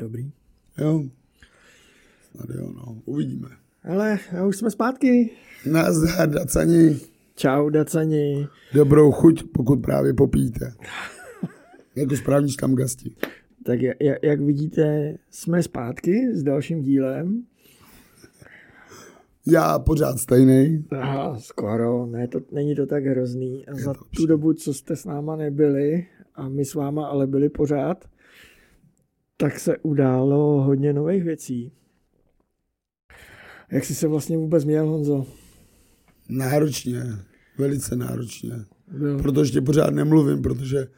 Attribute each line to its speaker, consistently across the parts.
Speaker 1: Dobrý.
Speaker 2: Jo. Tady jo, no. Uvidíme.
Speaker 1: Ale a už jsme zpátky.
Speaker 2: Nazdar, dacani.
Speaker 1: Čau, Dacani.
Speaker 2: Dobrou chuť, pokud právě popíte. jako správní štamgasti.
Speaker 1: Tak ja- ja- jak vidíte, jsme zpátky s dalším dílem.
Speaker 2: Já pořád stejný.
Speaker 1: Aha, skoro, ne, to, není to tak hrozný. A za tu dobu, co jste s náma nebyli, a my s váma ale byli pořád, tak se událo hodně nových věcí. Jak jsi se vlastně vůbec měl, Honzo?
Speaker 2: Náročně. Velice náročně.
Speaker 1: Byl
Speaker 2: Protože tě pořád nemluvím, protože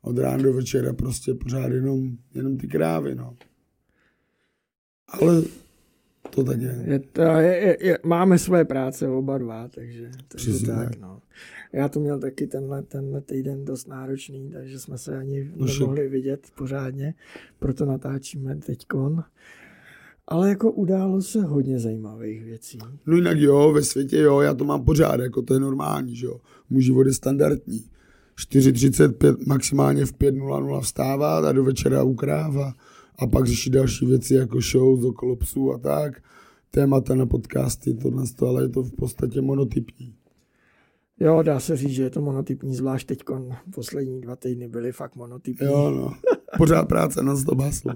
Speaker 2: od rána do večera prostě pořád jenom, jenom ty krávy, no. Ale to tak je.
Speaker 1: Je to, je, je, je, máme své práce oba dva, takže, takže
Speaker 2: Přesně
Speaker 1: tak.
Speaker 2: tak.
Speaker 1: No. Já to měl taky tenhle, tenhle týden dost náročný, takže jsme se ani
Speaker 2: No šup.
Speaker 1: nemohli vidět pořádně, proto natáčíme teďkon. Ale jako událo se hodně zajímavých věcí.
Speaker 2: No jinak jo, ve světě jo, já to mám pořád, jako to je normální, že jo. Můj život je standardní. 4.35 maximálně v 5.00 vstávat a do večera ukráva a pak řešit další věci jako show z okolo psů a tak. Témata na podcasty, tohle to, ale je to v podstatě monotypní.
Speaker 1: Jo, dá se říct, že je to monotypní, zvlášť teďkon poslední dva týdny byly fakt monotypní.
Speaker 2: Jo, no. Pořád práce, na to haslo.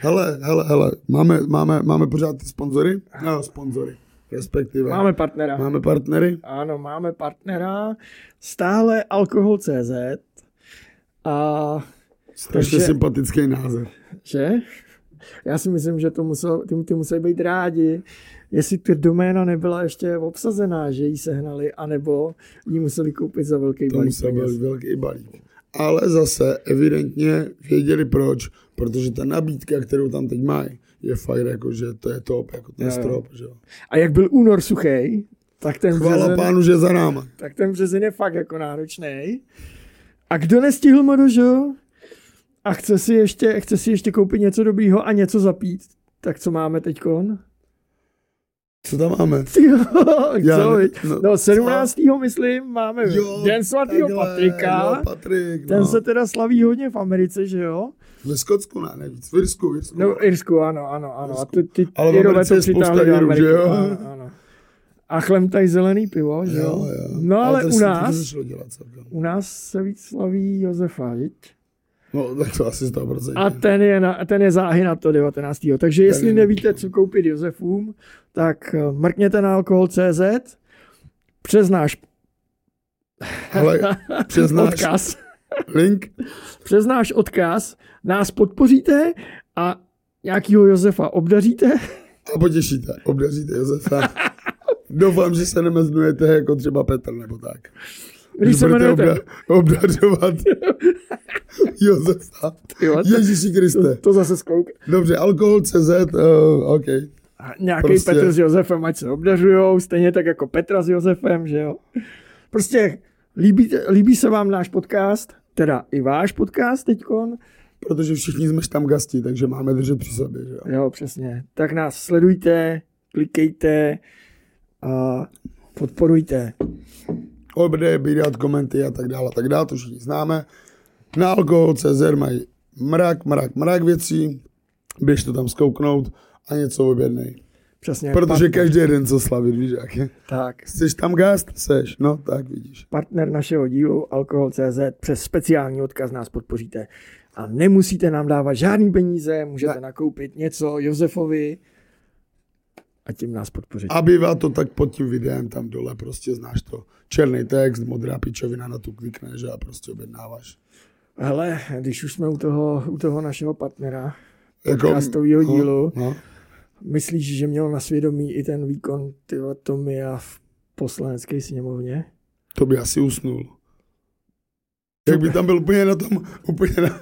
Speaker 2: hele, hele, hele, máme, máme, máme pořád ty sponzory? No, sponzory, respektive.
Speaker 1: Máme partnera.
Speaker 2: máme partnery?
Speaker 1: Ano, máme partnera, stále alkohol.cz a
Speaker 2: Strašně
Speaker 1: Takže-
Speaker 2: sympatický název.
Speaker 1: Že? Já si myslím, že to musel, ty, ty museli být rádi, jestli ta doména nebyla ještě obsazená, že ji sehnali, anebo ji museli koupit za velký
Speaker 2: To
Speaker 1: balík
Speaker 2: musel
Speaker 1: peněz.
Speaker 2: být velký balík. Ale zase evidentně věděli proč, protože ta nabídka, kterou tam teď mají, je fajn, jako, že to je top, jako to je
Speaker 1: Jo, jo.
Speaker 2: strop. Že? jo.
Speaker 1: A jak byl únor suchý, tak ten,
Speaker 2: Chvála
Speaker 1: březen,
Speaker 2: pánu, že je za náma.
Speaker 1: tak ten březen je fakt jako náročný. A kdo nestihl modožo a chce si, ještě, chce si ještě koupit něco dobrýho a něco zapít, tak co máme teďkon?
Speaker 2: Co tam máme?
Speaker 1: Jo,
Speaker 2: Já
Speaker 1: co,
Speaker 2: ne-
Speaker 1: viď?
Speaker 2: no,
Speaker 1: no,
Speaker 2: co?
Speaker 1: 17. myslím máme Den svatého
Speaker 2: takhle,
Speaker 1: Patrika.
Speaker 2: Jo, Patrik,
Speaker 1: Ten
Speaker 2: no.
Speaker 1: se teda slaví hodně v Americe, že jo?
Speaker 2: Ve Skotsku ne, nejvíc, v Irsku, v Irsku.
Speaker 1: No v Irsku, ano, ano, ano. A ty, ty
Speaker 2: Ale v
Speaker 1: Irové
Speaker 2: Americe je spousta
Speaker 1: přitáhli do
Speaker 2: Irů,
Speaker 1: Ameriky,
Speaker 2: že jo?
Speaker 1: Ano, ano. A chlemtají zelený pivo, že jo?
Speaker 2: jo, jo.
Speaker 1: No ale,
Speaker 2: to
Speaker 1: u
Speaker 2: se- to
Speaker 1: nás,
Speaker 2: se začalo dělat celkem.
Speaker 1: u nás se víc slaví Josefa, viď?
Speaker 2: No, tak to asi 100%.
Speaker 1: A ten je, na, ten je záhy na to 19. Takže jestli
Speaker 2: je-
Speaker 1: nevíte, co koupit Josefům, tak eh, mrkněte na alkohol.cz přes náš
Speaker 2: Ale přes náš
Speaker 1: odkaz.
Speaker 2: link
Speaker 1: přes náš odkaz nás podpoříte a nějakýho Josefa obdaříte.
Speaker 2: a potěšíte, obdaříte Josefa. Doufám, že se nemeznujete jako třeba Petr nebo tak.
Speaker 1: Když se
Speaker 2: budete
Speaker 1: jmenujete...
Speaker 2: obda- obdařovat Josefa.
Speaker 1: Jo, to,
Speaker 2: Ježíši Kriste.
Speaker 1: to zase sklouk.
Speaker 2: Dobře, alkohol.cz, uh, OK.
Speaker 1: A Nějaký
Speaker 2: Prostě-
Speaker 1: Petr s Josefem, ať se obdařujou, stejně tak jako Petra s Josefem, že jo. Prostě líbí, líbí se vám náš podcast, teda i váš podcast teďkon,
Speaker 2: Protože všichni jsme tam gasti, takže máme držet při sobě. Že? jo.
Speaker 1: jo, přesně. Tak nás sledujte, klikejte a podporujte.
Speaker 2: Obde, bídat, komenty a tak dále, a tak dále, to všichni známe. Na alkohol.cz mají mrak, mrak, mrak věcí. Běž to tam zkouknout a něco objednej.
Speaker 1: Přesně.
Speaker 2: Protože
Speaker 1: partner.
Speaker 2: každý den co slavit, víš jak je.
Speaker 1: Tak.
Speaker 2: Jsi tam gast? Seš, no tak vidíš.
Speaker 1: partner našeho dílu Alkohol.cz přes speciální odkaz nás podpoříte. A nemusíte nám dávat žádný peníze, můžete ne. nakoupit něco Josefovi a tím nás podpořit.
Speaker 2: A bývá to tak pod tím videem tam dole, prostě znáš to. Černý text, modrá pičovina, na tu klikneš a prostě objednáváš.
Speaker 1: Hele, když už jsme u toho, u toho našeho partnera,
Speaker 2: Jako,
Speaker 1: Podcastovýho
Speaker 2: no,
Speaker 1: dílu.
Speaker 2: No,
Speaker 1: myslíš, že měl na svědomí i ten výkon tyhle Tomia v poslanecké sněmovně?
Speaker 2: to by asi usnul. Jak by tam byl úplně na tom, úplně na,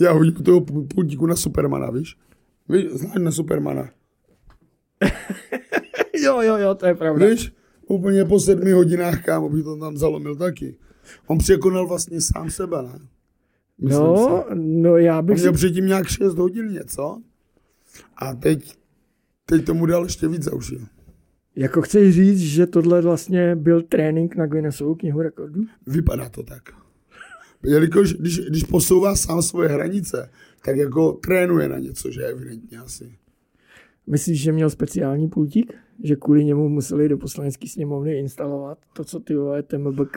Speaker 2: já hodím toho pů- pultíku na Supermana, víš? Víš, znáš na Supermana,
Speaker 1: Jo, jo, jo, to je pravda.
Speaker 2: víš? Úplně po sedmi hodinách, kámo, by to tam zalomil taky. On překonal vlastně sám sebe, ne? Myslím
Speaker 1: No, no já
Speaker 2: On
Speaker 1: bych si
Speaker 2: měl předtím nějak 6 hodin něco a teď, teď tomu dal ještě víc za uši.
Speaker 1: Jako chceš říct, že tohle vlastně byl trénink na Guinnessovu knihu rekordů?
Speaker 2: Vypadá to tak. Jelikož když, když posouvá sám svoje hranice, tak jako trénuje na něco, že evidentně asi.
Speaker 1: Myslíš, že měl speciální pultík? Že kvůli němu museli do poslanecké sněmovny instalovat to, co ty vole TMBK?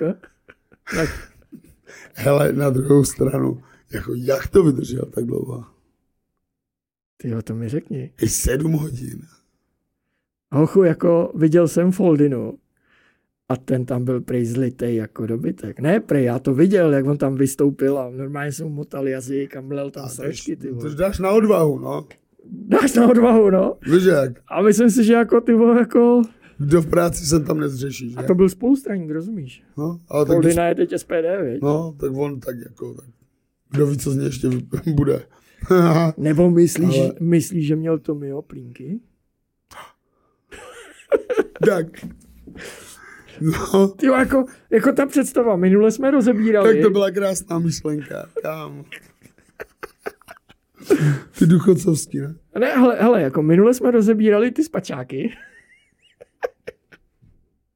Speaker 1: Tak
Speaker 2: Hele, na druhou stranu, jako jak to vydržel tak dlouho?
Speaker 1: ty jo, to mi řekni.
Speaker 2: I sedm hodin.
Speaker 1: Hochu, jako viděl jsem Foldinu a ten tam byl prej zlitej jako dobytek. Ne, prej, já to viděl, jak on tam vystoupil a normálně jsem mu motal jazyk a mlel tam
Speaker 2: A
Speaker 1: sračky, ty
Speaker 2: to
Speaker 1: vole.
Speaker 2: dáš na odvahu, no.
Speaker 1: Dáš na odvahu, no.
Speaker 2: Víš jak,
Speaker 1: A myslím si, že jako ty vole, jako...
Speaker 2: kdo v práci se tam nezřeší, že?
Speaker 1: A to byl spoustraník, rozumíš?
Speaker 2: No, ale tak, když,
Speaker 1: Foldina je teď SPD, viď?
Speaker 2: no, tak on tak jako, tak. Kdo ví, co z něj ještě bude.
Speaker 1: Nebo myslíš,
Speaker 2: Ale-
Speaker 1: Ale... myslíš že měl Tomio plínky?
Speaker 2: tak. No,
Speaker 1: Ty jo, jako, jako ta představa, minule jsme rozebírali.
Speaker 2: tak to byla krásná myšlenka, kámo. Ty duchocovský, ne?
Speaker 1: Ne, hele, hele, jako minule jsme rozebírali ty spačáky.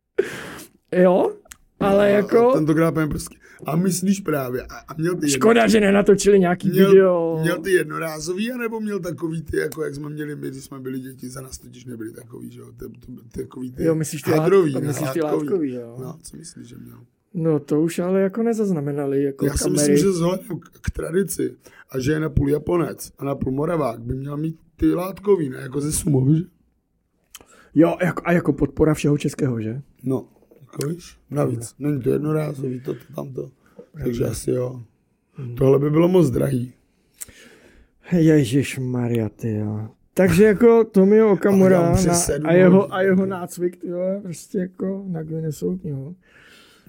Speaker 1: jo, ale
Speaker 2: A
Speaker 1: jako...
Speaker 2: Tentokrát jen prostě. A myslíš právě, a, a měl ty jedno-
Speaker 1: Škoda, že nenatočili nějaký
Speaker 2: Měl,
Speaker 1: video.
Speaker 2: měl ty jednorázový, anebo měl takový ty, jako jak jsme měli my, když jsme byli děti, za nás totiž nebyli takový, že jo, ty, ty, ty, takový ty
Speaker 1: Jo, myslíš ty
Speaker 2: hadrový,
Speaker 1: lát-
Speaker 2: ne,
Speaker 1: myslíš ty látkový, jo.
Speaker 2: No, co myslíš, že měl?
Speaker 1: No to už ale jako nezaznamenali, jako
Speaker 2: Já si
Speaker 1: kamery.
Speaker 2: myslím, že vzhledem k, k tradici a že je napůl Japonec a napůl Moravák, by měl mít ty látkový, ne, jako ze sumo, že?
Speaker 1: Jo, jako, a jako podpora všeho českého, že?
Speaker 2: No, jako víš, navíc, není to jednorázový, to, to tamto, takže asi jo. Tohle by bylo moc drahý.
Speaker 1: Ježíš Maria, ty jo. Takže jako Tomio
Speaker 2: Ale já
Speaker 1: Okamura
Speaker 2: už je
Speaker 1: na,
Speaker 2: sedm
Speaker 1: a, jeho,
Speaker 2: hodin.
Speaker 1: a jeho nácvik, ty jo, prostě jako na Guinnessovu knihu.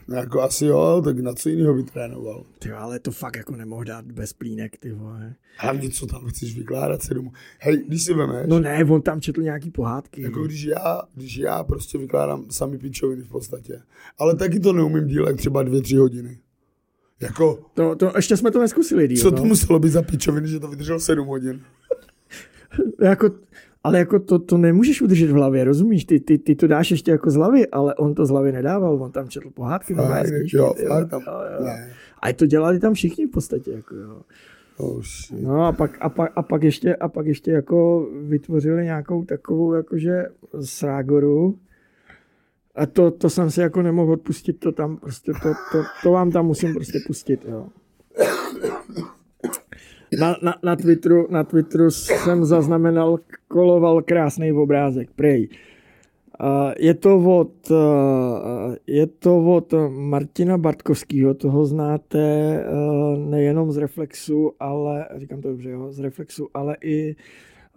Speaker 2: No, jako asi jo, tak na co jiného by trénoval?
Speaker 1: Ty jo, ale to fakt jako nemohl dát bez plínek, ty vole.
Speaker 2: Hlavně, co tam chceš vykládat se domů. Hej, když si vemeš,
Speaker 1: No ne, on tam četl nějaký pohádky.
Speaker 2: jako když já, když já prostě vykládám sami pičoviny v podstatě. Ale taky to neumím dílek třeba dvě, tři hodiny. Jako,
Speaker 1: To, to, ještě jsme to neskusili, díl,
Speaker 2: co
Speaker 1: no.
Speaker 2: to muselo být za pičoviny, že to vydržel sedm hodin?
Speaker 1: jako, ale jako to, to nemůžeš udržet v hlavě, rozumíš? Ty, ty, ty to dáš ještě jako z hlavy, ale on to z hlavy nedával, on tam četl pohádky.
Speaker 2: A
Speaker 1: normálně z
Speaker 2: ne,
Speaker 1: knížky,
Speaker 2: jo,
Speaker 1: ty
Speaker 2: fakt tam,
Speaker 1: No, jo, jo.
Speaker 2: ne.
Speaker 1: A to dělali tam všichni v podstatě. Jako, jo.
Speaker 2: Oh, shit.
Speaker 1: No a pak, a, pak, a, pak ještě, a pak ještě jako vytvořili nějakou takovou jakože srágoru. A to, to jsem si jako nemohl odpustit, to tam prostě, to, to, to vám tam musím prostě pustit, jo. Na, na, na, Twitteru, na Twitteru jsem zaznamenal, koloval krásný obrázek, prej. A Eh, Je to od, eh, je to od Martina Bartkovského, toho znáte eh, nejenom z Reflexu, ale, říkám to dobře, jo, z Reflexu, ale i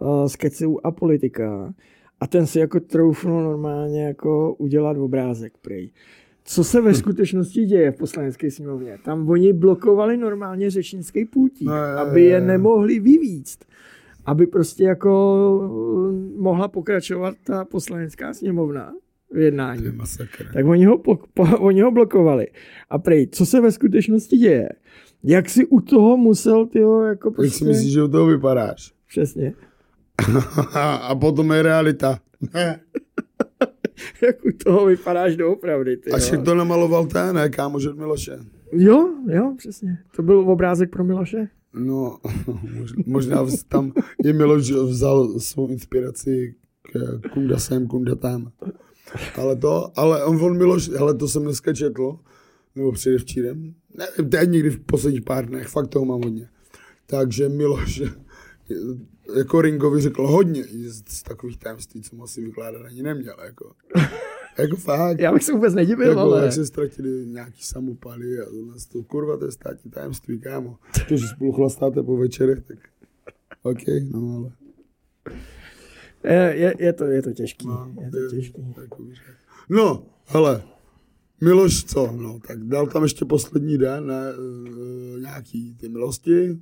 Speaker 1: eh, z Keců a politika. A ten si jako troufnul normálně jako udělat obrázek prej. Co se ve skutečnosti děje v poslanecké sněmovně? Tam oni blokovali normálně řečnický pultík,
Speaker 2: No, jo, jo,
Speaker 1: aby je
Speaker 2: jo.
Speaker 1: nemohli vyvíct aby prostě jako eh, mohla pokračovat ta poslanecká sněmovna v
Speaker 2: To je
Speaker 1: jednání.
Speaker 2: masakr.
Speaker 1: Tak oni ho, po, po, oni ho blokovali. A prej, co se ve skutečnosti děje? Jak si u toho musel, ty jako
Speaker 2: Jak si
Speaker 1: prostě...
Speaker 2: myslíš, že u toho vypadáš?
Speaker 1: Přesně.
Speaker 2: a potom je realita.
Speaker 1: Jak u toho vypadáš doopravdy, ty
Speaker 2: A
Speaker 1: jo.
Speaker 2: však to namaloval ten, ne, kámoš od Miloše.
Speaker 1: jo, jo, přesně. To byl obrázek pro Miloše?
Speaker 2: No, možná, možná vz- tam i Miloš vzal svou inspiraci k Kunda sem, Kunda tam. Ale to, ale on, on Miloš, hele, to jsem dneska četl, nebo předevčírem, nevím, teď někdy v posledních pár dnech, fakt toho mám hodně. Takže Miloš jako Ringovi řekl hodně z, z takových tajemství, co mu asi vykládat ani neměl, jako. Jako fakt.
Speaker 1: Já bych se vůbec nedivil,
Speaker 2: Jako,
Speaker 1: ale...
Speaker 2: jak se ztratili nějaký samopaly a tohle to, kurva, to je státní tajemství, kámo. To, že spolu chlastáte po večerech, tak OK, no ale.
Speaker 1: Je, je, je, to, je to těžký.
Speaker 2: No,
Speaker 1: je to těžký.
Speaker 2: takový, že- no, hele, Miloš co, no, tak dal tam ještě poslední den, ne, eh, nějaký ty milosti,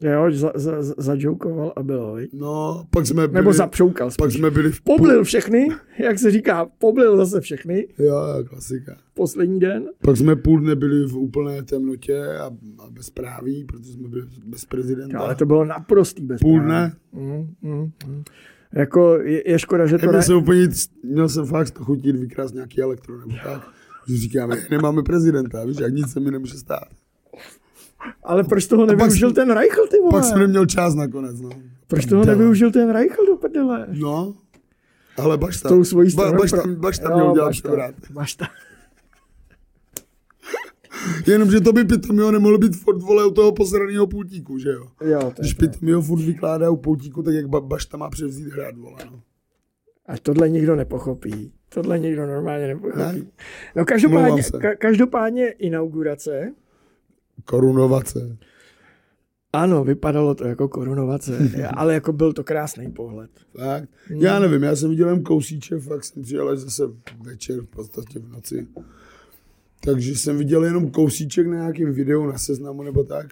Speaker 1: Jo, za, za, za- zadžoukoval a bylo, viď?
Speaker 2: no, pak jsme byli,
Speaker 1: Nebo zapšoukal
Speaker 2: pak jsme byli v
Speaker 1: poblil všechny, jak se říká, poblil zase všechny,
Speaker 2: Jo, jo, klasika.
Speaker 1: poslední den.
Speaker 2: Pak jsme půl dne byli v úplné temnotě a, a bezpráví, protože jsme byli bez prezidenta.
Speaker 1: Ale to bylo naprostý bezpráví.
Speaker 2: Půl dne?
Speaker 1: Mm, mm, mm. Jako je, je škoda, že to
Speaker 2: Nebyl
Speaker 1: ne...
Speaker 2: jsem Jako úplně, nic- měl jsem fakt chuť jít vykrást nějaký elektro nebo tak. Že říkáme, nemáme prezidenta, víš, jak nic se mi nemůže stát.
Speaker 1: Ale proč toho nevyužil
Speaker 2: jsem-
Speaker 1: ten Reichl, ty vole?
Speaker 2: Pak jsem neměl čas nakonec, no.
Speaker 1: Proč toho
Speaker 2: Prdele.
Speaker 1: nevyužil ten Reichl do prdele?
Speaker 2: No, ale Bašta.
Speaker 1: Tou svojí stranou.
Speaker 2: Bašta,
Speaker 1: pro-
Speaker 2: Bašta
Speaker 1: Jo,
Speaker 2: mě udělal
Speaker 1: Bašta,
Speaker 2: převrat.
Speaker 1: Bašta.
Speaker 2: Jenomže to by Pitomio nemohlo být furt vole u toho posraného pultíku, že jo?
Speaker 1: Jo, to je
Speaker 2: Když
Speaker 1: to.
Speaker 2: Pitomio furt vykládá u pultíku, tak jak Ba- Bašta má převzít hrát, vole, no.
Speaker 1: A tohle nikdo nepochopí. Tohle nikdo normálně nepochopí.
Speaker 2: Ne?
Speaker 1: No každopádně,
Speaker 2: Omlouvám se.
Speaker 1: ka- každopádně inaugurace.
Speaker 2: Korunovace.
Speaker 1: Ano, vypadalo to jako korunovace, ale jako byl to krásný pohled.
Speaker 2: Fakt. Já nevím, já jsem viděl jen kousíče, fakt jsem přijel až zase večer, v podstatě v noci. Takže jsem viděl jenom kousíček na nějakém videu na seznamu nebo tak,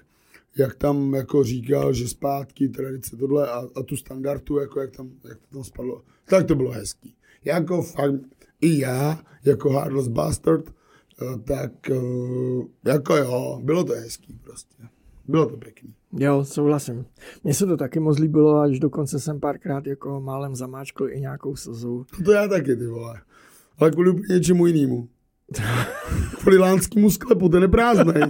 Speaker 2: jak tam jako říkal, že zpátky, tradice, tohle a, a tu standardu, jako jak tam, jak to tam spadlo. Tak to bylo hezký. Jako fakt, i já, jako Hardless Bastard, eh, tak eh, jako jo, bylo to hezký prostě. Bylo to pěkný.
Speaker 1: Jo, souhlasím. Mně se to taky moc líbilo, až dokonce jsem párkrát jako málem zamáčkl i nějakou slzu.
Speaker 2: To já taky, ty vole. Ale kvůli úplně něčemu jinému. Kvůli lánskému sklepu, ten je prázdnej.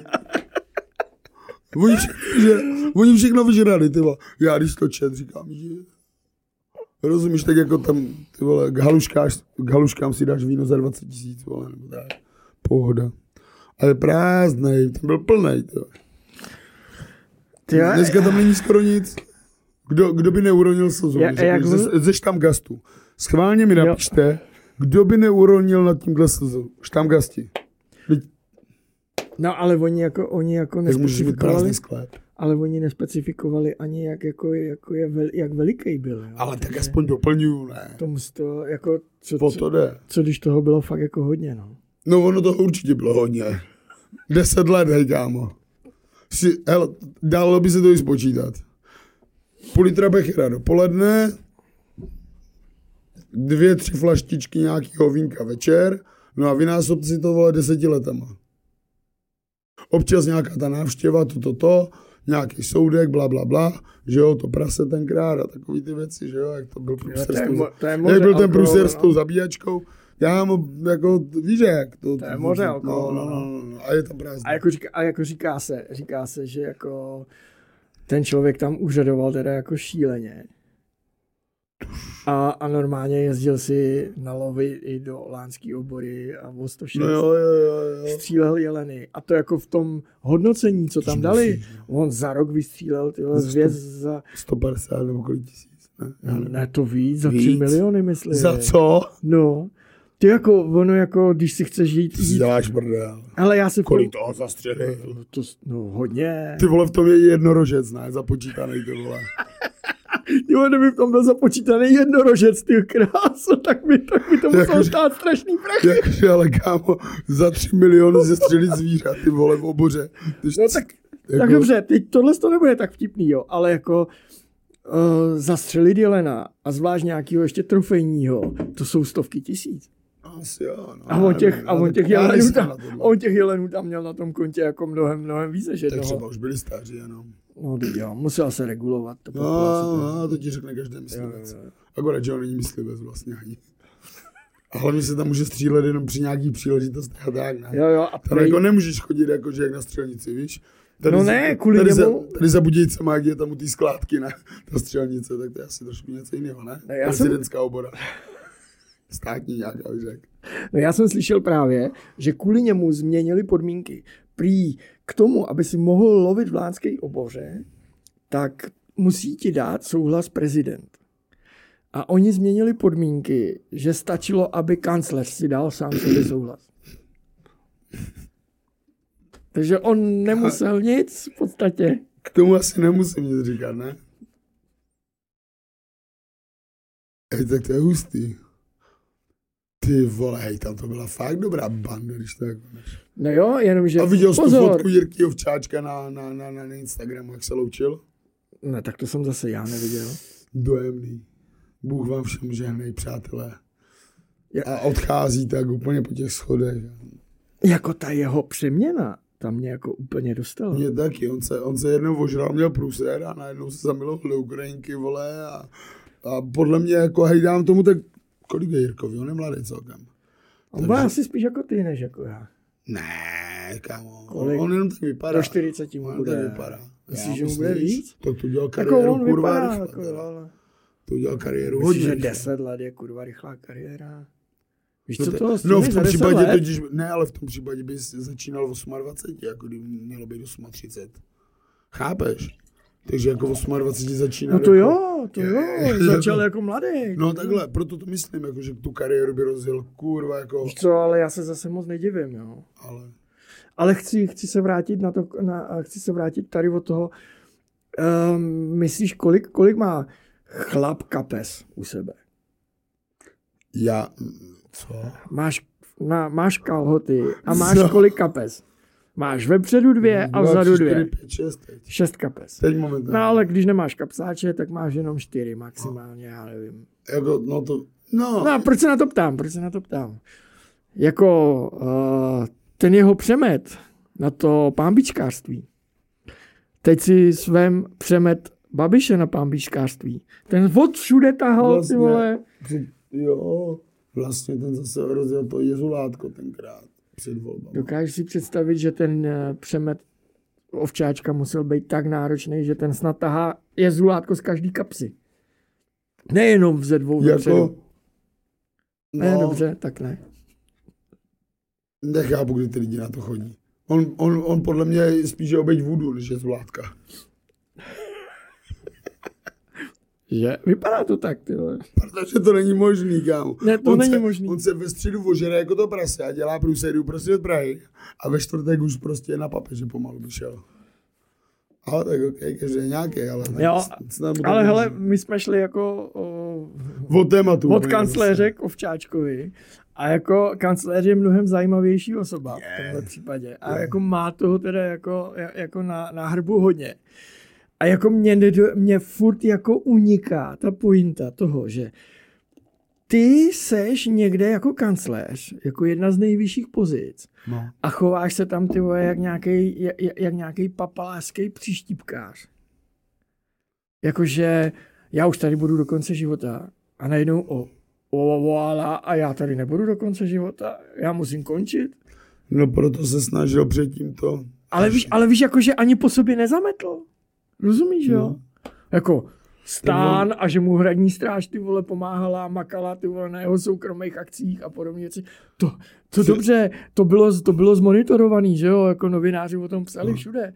Speaker 2: Oni, vše- že, oni všechno vyžrali, ty vole. Já když to čet, říkám, že... Rozumíš, tak jako tam, ty vole, k, haluškáš, k haluškám si dáš víno za 20 tisíc, vole, nebo tak. Pohoda. Ale prázdnej, ten byl plnej, ty vole.
Speaker 1: Ty, jo,
Speaker 2: Dneska tam není skoro nic. Kdo, kdo by neuronil slzu?
Speaker 1: Ja-
Speaker 2: Ja, jak...
Speaker 1: jak-
Speaker 2: ze, ze štamgastu. Schválně mi
Speaker 1: Jo.
Speaker 2: napište, kdo by neuronil nad tímhle slzu. Štamgasti. Teď,
Speaker 1: no ale oni jako, oni jako
Speaker 2: jak můžeš mít
Speaker 1: nespecifikovali,
Speaker 2: prázdný sklep.
Speaker 1: ale oni nespecifikovali ani jak, jako, je- jako je, vel, jak veliký byl. Jo?
Speaker 2: Ale tak aspoň doplňuju, ne?
Speaker 1: To musí to, jako, co,
Speaker 2: Po
Speaker 1: co,
Speaker 2: to jde.
Speaker 1: co, když toho bylo fakt jako hodně, no.
Speaker 2: No ono to určitě bylo hodně. Deset let, hej kámo. Si, hele, dalo by se to i spočítat. Půl litra bechera dopoledne, dvě, tři flaštičky nějakého vínka večer, no a vynásob si to vole deseti letama. Občas nějaká ta návštěva, to, to, to, nějaký soudek, bla, bla, bla, že jo, to prase tenkrát a takový ty věci, že jo, jak to byl průser s tou-
Speaker 1: to je
Speaker 2: jak byl ten
Speaker 1: alkoholu,
Speaker 2: průser
Speaker 1: no.
Speaker 2: s tou zabíjačkou, já mu, jako, víš jak. To,
Speaker 1: To je moře
Speaker 2: no,
Speaker 1: alkoholu,
Speaker 2: no,
Speaker 1: no.
Speaker 2: no, no, a je tam prázdný.
Speaker 1: A jako, říká, a jako říká se, říká se, že jako ten člověk tam úřadoval teda jako šíleně. A, a normálně jezdil si na lovy i do lánský obory a o 106
Speaker 2: No jo, jo, jo, jo.
Speaker 1: střílel jeleny. A to jako v tom hodnocení, co tam dali. On za rok vystřílel tyhle
Speaker 2: Za
Speaker 1: zvěst za,
Speaker 2: 150 nebo kolik tisíc, ne? Já nevím.
Speaker 1: ne to víc, za 3
Speaker 2: Víc?
Speaker 1: miliony myslím.
Speaker 2: Za co?
Speaker 1: No. Ty jako, ono jako, když si chceš jít,
Speaker 2: Ty si
Speaker 1: jít
Speaker 2: děláš brdel.
Speaker 1: ale já si...
Speaker 2: Kolik toho zastřelil?
Speaker 1: No, to, s- no hodně.
Speaker 2: Ty vole, v tom je jednorožec, ne? Započítanej, ty vole.
Speaker 1: Jo, kdyby v tom byl započítaný jednorožec, ty kráso, tak by, tak by to muselo
Speaker 2: Jakože-
Speaker 1: stát strašný prachy.
Speaker 2: Jakože, ale kámo, za 3 miliony zastřelit zvířat, ty vole, v oboře. Ty,
Speaker 1: No tak,
Speaker 2: Jako-
Speaker 1: tak dobře, teď tohle to nebude tak vtipný, jo, ale jako uh, zastřelit jelena a zvlášť nějakého ještě trofejního, to jsou stovky tisíc.
Speaker 2: Asi jo, no,
Speaker 1: A on
Speaker 2: já nevím,
Speaker 1: těch,
Speaker 2: já
Speaker 1: a on
Speaker 2: ne-
Speaker 1: těch,
Speaker 2: já
Speaker 1: jelenů
Speaker 2: nejsem
Speaker 1: tam,
Speaker 2: na tohle.
Speaker 1: on No. těch jelenů tam měl na tom kontě jako mnohem, mnohem víc než
Speaker 2: Tak třeba
Speaker 1: jednoho.
Speaker 2: už byli staří, jenom.
Speaker 1: No teď jo, musel se regulovat. To
Speaker 2: No,
Speaker 1: populace, to-
Speaker 2: no, to ti řekne každý myslivec. Akorát, že on není myslivec vlastně ani. A hlavně se tam může střílet jenom při nějaký příležitosti a tak, ne?
Speaker 1: Jo, jo, a
Speaker 2: Tam
Speaker 1: prej,
Speaker 2: jako nemůžeš chodit jako, že jak na střelnici, víš?
Speaker 1: No
Speaker 2: za-
Speaker 1: ne, kvůli
Speaker 2: tady
Speaker 1: němu.
Speaker 2: Za, tady za Budějcema, jak je tam u té skládky, ne? Ta střelnice, tak to je asi trošku něco jiného, ne?
Speaker 1: Ne, já jsem-
Speaker 2: Prezidentská obora. Státní nějaká, bych řekl.
Speaker 1: No já jsem slyšel právě, že kvůli němu změnili podmínky. Prý k tomu, aby si mohl lovit v lánské oboře, tak musí ti dát souhlas prezident. A oni změnili podmínky, že stačilo, aby kancléř si dal sám sobě souhlas. Takže on nemusel nic v podstatě.
Speaker 2: K tomu asi nemusím nic říkat, ne? Hej, tak to je hustý. Ty vole, hej, tam to byla fakt dobrá banda, když to jako...
Speaker 1: No jo, jenomže...
Speaker 2: A viděl jsi tu
Speaker 1: pozor.
Speaker 2: fotku Jirky Ovčáčka na, na, na, na, na Instagramu, jak se loučil?
Speaker 1: Ne, No, tak to jsem zase já neviděl.
Speaker 2: Dojemný. Bůh vám všem žehnej, přátelé.
Speaker 1: Ja-
Speaker 2: A odchází tak úplně po těch schodech.
Speaker 1: Jako ta jeho přeměna, tam mě jako úplně dostala.
Speaker 2: Mě taky, on se, on se jednou ožral, měl průser a najednou se zamiloval do Ukrajinky, vole, a A podle mě, jako hejdám tomu, tak kolik je Jirkovi, on je mladý celkem.
Speaker 1: On byl asi spíš jako ty, než jako já.
Speaker 2: Ne, kámo, on,
Speaker 1: Kolik?
Speaker 2: on jenom tak vypadá.
Speaker 1: Do 40 mu
Speaker 2: On
Speaker 1: bude.
Speaker 2: tak vypadá.
Speaker 1: Myslíš,
Speaker 2: Já,
Speaker 1: že mu bude
Speaker 2: myslíš?
Speaker 1: víc?
Speaker 2: Tak to udělal
Speaker 1: Jako
Speaker 2: kariéru,
Speaker 1: on
Speaker 2: kurva,
Speaker 1: vypadá,
Speaker 2: rychle,
Speaker 1: jako,
Speaker 2: teda.
Speaker 1: jo, ale...
Speaker 2: To udělal kariéru
Speaker 1: Myslíš, že
Speaker 2: rychle.
Speaker 1: 10 let je kurva rychlá kariéra. Víš,
Speaker 2: No
Speaker 1: co
Speaker 2: te-
Speaker 1: to vlastně
Speaker 2: No v tom případě
Speaker 1: let?
Speaker 2: totiž, ne, ale v tom případě bys začínal v 28, jako kdyby mělo být 38. Chápeš? Takže jako v 28 začínal.
Speaker 1: No to
Speaker 2: jako,
Speaker 1: jo, to jo,
Speaker 2: Je-
Speaker 1: začal jako mladý.
Speaker 2: No takhle, proto to myslím, jako, že tu kariéru by rozjel kurva, jako,
Speaker 1: Víš co, ale já se zase moc nedivím, jo.
Speaker 2: ale
Speaker 1: Ale chci, chci se vrátit na to, na, chci se vrátit tady od toho, um, myslíš, kolik, kolik má chlap kapes u sebe?
Speaker 2: já, mm, co?
Speaker 1: Máš, na, máš kalhoty a máš
Speaker 2: Co?
Speaker 1: kolik kapes? Máš vepředu dvě a
Speaker 2: Dva,
Speaker 1: vzadu
Speaker 2: tři, čtyři,
Speaker 1: dvě.
Speaker 2: pět, šest teď.
Speaker 1: Šest kapes.
Speaker 2: Teď momentálně.
Speaker 1: No ale když nemáš kapsáče, tak máš jenom čtyři maximálně, já nevím.
Speaker 2: Jako, no to, no,
Speaker 1: No a proč se na to ptám, proč se na to ptám? Jako uh, ten jeho přemet na to pámbičkářství. Teď si svém přemet Babiše na pámbičkářství. Ten od všude tahal,
Speaker 2: Vlastně.
Speaker 1: ty vole.
Speaker 2: při- jo, vlastně ten zase rozjel to jezulátko tenkrát před volbami.
Speaker 1: Dokážeš si představit, že ten eh, přemet ovčáčka musel být tak náročný, že ten snad tahá jezulátko z každý kapsy. Nejenom ze dvou
Speaker 2: Jako,
Speaker 1: jako, Ne,
Speaker 2: no,
Speaker 1: dobře, tak ne.
Speaker 2: Nechápu, kdy ty lidi na to chodí. On, on, on podle mě je spíše obejď vůdu, než je zvládka.
Speaker 1: Že? Vypadá to tak, ty vole.
Speaker 2: Protože to není možný, kámo.
Speaker 1: Ne, to
Speaker 2: on
Speaker 1: není
Speaker 2: se,
Speaker 1: možný.
Speaker 2: On se ve středu ožere jako to prase a dělá průsériu prostě od Prahy. A ve čtvrtek už prostě na papeže pomalu by šel. Ale tak ok, každý je nějaký, ale tak
Speaker 1: Jo,
Speaker 2: snad mu to
Speaker 1: Ale
Speaker 2: vyjde.
Speaker 1: hele, my jsme šli jako o,
Speaker 2: od tématu.
Speaker 1: od
Speaker 2: úplně
Speaker 1: kancléře k Ovčáčkovi a jako kancléř je mnohem zajímavější osoba v tomhle případě a jako má toho teda jako, jako na, na hrbu hodně. A jako mě, nedo- mě furt jako uniká ta pointa toho, že ty seš někde jako kancléř, jako jedna z nejvyšších pozic
Speaker 2: zase. No.
Speaker 1: a chováš se tam ty vole jak nějaký, jak, jak nějaký papalářský příštípkář. Jakože já už tady budu do konce života a najednou o, o, o, ala, a já tady nebudu do konce života, já musím končit.
Speaker 2: no proto se snažil předtím to.
Speaker 1: Ale víš, ale víš jakože ani po sobě nezametl. Rozumíš, jo?
Speaker 2: No.
Speaker 1: Jako stán a že mu hradní stráž ty vole pomáhala, makala ty vole na jeho soukromých akcích a podobně věci. To, to dobře, to bylo, to bylo zmonitorovaný, že jo, jako novináři o tom psali všude.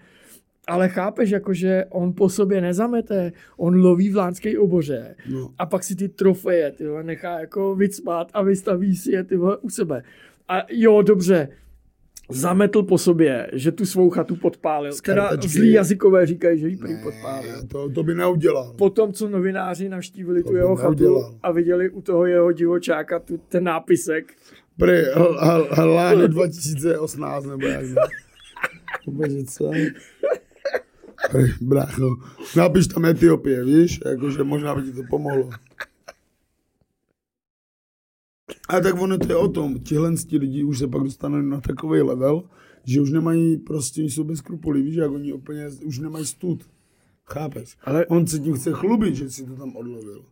Speaker 1: Ale chápeš, jakože on po sobě nezamete, on loví v lánské oboře
Speaker 2: No.
Speaker 1: a pak si ty trofeje ty vole, nechá jako vycpát a vystaví si je ty vole, u sebe. A jo, dobře, zametl po sobě, že tu svou chatu podpálil. Teda
Speaker 2: Skartačky.
Speaker 1: zlí jazykové říkají, že ji prý podpálil.
Speaker 2: Ne, to, to by neudělal.
Speaker 1: Po tom, co novináři navštívili
Speaker 2: To
Speaker 1: tu
Speaker 2: by
Speaker 1: jeho chatu
Speaker 2: neudělal.
Speaker 1: a viděli u toho jeho divočáka tu, ten nápisek,
Speaker 2: Prý, hl- hl- hláno 2018 nebo jak ne. Bože, co? Prý, brácho, napiš tam Etiopie, víš? Jakože možná by ti to pomohlo. A tak ono to je o tom, tihle ti lidi už se pak dostanou na takový level, že už nemají prostě, jsou bez skrupulí, víš, jak oni úplně, už nemají stud. Chápeš?
Speaker 1: Ale-
Speaker 2: Ale on se tím chce chlubit, že si to tam odlovil.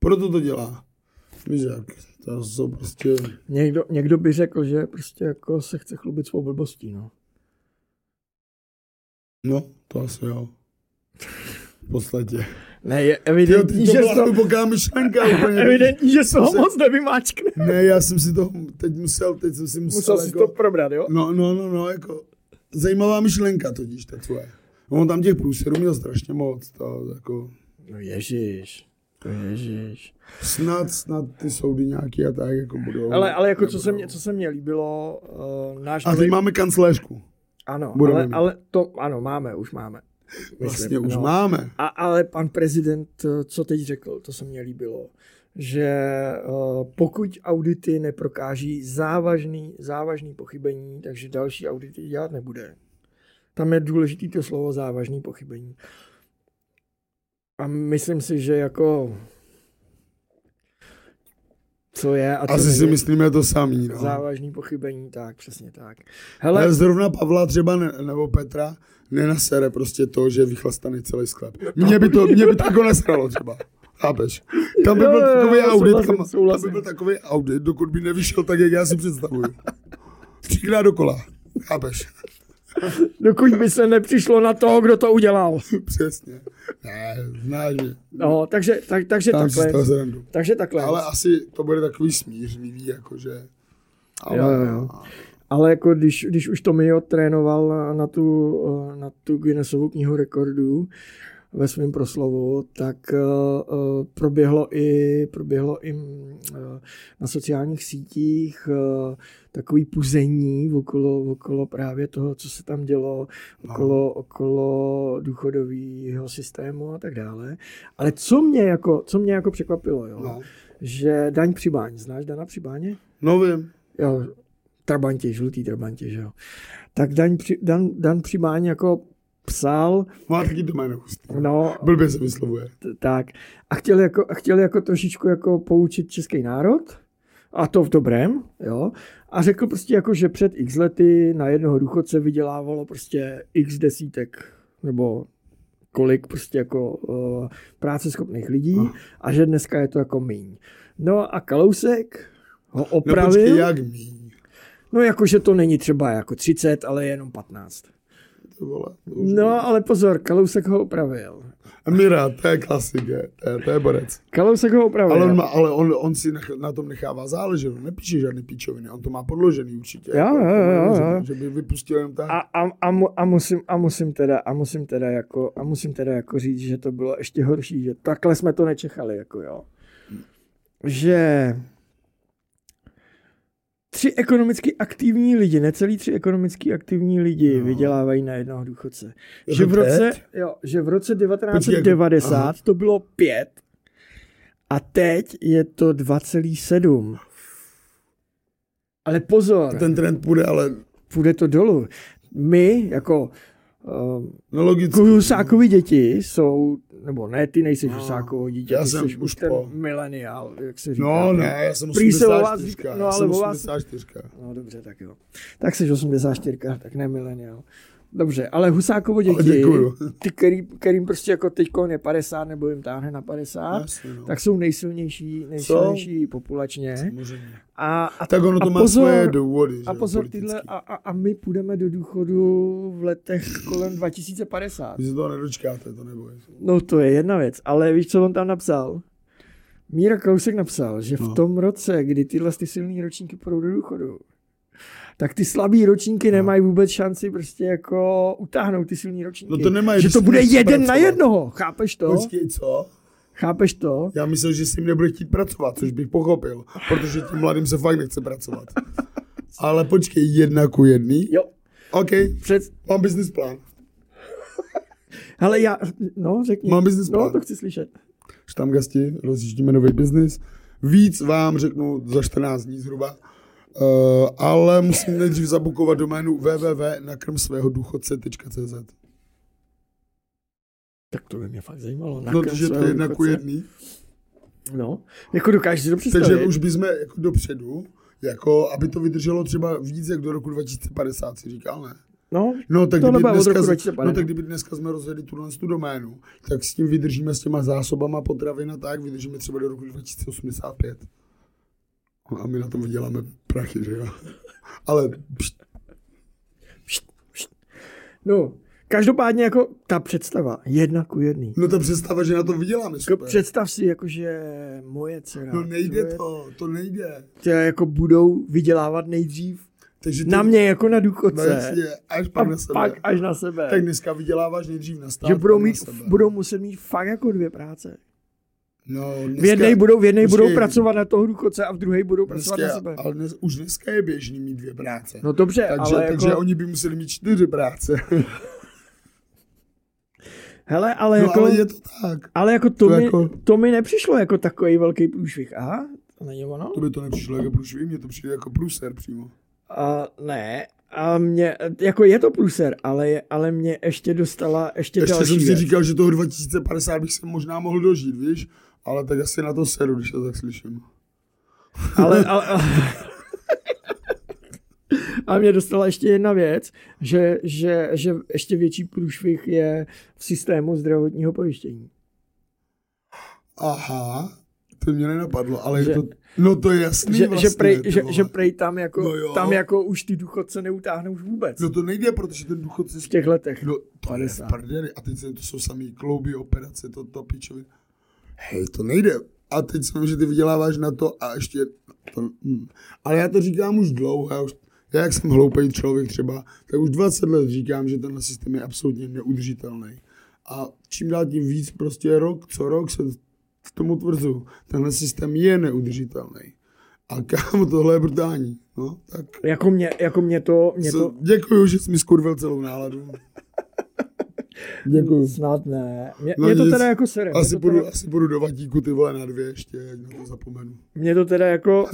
Speaker 2: Proto to dělá. Víš jak, to jsou prostě...
Speaker 1: někdo, někdo by řekl, že prostě jako se chce chlubit svou blbostí, no.
Speaker 2: No, to asi jo. V podstatě.
Speaker 1: Ne, je
Speaker 2: Jo,
Speaker 1: evidentní,
Speaker 2: ty to
Speaker 1: že
Speaker 2: byla
Speaker 1: to,
Speaker 2: hluboká myšlenka úplně.
Speaker 1: evidentní, že se ho
Speaker 2: se-
Speaker 1: moc nevymáčkne.
Speaker 2: Ne, já jsem si to teď musel, teď jsem si musel,
Speaker 1: Musel si
Speaker 2: jako,
Speaker 1: to probrat, jo?
Speaker 2: No, no, no, no, jako zajímavá myšlenka totiž, ta tvoje. No, on tam těch průserů měl strašně moc, to jako
Speaker 1: No ježíš, to ježíš.
Speaker 2: snad, snad ty soudy nějaký a tak jako budou.
Speaker 1: Ale, ale jako co
Speaker 2: nebudou.
Speaker 1: se mě, co se mě líbilo, uh, náš
Speaker 2: A teď
Speaker 1: nový-
Speaker 2: máme kancléřku.
Speaker 1: ano,
Speaker 2: budeme
Speaker 1: ale,
Speaker 2: mít.
Speaker 1: ale to, ano, máme, už máme. Myslím,
Speaker 2: Vlastně už
Speaker 1: no.
Speaker 2: máme.
Speaker 1: A, ale pan prezident, eh, co teď řekl, to se mně líbilo, že eh, pokud audity neprokáží závažný, závažný pochybení, takže další audity dělat nebude. Tam je důležité to slovo závažný pochybení. A myslím si, že jako co je a co
Speaker 2: Asi si
Speaker 1: není
Speaker 2: myslíme to samý. No.
Speaker 1: závažný pochybení, tak přesně tak.
Speaker 2: Ale,
Speaker 1: Hele,
Speaker 2: zrovna Pavla třeba ne, nebo Petra nenasere prostě to, že vychlastaný celý sklep. Mě by to, mě by to jako nasralo třeba. Chápeš? Tam by
Speaker 1: Jo,
Speaker 2: byl
Speaker 1: jo, jo,
Speaker 2: takový
Speaker 1: souhlasím,
Speaker 2: audit, kam, tam by
Speaker 1: souhlasím.
Speaker 2: byl takový audit, dokud by nevyšel tak, jak já si představuju. Třikrát dokola. Chápeš?
Speaker 1: Dokud by se nepřišlo na toho, kdo to udělal.
Speaker 2: Přesně. Ne, znáš mě.
Speaker 1: No, takže, tak, takže
Speaker 2: Tam si z toho
Speaker 1: takhle.
Speaker 2: srandu.
Speaker 1: Takže takhle.
Speaker 2: Ale asi to bude takový smířlivý, jakože. Ale,
Speaker 1: Jo, jo, jo. Ale jako když, když už Tomio trénoval na- na tu, eh, na tu Guinnessovu knihu rekordů ve svém proslovu, tak eh, eh, proběhlo i, proběhlo i mm, eh, na sociálních sítích eh, takový puzení okolo, okolo právě toho, co se tam dělo, okolo, okolo důchodového systému a tak dále. Ale co mě jako, co mě jako překvapilo, jo?
Speaker 2: No.
Speaker 1: že Daň Přibáň, znáš Dana Přibáně?
Speaker 2: No vím.
Speaker 1: jo, trabanti, žlutý trabanti, že jo. Tak Dan, Při- Dan, Dan Přibáň jako psal,
Speaker 2: Má taky to jméno hustý.
Speaker 1: no,
Speaker 2: Blbě se vyslovuje.
Speaker 1: t- tak, a chtěl jako, a chtěl jako trošičku jako poučit český národ, a to v dobrém, jo. A řekl prostě jako, že před x lety na jednoho důchodce vydělávalo prostě x desítek, nebo kolik prostě jako uh, práceschopných lidí
Speaker 2: No.
Speaker 1: a že dneska je to jako míň. No a Kalousek ho
Speaker 2: No
Speaker 1: opravil.
Speaker 2: počkej, jak míň.
Speaker 1: No jakože to není třeba jako 30, ale jenom 15.
Speaker 2: Ty vole. to už
Speaker 1: No ale pozor, Kalousek ho opravil.
Speaker 2: A Mira, to je klasik, je. To, je, to je borec.
Speaker 1: Kalousek ho opravil.
Speaker 2: Ale on, má, ale on, on si nech, na tom nechává záležet, on nepíše žádný píčoviny, on to má podložený určitě.
Speaker 1: Jo,
Speaker 2: Jako,
Speaker 1: jo, jo,
Speaker 2: to
Speaker 1: jo.
Speaker 2: neuvěřím, Že by vypustil jenom tak.
Speaker 1: a, a, a, mu- a, musím, a, musím teda, a, musím teda jako, a musím teda jako říct, že to bylo ještě horší, že takhle jsme to nečekali, jako jo. Že tři ekonomicky aktivní lidi, necelý tři ekonomicky aktivní lidi no. vydělávají na jednoho důchodce.
Speaker 2: Jako
Speaker 1: Že v, roce,
Speaker 2: teď?
Speaker 1: jo, že v roce
Speaker 2: Počkej, jako-
Speaker 1: 1990 to bylo pět a teď je to 2,7. Ale pozor,
Speaker 2: Ten trend půjde, ale
Speaker 1: půjde to dolů. My, jako uh,
Speaker 2: no logicky.
Speaker 1: Husákovi děti, jsou, nebo ne, ty nejsi Husákovo dítě,
Speaker 2: No, já
Speaker 1: ty
Speaker 2: jsem
Speaker 1: jsi
Speaker 2: už
Speaker 1: už ten
Speaker 2: po.
Speaker 1: mileniál, jak se říká.
Speaker 2: No ne, já jsem
Speaker 1: Prý se o vás
Speaker 2: 84.
Speaker 1: říká- no,
Speaker 2: já
Speaker 1: ale
Speaker 2: jsem
Speaker 1: o vás-
Speaker 2: 84.
Speaker 1: No dobře, tak jo. Tak jsi 84, tak ne mileniál. Dobře, ale Husákovo
Speaker 2: Ale
Speaker 1: děti,
Speaker 2: děkuju.
Speaker 1: ty, který, kterým prostě jako teďko je 50 nebo jim táhne na 50,
Speaker 2: Jasně, no.
Speaker 1: tak jsou nejsilnější, nejsilnější populačně.
Speaker 2: Samozřejmě.
Speaker 1: A, a,
Speaker 2: Tak ono to
Speaker 1: a
Speaker 2: má
Speaker 1: pozor,
Speaker 2: svoje důvody. že
Speaker 1: a
Speaker 2: jo,
Speaker 1: pozor,
Speaker 2: politický.
Speaker 1: tyhle, a, a, a my půjdeme do důchodu v letech kolem 2050.
Speaker 2: Vy se toho nedočkáte, to neboj.
Speaker 1: No to je jedna věc, ale víš, co on tam napsal? Míra Kousek napsal, že v
Speaker 2: No.
Speaker 1: tom roce, kdy tyhle ty silné ročníky půjdou do důchodu, tak ty slabý ročníky
Speaker 2: No.
Speaker 1: nemají vůbec šanci prostě jako utáhnout ty silní ročníky.
Speaker 2: No to nemají,
Speaker 1: že
Speaker 2: když
Speaker 1: to
Speaker 2: si
Speaker 1: bude
Speaker 2: nechci
Speaker 1: jeden na
Speaker 2: pracovat.
Speaker 1: jednoho, chápeš to?
Speaker 2: Počkej, co?
Speaker 1: Chápeš to?
Speaker 2: Já myslel, že s ním nebude chtít pracovat, což bych pochopil, protože tím mladým se fakt nechce pracovat. Ale počkej, jedna ku jedný.
Speaker 1: Jo.
Speaker 2: OK,
Speaker 1: Před,
Speaker 2: mám business plán.
Speaker 1: hele já, no řekni.
Speaker 2: Mám business
Speaker 1: No
Speaker 2: plán.
Speaker 1: to chci slyšet.
Speaker 2: Štamgasti, rozjíždíme nový biznis. Víc vám řeknu za 14 dní zhruba. Uh, ale musím nejdřív zabukovat doménu www.nakrmsvéhodůchodce.cz
Speaker 1: Tak to by mě fakt zajímalo. na
Speaker 2: No,
Speaker 1: krem
Speaker 2: že to je
Speaker 1: svého
Speaker 2: jedna ku
Speaker 1: důchodce.
Speaker 2: jedný.
Speaker 1: No, jako dokážeš si to představit.
Speaker 2: Takže už bychom jako dopředu, jako aby to vydrželo třeba víc jak do roku 2050, si říkal, ne?
Speaker 1: No,
Speaker 2: No tak,
Speaker 1: To
Speaker 2: kdyby
Speaker 1: nebylo od
Speaker 2: dneska,
Speaker 1: roku
Speaker 2: z-
Speaker 1: 2050.
Speaker 2: no, tak kdyby dneska jsme rozjeli tuhle tu doménu, tak s tím vydržíme s těma zásobama potravin a tak, vydržíme třeba do roku 2085. No A my na tom vyděláme prachy, že jo? Ale pšt,
Speaker 1: No, každopádně jako ta představa, jedna ku jedný.
Speaker 2: no ta představa, že na tom vyděláme,
Speaker 1: Jako
Speaker 2: super.
Speaker 1: představ si, jakože moje dcera.
Speaker 2: No nejde
Speaker 1: tvoje-
Speaker 2: to, to nejde.
Speaker 1: tě jako budou vydělávat nejdřív
Speaker 2: Takže ty,
Speaker 1: na mě jako na
Speaker 2: no,
Speaker 1: důchodce.
Speaker 2: jasně, až
Speaker 1: a
Speaker 2: pak na sebe.
Speaker 1: pak až na sebe.
Speaker 2: Tak dneska vyděláváš nejdřív na stát,
Speaker 1: že budou,
Speaker 2: pak na
Speaker 1: mít,
Speaker 2: sebe.
Speaker 1: budou muset mít fakt jako dvě práce.
Speaker 2: No, dneska,
Speaker 1: V jednej budou, v jednej budou
Speaker 2: Počkej.
Speaker 1: pracovat na toho důchodce a v druhé budou pracovat na
Speaker 2: dneska,
Speaker 1: sebe.
Speaker 2: ale dnes, už dneska je běžný mít dvě práce.
Speaker 1: No dobře,
Speaker 2: takže,
Speaker 1: ale
Speaker 2: takže
Speaker 1: jako,
Speaker 2: oni by museli mít čtyři práce.
Speaker 1: hele, ale
Speaker 2: No
Speaker 1: jako,
Speaker 2: ale je to tak.
Speaker 1: ale jako to,
Speaker 2: to
Speaker 1: mi,
Speaker 2: jako-
Speaker 1: to mi nepřišlo jako takový velký průšvih. Aha, to není ono?
Speaker 2: To by to nepřišlo jako průšvih, mně to přijde jako průser přímo.
Speaker 1: A ne, a mě, jako je to průser, ale, je- ale mě ještě dostala ještě,
Speaker 2: Ještě
Speaker 1: další
Speaker 2: jsem si
Speaker 1: věc.
Speaker 2: říkal, že toho 2050 bych se možná mohl dožít, víš? Ale tak asi na to seru, když to tak slyším.
Speaker 1: Ale, ale, ale... A mě dostala ještě jedna věc, že, že, že ještě větší průšvih je v systému zdravotního pojištění.
Speaker 2: Aha, to mě nenapadlo, ale
Speaker 1: Že-
Speaker 2: že, je to, no to je jasný
Speaker 1: Že,
Speaker 2: vlastně,
Speaker 1: že, prej,
Speaker 2: ty
Speaker 1: že,
Speaker 2: vole.
Speaker 1: že prej tam jako,
Speaker 2: No jo.
Speaker 1: tam jako už ty důchodce neutáhnou už vůbec
Speaker 2: No to nejde, protože ten důchodce...
Speaker 1: v těch letech.
Speaker 2: No to
Speaker 1: 50.
Speaker 2: 50. je v prdeli. A teď se, to jsou samý klouby, operace, to, to pičovi. Hej, to nejde. A teď jsem, že ty vyděláváš na to a ještě... To, hm. Ale já to říkám už dlouho, já už já jak jsem hloupý člověk třeba, tak už 20 let říkám, že tenhle systém je absolutně neudržitelný. A čím dál tím víc, prostě rok co rok se k tomu tvrzu. Tenhle systém je neudržitelný. A kámo, tohle je brutální. No, tak
Speaker 1: Jako mě, jako mě to, mě
Speaker 2: se,
Speaker 1: to,
Speaker 2: děkuju, že jsi mi skurvil celou náladu. Děkuju.
Speaker 1: Snad ne. Mě,
Speaker 2: No
Speaker 1: mě to
Speaker 2: nic.
Speaker 1: teda jako sere. Mě,
Speaker 2: Asi
Speaker 1: to teda,
Speaker 2: půjdu, asi půjdu do vatíku, ty vole, na dvě ještě, ať na to zapomenu.
Speaker 1: mě to teda jako...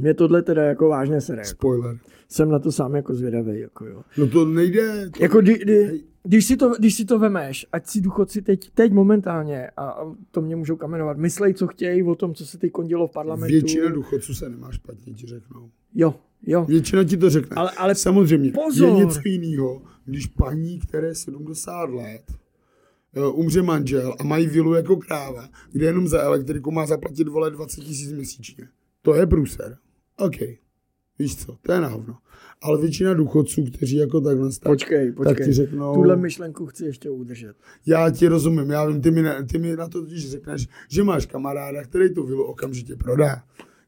Speaker 1: Mě tohle teda jako vážně sere.
Speaker 2: Spoiler.
Speaker 1: Jsem na to sám jako zvědavý. Jako, jo.
Speaker 2: No to nejde. To...
Speaker 1: jako kdy, kdy, když, si to, když si to vemeš, ať si důchodci teď, teď momentálně, a a to mě můžou kamenovat, myslej, co chtějí o tom, co se teď dělo v parlamentu.
Speaker 2: Většina důchodců se nemá špatně, ti řeknou.
Speaker 1: Jo, jo.
Speaker 2: Většina ti to řekne.
Speaker 1: Ale- ale
Speaker 2: Samozřejmě,
Speaker 1: pozor.
Speaker 2: je něco jiného, když paní, které je 70 let, eh, umře manžel a mají vilu jako kráva, kde jenom za elektriku má zaplatit vole 20 tisíc měsíčně. To je průser. OK. Víš co, to je na hovno. Ale většina důchodců, kteří jako takhle staví,
Speaker 1: Počkej,
Speaker 2: tak ti
Speaker 1: počkej.
Speaker 2: řeknou...
Speaker 1: Tuhle myšlenku chci ještě udržet.
Speaker 2: Já ti rozumím, já vím, ty mi, ne, ty mi na to když řekneš, že máš kamaráda, který tu vilu okamžitě prodá.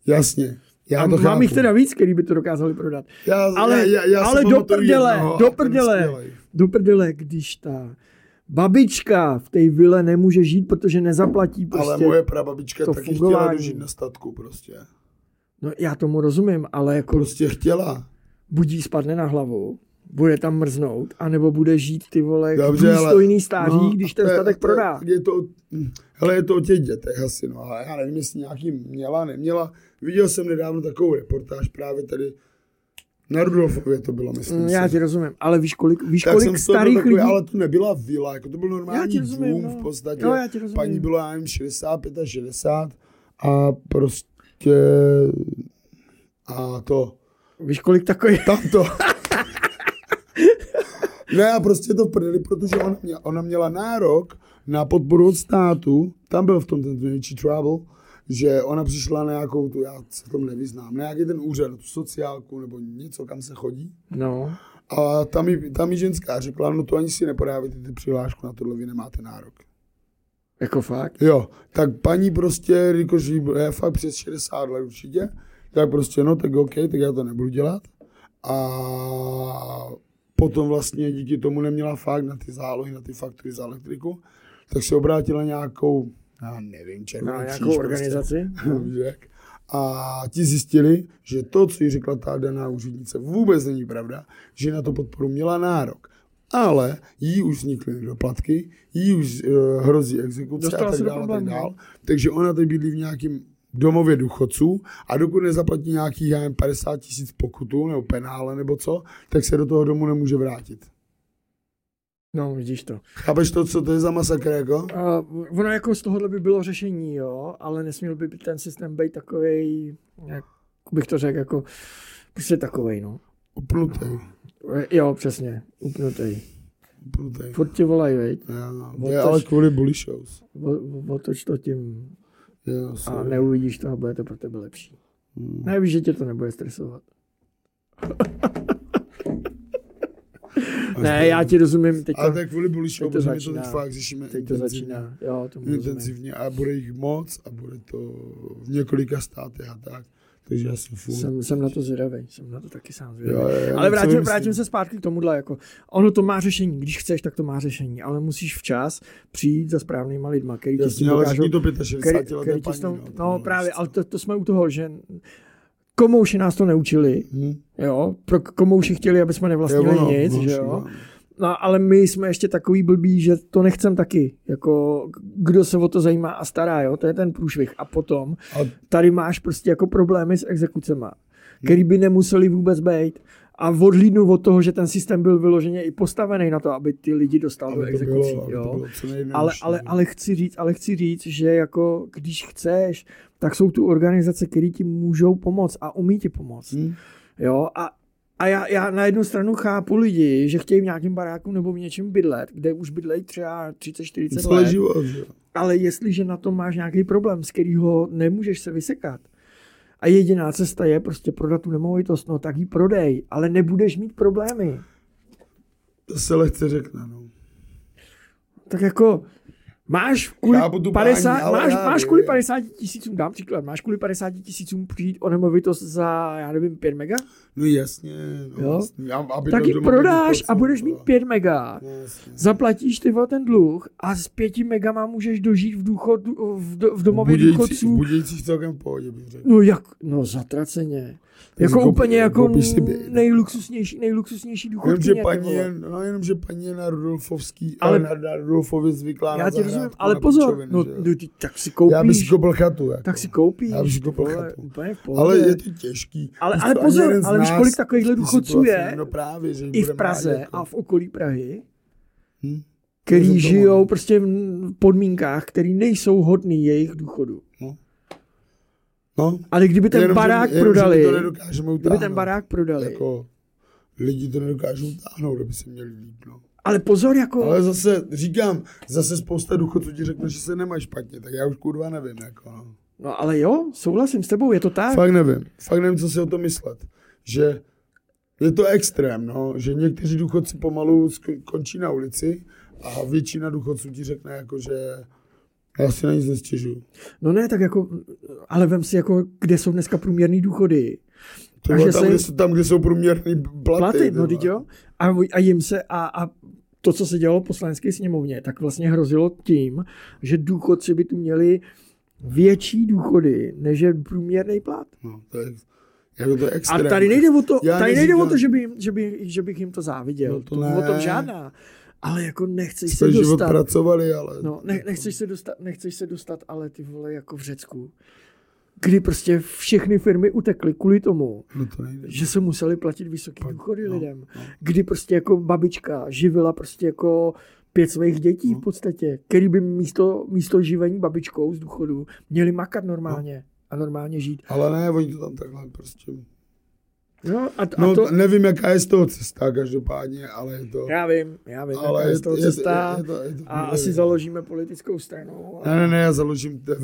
Speaker 2: Jasně, já
Speaker 1: A
Speaker 2: to chápu.
Speaker 1: mám jich teda víc, který by to dokázali prodat.
Speaker 2: já,
Speaker 1: ale-
Speaker 2: já, já, já si
Speaker 1: ale do
Speaker 2: pamatuju
Speaker 1: prdele,
Speaker 2: jednoho a
Speaker 1: do
Speaker 2: ten
Speaker 1: prdele.
Speaker 2: skvělej.
Speaker 1: Do prdele, když ta babička v té vile nemůže žít, protože nezaplatí prostě.
Speaker 2: Ale moje prababička
Speaker 1: to
Speaker 2: taky chtěla
Speaker 1: fungování.
Speaker 2: dožít na statku prostě.
Speaker 1: No já tomu rozumím, ale jako
Speaker 2: Prostě chtěla.
Speaker 1: buď jí spadne na hlavu, bude tam mrznout, anebo bude žít ty vole jako
Speaker 2: Dobře, ale- No,
Speaker 1: důstojný stáří, když
Speaker 2: a
Speaker 1: ten
Speaker 2: to je-
Speaker 1: statek
Speaker 2: to je-
Speaker 1: prodá.
Speaker 2: Je to, o- hm, hele, je to o těch dětech asi, no, ale já nevím, jestli nějaký měla, neměla. Viděl jsem nedávno takovou reportáž právě tady na Rudolfově to bylo, myslím
Speaker 1: Mm,
Speaker 2: si.
Speaker 1: Já ti rozumím, ale víš kolik, víš
Speaker 2: Tak
Speaker 1: kolik
Speaker 2: jsem starých
Speaker 1: starých
Speaker 2: takový,
Speaker 1: lidí...
Speaker 2: lidí... ale to nebyla vila, jako to byl
Speaker 1: Já
Speaker 2: normální
Speaker 1: ti rozumím,
Speaker 2: dům
Speaker 1: no.
Speaker 2: v podstatě.
Speaker 1: Jo, já ti rozumím.
Speaker 2: Paní bylo, já nevím, 65 a 60 a prostě a to,
Speaker 1: Víš kolik takových...
Speaker 2: tamto. ne, a prostě to v prdeli, protože ona, mě, ona měla nárok na podporu od státu, tam byl v tom ten největší trouble, že ona přišla na nějakou tu, já se tom nevyznám, na nějaký ten úřad, na tu sociálku nebo něco, kam se chodí.
Speaker 1: No,
Speaker 2: A tam mi, tam mi ženská řekla, no to ani si nepodávajte ty přihlášku, na tohle vy nemáte nárok.
Speaker 1: jako fakt.
Speaker 2: Jo, tak paní prostě, jelikož jí je fakt přes 60 let určitě, tak prostě no, tak OK, tak já to nebudu dělat. A potom vlastně díky tomu neměla fakt na ty zálohy, na ty faktury za elektriku, tak se obrátila nějakou, já nevím, červenou
Speaker 1: Na
Speaker 2: kříž
Speaker 1: nějakou
Speaker 2: prostě.
Speaker 1: No, jako organizaci.
Speaker 2: Víš jak? A ti zjistili, že to, co jí řekla ta daná úřednice, vůbec není pravda, že na to podporu měla nárok. Ale jí už vznikly nedoplatky, jí už eh, hrozí exekuce
Speaker 1: Dostala
Speaker 2: a tak
Speaker 1: se do
Speaker 2: dále, a tak
Speaker 1: problémů.
Speaker 2: dále. Takže ona teď bydlí v nějakém domově důchodců a dokud nezaplatí nějakých, já nevím, 50 tisíc pokutu nebo penále nebo co, tak se do toho domu nemůže vrátit.
Speaker 1: No, vidíš to.
Speaker 2: Chápeš to, co to je za masakr, jako?
Speaker 1: A ono jako z tohohle by bylo řešení, jo, ale nesměl by ten systém být takovej, jak bych to řekl, jako prostě takovej, no.
Speaker 2: Upnutej,
Speaker 1: Jo, přesně, upnutej.
Speaker 2: upnutej.
Speaker 1: Furt ti volají, veď,
Speaker 2: Já,
Speaker 1: Otoč-
Speaker 2: je ale kvůli bully shows.
Speaker 1: O- otoč to tím
Speaker 2: Já,
Speaker 1: a
Speaker 2: sorry.
Speaker 1: neuvidíš to a bude to pro tebe lepší.
Speaker 2: Hmm.
Speaker 1: Ne, víš, že tě to nebude stresovat. ne, já ti rozumím, teď
Speaker 2: Ale
Speaker 1: to,
Speaker 2: to je kvůli bulišovu,
Speaker 1: teď to
Speaker 2: protože my to teď
Speaker 1: začíná.
Speaker 2: fakt řešíme
Speaker 1: teď to začíná. Jo, to rozumím.
Speaker 2: intenzivně a bude jich moc a bude to v několika státech a tak. Takže já jsem furt.
Speaker 1: Jsem, jsem na to zvědavý, jsem na to taky sám
Speaker 2: Jo,
Speaker 1: zvědavý.
Speaker 2: jo, jo,
Speaker 1: Ale
Speaker 2: co
Speaker 1: vrátím,
Speaker 2: myslím?
Speaker 1: vrátím se zpátky k tomuhle, jako ono to má řešení, když chceš, tak to má řešení, ale musíš včas přijít za správnýma lidma, který ti s tím
Speaker 2: Jasně, ale
Speaker 1: dokážou
Speaker 2: řekni to
Speaker 1: který,
Speaker 2: 65
Speaker 1: který
Speaker 2: leté
Speaker 1: ti s
Speaker 2: paní.
Speaker 1: tom,
Speaker 2: to
Speaker 1: no
Speaker 2: bylo
Speaker 1: právě,
Speaker 2: něco.
Speaker 1: ale to, to jsme u toho, že komouši nás to neučili,
Speaker 2: Hm?
Speaker 1: jo, pro komouši chtěli, aby jsme
Speaker 2: To je
Speaker 1: nevlastnili
Speaker 2: ono,
Speaker 1: vlastně nic,
Speaker 2: no,
Speaker 1: že
Speaker 2: všude,
Speaker 1: jo,
Speaker 2: ano.
Speaker 1: no ale my jsme ještě takový blbí, že to nechcem taky, jako kdo se o to zajímá a stará, jo, to je ten průšvih a potom
Speaker 2: A
Speaker 1: tady máš prostě jako problémy s exekucema, který by nemuseli vůbec být a odhlídnu od toho, že ten systém byl vyloženě i postavený na to, aby ty lidi dostal do
Speaker 2: aby to
Speaker 1: exekucí,
Speaker 2: bylo, aby to
Speaker 1: jo.
Speaker 2: bylo co nejjednodušší.
Speaker 1: Ale, ale, ale, chci říct, ale chci říct, že jako když chceš, tak jsou tu organizace, které ti můžou pomoct a umí ti pomoct.
Speaker 2: Hm?
Speaker 1: Jo? A, a já, já, na jednu stranu chápu lidi, že chtějí v nějakém baráku nebo v něčem bydlet, kde už bydlejí třeba 30-40
Speaker 2: Celý
Speaker 1: let.
Speaker 2: život, že jo.
Speaker 1: Ale jestliže na tom máš nějaký problém, z kterého nemůžeš se vysekat, a jediná cesta je prostě prodat tu nemovitost, no tak ji prodej, ale nebudeš mít problémy.
Speaker 2: To se lehce řekne, no.
Speaker 1: Tak jako máš kvůli,
Speaker 2: Chápu tu
Speaker 1: 50,
Speaker 2: paní, ale
Speaker 1: máš,
Speaker 2: já
Speaker 1: máš
Speaker 2: nevím.
Speaker 1: kvůli 50 tisícům, dám příklad, máš kvůli 50 tisícům přijít o nemovitost za, já nevím, 5 mega?
Speaker 2: No jasně, no
Speaker 1: Jo.
Speaker 2: jasně. A- Aby
Speaker 1: tak
Speaker 2: to
Speaker 1: ji
Speaker 2: doma
Speaker 1: prodáš
Speaker 2: bylo
Speaker 1: a budeš mít
Speaker 2: docela.
Speaker 1: 5 mega.
Speaker 2: No jasně.
Speaker 1: Zaplatíš ty vole, ten dluh a s 5 megama můžeš dožít v, důchodu, v, do- v domově
Speaker 2: Budějící,
Speaker 1: důchodců.
Speaker 2: budějících celkem v pohodě bych řekl.
Speaker 1: No jak, no zatraceně. Jako
Speaker 2: koup-
Speaker 1: úplně jako
Speaker 2: koupíš si byt.
Speaker 1: nejluxusnější, nejluxusnější
Speaker 2: Jenom, že
Speaker 1: důchodkyně. jako ty vole.
Speaker 2: paní je, no, jenom, že paní je na Rudolfovský,
Speaker 1: Ale-
Speaker 2: ale, na, na Rudolfově zvyklá na
Speaker 1: Já ti
Speaker 2: zahrádku,
Speaker 1: rozumím, ale
Speaker 2: jako na
Speaker 1: pozor,
Speaker 2: pičoviny,
Speaker 1: no,
Speaker 2: že jo.
Speaker 1: no ty, tak si
Speaker 2: Já bych si
Speaker 1: koupíš,
Speaker 2: koupil chatu. Jako.
Speaker 1: tak si koupíš.
Speaker 2: Já bych si koupil
Speaker 1: vole,
Speaker 2: chatu.
Speaker 1: Úplně v
Speaker 2: Ale
Speaker 1: pohodě.
Speaker 2: je to těžký.
Speaker 1: Ale-
Speaker 2: To
Speaker 1: ale
Speaker 2: ani
Speaker 1: pozor,
Speaker 2: jeden z
Speaker 1: ale víš,
Speaker 2: nás
Speaker 1: kolik takových
Speaker 2: v té
Speaker 1: důchodců
Speaker 2: situaci
Speaker 1: je?
Speaker 2: není. No právě, že
Speaker 1: i
Speaker 2: budeme
Speaker 1: v
Speaker 2: rádi,
Speaker 1: Praze
Speaker 2: jako.
Speaker 1: a v okolí Prahy,
Speaker 2: Hm?
Speaker 1: který
Speaker 2: Rozumím tomu,
Speaker 1: žijou
Speaker 2: no.
Speaker 1: prostě v podmínkách, které nejsou hodný jejich důchodu.
Speaker 2: No,
Speaker 1: Ale kdyby ten
Speaker 2: jenom, že-
Speaker 1: barák
Speaker 2: jenom, že my
Speaker 1: prodali,
Speaker 2: to nedokážeme
Speaker 1: kdyby ten
Speaker 2: utáhnout.
Speaker 1: barák prodali,
Speaker 2: Jako, lidi to nedokážou utáhnout, aby se měli líp. No.
Speaker 1: ale pozor, jako,
Speaker 2: Ale zase říkám, zase spousta důchodců ti řekne, že se nemá špatně, tak já už kurva nevím. Jako, no.
Speaker 1: no ale jo, souhlasím s tebou, je to tak.
Speaker 2: Fakt nevím. Fakt nevím, co si o tom myslet. Že je to extrém, no, že někteří důchodci pomalu sk- končí na ulici a většina důchodců ti řekne, jako, že "No, já si na nic nestěžuju.
Speaker 1: No ne, tak jako, ale vem si, jako, kde jsou dneska průměrný důchody.
Speaker 2: To
Speaker 1: A
Speaker 2: bylo
Speaker 1: že
Speaker 2: tam,
Speaker 1: se-
Speaker 2: kde jsou, tam, kde jsou průměrný platy.
Speaker 1: Platy, no
Speaker 2: vole.
Speaker 1: teď jo. A, a jim se, a, a to, co se dělalo v poslanecké sněmovně, tak vlastně hrozilo tím, že důchodci by tu měli větší důchody, než je průměrný plat.
Speaker 2: No, to je, jako to je
Speaker 1: A
Speaker 2: extrém.
Speaker 1: tady nejde o to,
Speaker 2: Já
Speaker 1: tady nejde o
Speaker 2: neříkám-
Speaker 1: to že, by jim, že, by, že bych jim to záviděl.
Speaker 2: No
Speaker 1: to
Speaker 2: to
Speaker 1: to o
Speaker 2: ne.
Speaker 1: tom žádná. Ale jako nechceš se
Speaker 2: Jste život
Speaker 1: dostat.
Speaker 2: pracovali, ale...
Speaker 1: No, ne, nechceš, se dostat, nechceš se dostat, ale ty vole jako v Řecku, kdy prostě všechny firmy utekly kvůli tomu,
Speaker 2: no to nejde.
Speaker 1: že se museli platit vysoký důchody
Speaker 2: no,
Speaker 1: lidem.
Speaker 2: no.
Speaker 1: Kdy prostě jako babička živila prostě jako pět svých
Speaker 2: No.
Speaker 1: dětí v podstatě, který by místo, místo živení babičkou z důchodu měli makat normálně
Speaker 2: No.
Speaker 1: a normálně žít.
Speaker 2: Ale ne, oni to tam takhle prostě...
Speaker 1: No a, t- a
Speaker 2: No,
Speaker 1: to,
Speaker 2: to... nevím, jaká je z toho cesta, každopádně, ale je to...
Speaker 1: Já vím, já vím,
Speaker 2: ale
Speaker 1: ale je, z toho cesta
Speaker 2: to- je to-
Speaker 1: a
Speaker 2: nevím. no.
Speaker 1: asi založíme politickou stranu.
Speaker 2: Ne, ne, ne, já založím t-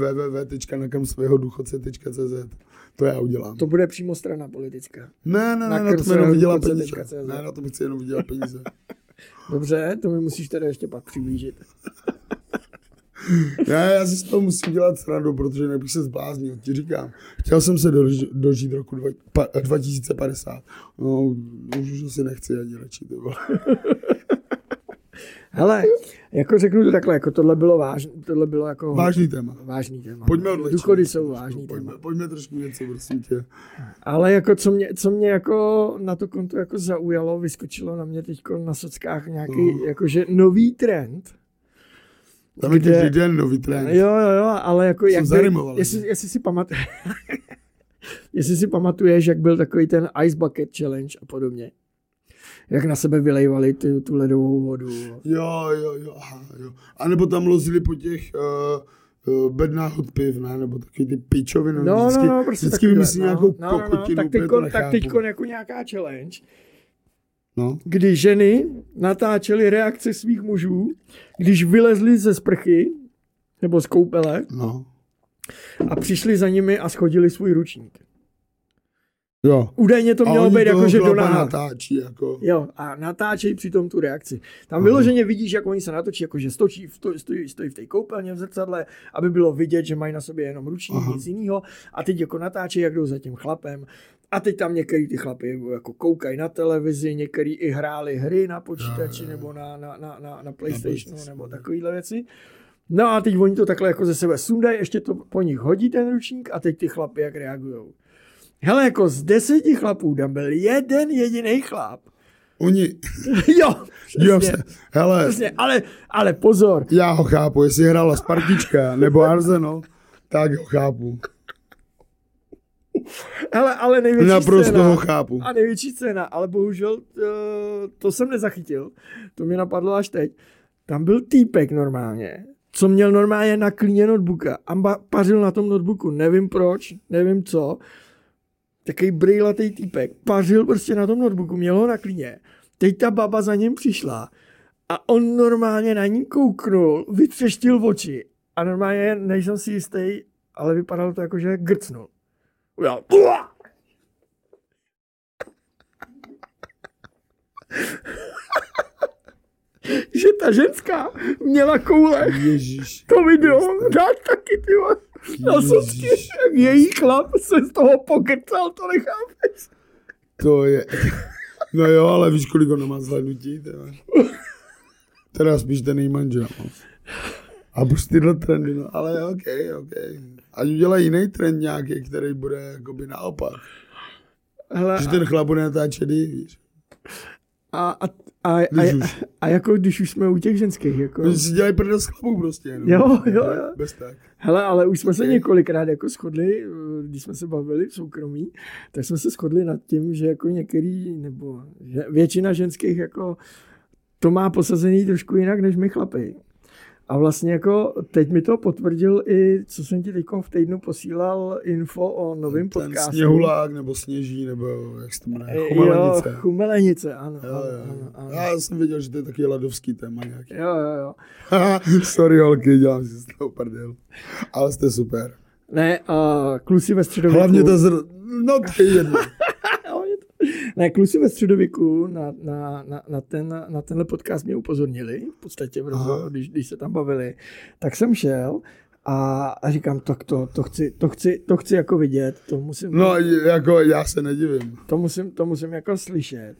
Speaker 2: www.nakamsvého.důchodce.cz. To já udělám.
Speaker 1: To bude přímo strana politická.
Speaker 2: Ne,
Speaker 1: na
Speaker 2: ne, ne, na tom
Speaker 1: krce
Speaker 2: jenom vydělám
Speaker 1: důchodce.cz.
Speaker 2: peníze. Ne, na tom chci jenom vydělat peníze.
Speaker 1: Dobře, to mi musíš teda ještě pak přiblížit.
Speaker 2: Ne, já si z toho musím dělat srandu, protože jinak bych se zbláznil, ti říkám. Chtěl jsem se dož, dožít roku dva, pa, 2050. No, už, už asi nechci ani radši, ty vole.
Speaker 1: Hele, jako řeknu to takhle, jako tohle bylo vážný, tohle bylo jako
Speaker 2: Vážný téma.
Speaker 1: vážný téma.
Speaker 2: Pojďme odlečit.
Speaker 1: Důchody jsou vážný téma.
Speaker 2: pojďme, pojďme trošku něco, prosím tě.
Speaker 1: Ale jako co mě, co mě jako na to konto jako zaujalo, vyskočilo na mě teď na sockách nějaký
Speaker 2: No.
Speaker 1: jakože nový trend.
Speaker 2: Tam je
Speaker 1: Kde-
Speaker 2: každý den nový trend.
Speaker 1: Jo, jo, jo, ale jako...
Speaker 2: Jsem
Speaker 1: Jak byl,
Speaker 2: zarimoval,
Speaker 1: jestli,
Speaker 2: že?
Speaker 1: jestli, si pamat... jestli si pamatuješ, jak byl takový ten Ice Bucket Challenge a podobně. Jak na sebe vylejvali ty, tu ledovou vodu.
Speaker 2: Jo, jo, jo, aha, jo. A nebo tam lozili po těch uh, uh, bednách od piv, ne? Nebo takový ty pičoviny.
Speaker 1: No,
Speaker 2: vždycky,
Speaker 1: no, no, prostě
Speaker 2: vždycky
Speaker 1: takovýhle,
Speaker 2: vymyslí
Speaker 1: no,
Speaker 2: nějakou
Speaker 1: no, no, no,
Speaker 2: kokotinu,
Speaker 1: tak
Speaker 2: úplně
Speaker 1: teď,
Speaker 2: to
Speaker 1: tak
Speaker 2: nechápu.
Speaker 1: teď jako nějaká challenge,
Speaker 2: No,
Speaker 1: kdy ženy natáčely reakce svých mužů, když vylezli ze sprchy nebo z koupele
Speaker 2: no.
Speaker 1: a přišli za nimi a schodili svůj ručník.
Speaker 2: Jo.
Speaker 1: Údajně to
Speaker 2: A
Speaker 1: mělo
Speaker 2: oni
Speaker 1: být jako,
Speaker 2: toho
Speaker 1: jakože do
Speaker 2: chlapa
Speaker 1: náha.
Speaker 2: natáčí, jako.
Speaker 1: Jo, Mhm. a natáčejí přitom tu reakci. Tam vyloženě vidíš, jak oni se natočí, jakože stočí, v to- stojí, stojí v té koupelně v zrcadle, aby bylo vidět, že mají na sobě jenom ručník,
Speaker 2: Aha.
Speaker 1: nic jiného. A teď jako natáčejí, jak jdou za tím chlapem. A teď tam některý ty chlapy jako koukají na televizi, některý i hráli hry na počítači nebo na, na, na, na, na PlayStationu
Speaker 2: PlayStationu.
Speaker 1: nebo takovéhle věci. No a teď oni to takhle jako ze sebe sundají, ještě to po nich hodí ten ručník a teď ty chlapy jak reagují. Hele, jako z deseti chlapů tam byl jeden jediný chlap,
Speaker 2: Oni,
Speaker 1: jo,
Speaker 2: jo,
Speaker 1: přesně,
Speaker 2: se, hele,
Speaker 1: přesně, ale, ale pozor,
Speaker 2: já ho chápu, jestli hrála Spartička nebo Arsenal, tak ho chápu.
Speaker 1: ale, ale největší
Speaker 2: Naprosto
Speaker 1: scéna,
Speaker 2: ho chápu.
Speaker 1: no. a největší scéna, ale bohužel to, to jsem nezachytil, to mě napadlo až teď, tam byl týpek normálně, co měl normálně na klíně notebooka a ba- pařil na tom notebooku, nevím proč, nevím co, takový brýlatý týpek, pařil prostě na tom notebooku, měl ho na klíně, teď ta baba za ním přišla a on normálně na ní kouknul, vytřeštil oči a normálně nejsem si jistý, ale vypadalo to jako, že grcnul. Udělal. Uah! že ta ženská měla koule.
Speaker 2: Ježíš.
Speaker 1: To video dát taky, ty vole. Já jsem
Speaker 2: Ježíš.
Speaker 1: stěž, jak její chlap se z toho pokrcal, to nechápeš.
Speaker 2: To Jako je... No jo, ale víš, kolik ono má zhlednutí, ty vole. Teda spíš ten její manžel. no. A už tyhle trendy, no. Ale OK, OK. Ať udělají jiný trend nějaký, který bude jakoby naopak.
Speaker 1: Hele,
Speaker 2: Že ten chlap bude natáčet jí, víš.
Speaker 1: a, a, a, a,
Speaker 2: Když
Speaker 1: a,
Speaker 2: už.
Speaker 1: a, jako když už jsme u těch ženských, jako.
Speaker 2: Oni si dělají prdel s chlapů prostě, no.
Speaker 1: Jo, jo, jo.
Speaker 2: Bez tak.
Speaker 1: Hele, ale už jsme se několikrát jako shodli, eh, když jsme se bavili v soukromí, tak jsme se shodli nad tím, že jako některý, nebo že většina ženských jako to má posazený trošku jinak, než my chlapy. A vlastně jako teď mi to potvrdil i, co jsem ti teď v týdnu posílal info o novém
Speaker 2: Ten
Speaker 1: podcastu.
Speaker 2: sněhulák, nebo sněží, nebo jak se to jmenuje,
Speaker 1: Eh,
Speaker 2: chumelenice.
Speaker 1: Jo, chumelenice, ano.
Speaker 2: Jo,
Speaker 1: ano,
Speaker 2: jo.
Speaker 1: ano, ano.
Speaker 2: Já jsem věděl, že to je taky ladovský téma nějaký.
Speaker 1: jo, jo, jo.
Speaker 2: Sorry holky, dělám si z toho prdel. Ale jste super.
Speaker 1: Ne, a kluci ve středověku.
Speaker 2: Hlavně ta zr... No to je jedno.
Speaker 1: Jo, je to- ne, kluci ve středověku na, na, na, na, ten, na tenhle podcast mě upozornili, v podstatě, v rozhovoru,
Speaker 2: Aha.
Speaker 1: když, když se tam bavili, tak jsem šel a, a říkám, tak to, to, chci, to, chci, to chci jako vidět, to musím,
Speaker 2: No jako já se nedivím.
Speaker 1: to musím, to musím jako slyšet.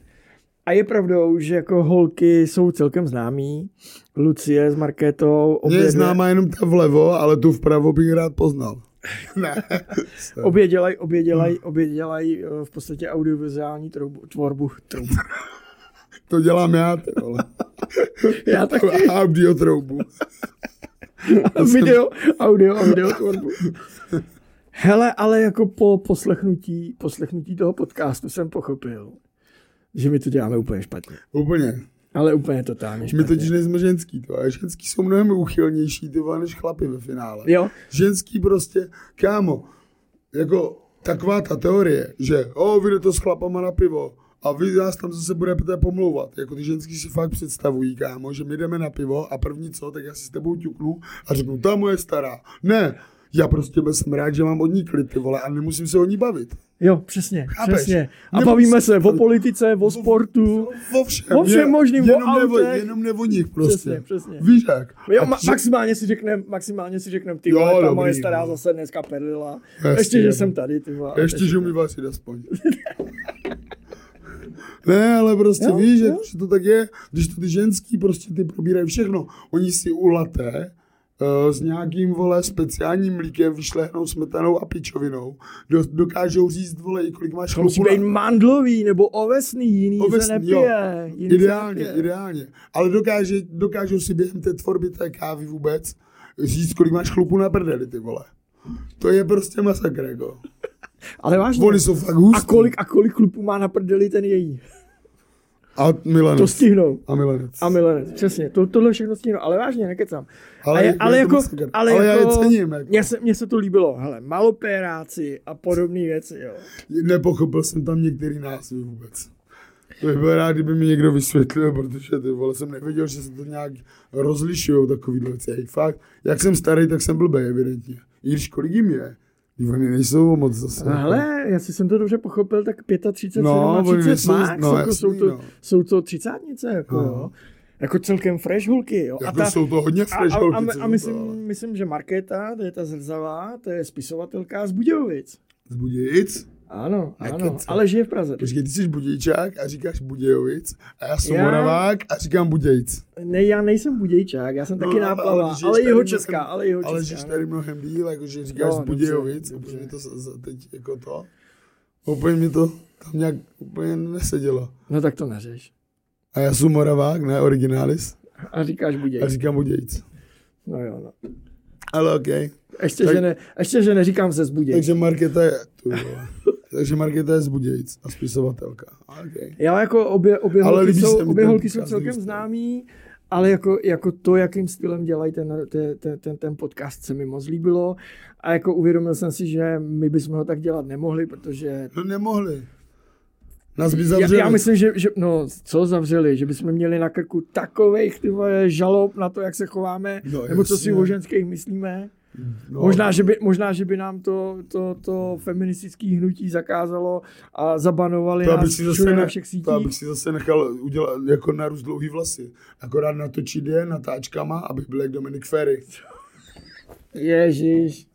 Speaker 1: A je pravdou, že jako holky jsou celkem známý. Lucie s Markétou,
Speaker 2: Mě je
Speaker 1: obě, dvě,
Speaker 2: známa jenom ta vlevo, ale tu vpravo bych rád poznal. ne.
Speaker 1: obě dělají obě dělaj,
Speaker 2: Hmm.
Speaker 1: obě dělaj, eh, v podstatě audiovizuální troubu, tvorbu. Troubu.
Speaker 2: To dělám já, ty vole.
Speaker 1: Já taky.
Speaker 2: Audio troubu.
Speaker 1: video, audio, audio tvorbu. Hele, ale jako po poslechnutí, poslechnutí toho podcastu jsem pochopil, že my to děláme úplně špatně.
Speaker 2: Úplně.
Speaker 1: Ale úplně totálně
Speaker 2: My
Speaker 1: špatně.
Speaker 2: totiž nejsme ženský, to a ženský jsou mnohem uchylnější, ty vole, než chlapy ve finále.
Speaker 1: Jo,
Speaker 2: Ženský prostě, kámo, jako taková ta teorie, že o, vyjde to s chlapama na pivo a vy nás tam zase budete pomlouvat. Jako ty ženský si fakt představují, kámo, že my jdeme na pivo a první co, tak já si s tebou ťuknu a řeknu, ta moje stará. Ne, já prostě jsem rád, že mám od ní klid, ty vole, a nemusím se o ní bavit.
Speaker 1: jo, přesně,
Speaker 2: Chápeš?
Speaker 1: přesně. A
Speaker 2: Nebo-
Speaker 1: bavíme se o politice, o sportu.
Speaker 2: O všem,
Speaker 1: O všem
Speaker 2: je-
Speaker 1: možným, o
Speaker 2: jenom, ne, o-
Speaker 1: autech.
Speaker 2: jenom ne o nich prostě.
Speaker 1: Přesně, přesně.
Speaker 2: Víš jak?
Speaker 1: Jo,
Speaker 2: A
Speaker 1: ma-
Speaker 2: že-
Speaker 1: maximálně si řekneme, maximálně si řekneme, ty
Speaker 2: Jo,
Speaker 1: vole, ta
Speaker 2: dobrý,
Speaker 1: moje stará
Speaker 2: no.
Speaker 1: zase dneska perlila.
Speaker 2: Jasně,
Speaker 1: Ještě, že
Speaker 2: jo.
Speaker 1: jsem tady, ty vole.
Speaker 2: Ještě, že umí vařit aspoň. ne, ale prostě
Speaker 1: Jo,
Speaker 2: jo, víš, že
Speaker 1: jo.
Speaker 2: že to tak je, když to ty ženský prostě ty probírají všechno. Oni si ulaté eh, s nějakým, vole, speciálním mlíkem, vyšlehnou smetanou a pičovinou. Do, dokážou říct, vole, i kolik máš
Speaker 1: To musí být mandlový nebo ovesný, jiný se
Speaker 2: Ovesný, jo.
Speaker 1: nepije. Jiný
Speaker 2: Ideálně,
Speaker 1: se nepije.
Speaker 2: ideálně. Ale dokáže, dokážou si během té tvorby té kávy vůbec říct, kolik máš chlupu na prdeli, ty vole. To je prostě masakr, jako.
Speaker 1: Ale vážně.
Speaker 2: Oni jsou fakt hustý.
Speaker 1: A kolik, a kolik klupů má na prdeli ten její?
Speaker 2: A Milanec.
Speaker 1: To stihnou.
Speaker 2: A Milanec.
Speaker 1: A milenec, přesně, to, tohle všechno stihnou, ale vážně, nekecám.
Speaker 2: Ale
Speaker 1: A je-
Speaker 2: jako
Speaker 1: ale
Speaker 2: je to
Speaker 1: jako,
Speaker 2: masakr.
Speaker 1: ale,
Speaker 2: Ale já
Speaker 1: jako,
Speaker 2: je cením, jako.
Speaker 1: Mně se, mně se to líbilo, hele, malopéráci a podobné věci, jo.
Speaker 2: Nepochopil jsem tam některý názvy vůbec. To bych byl rád, kdyby mi někdo vysvětlil, protože ty vole jsem nevěděl, že se to nějak rozlišují takovýhle věci. Ej, fakt, jak jsem starý, tak jsem blbý, evidentně. I když kolik jim je. Ty Oni nejsou moc zase.
Speaker 1: No, Hele, jestli jsem to dobře pochopil, tak 35,
Speaker 2: No,
Speaker 1: no,
Speaker 2: oni
Speaker 1: 30
Speaker 2: nejsou-
Speaker 1: max,
Speaker 2: no,
Speaker 1: jako
Speaker 2: jasný,
Speaker 1: jsou, to,
Speaker 2: no.
Speaker 1: jsou to třicátnice, jako
Speaker 2: No.
Speaker 1: jo. Jako celkem fresh hulky, jo.
Speaker 2: Jako jsou to hodně
Speaker 1: a, a,
Speaker 2: fresh holky,
Speaker 1: a,
Speaker 2: co
Speaker 1: a, a
Speaker 2: jsou to, ale.
Speaker 1: myslím, myslím, že Markéta, to je ta zrzavá, to je spisovatelka z Budějovic.
Speaker 2: Z Budějic?
Speaker 1: Ano, ano,
Speaker 2: Nekecej.
Speaker 1: ale žije v Praze.
Speaker 2: Počkej, ty jsi Budějčák a říkáš Budějovic a já jsem
Speaker 1: Já-
Speaker 2: já... Moravák a říkám Budějic.
Speaker 1: Ne, já nejsem budějčák, já jsem taky
Speaker 2: No, ale-
Speaker 1: náplava, ale,
Speaker 2: žiješ
Speaker 1: ale
Speaker 2: tady
Speaker 1: jeho
Speaker 2: mnohem-
Speaker 1: česká, ale jeho
Speaker 2: Ale
Speaker 1: česká.
Speaker 2: žiješ tady mnohem díl, jakože říkáš
Speaker 1: Jo,
Speaker 2: z
Speaker 1: dobře,
Speaker 2: Budějovic,
Speaker 1: dobře.
Speaker 2: úplně mi to za- za- teď jako to, úplně mi to tam nějak úplně nesedělo.
Speaker 1: No tak to neřeš.
Speaker 2: A já jsem Moravák, ne originalis,
Speaker 1: A říkáš buděj.
Speaker 2: a říkám Budějic.
Speaker 1: No jo, no.
Speaker 2: Ale OK.
Speaker 1: Ještě,
Speaker 2: Tak-
Speaker 1: že ne, ještě, že neříkám se z buděj.
Speaker 2: Takže Marketa je, tu, vole. takže Marketa je z Budějic a spisovatelka. OK.
Speaker 1: Já jako obě, obě
Speaker 2: Ale
Speaker 1: holky,
Speaker 2: líbí
Speaker 1: jsou,
Speaker 2: se mi
Speaker 1: obě
Speaker 2: ten
Speaker 1: holky jsou
Speaker 2: podcast,
Speaker 1: celkem
Speaker 2: líbí se mi.
Speaker 1: známý, ale jako, jako to, jakým stylem dělají ten, ten, ten- ten, ten podcast, se mi moc líbilo. A jako uvědomil jsem si, že my bychom ho tak dělat nemohli, protože
Speaker 2: No nemohli. Nás by
Speaker 1: Já,
Speaker 2: zavřeli.
Speaker 1: já myslím, že, že, no, co zavřeli, že bychom měli na krku takových ty vole, žalob na to, jak se chováme,
Speaker 2: No,
Speaker 1: nebo co si
Speaker 2: jasně.
Speaker 1: o ženských myslíme.
Speaker 2: no,
Speaker 1: Možná, že by, možná, že by nám to, to, to feministické hnutí zakázalo a zabanovali
Speaker 2: to,
Speaker 1: nás
Speaker 2: abych si
Speaker 1: všude
Speaker 2: zase
Speaker 1: na
Speaker 2: ne,
Speaker 1: všech
Speaker 2: to
Speaker 1: sítích.
Speaker 2: abych si zase nechal udělat jako narůst dlouhý vlasy. Akorát natočit je natáčkama, abych byl jak Dominic Ferry.
Speaker 1: Ježíš,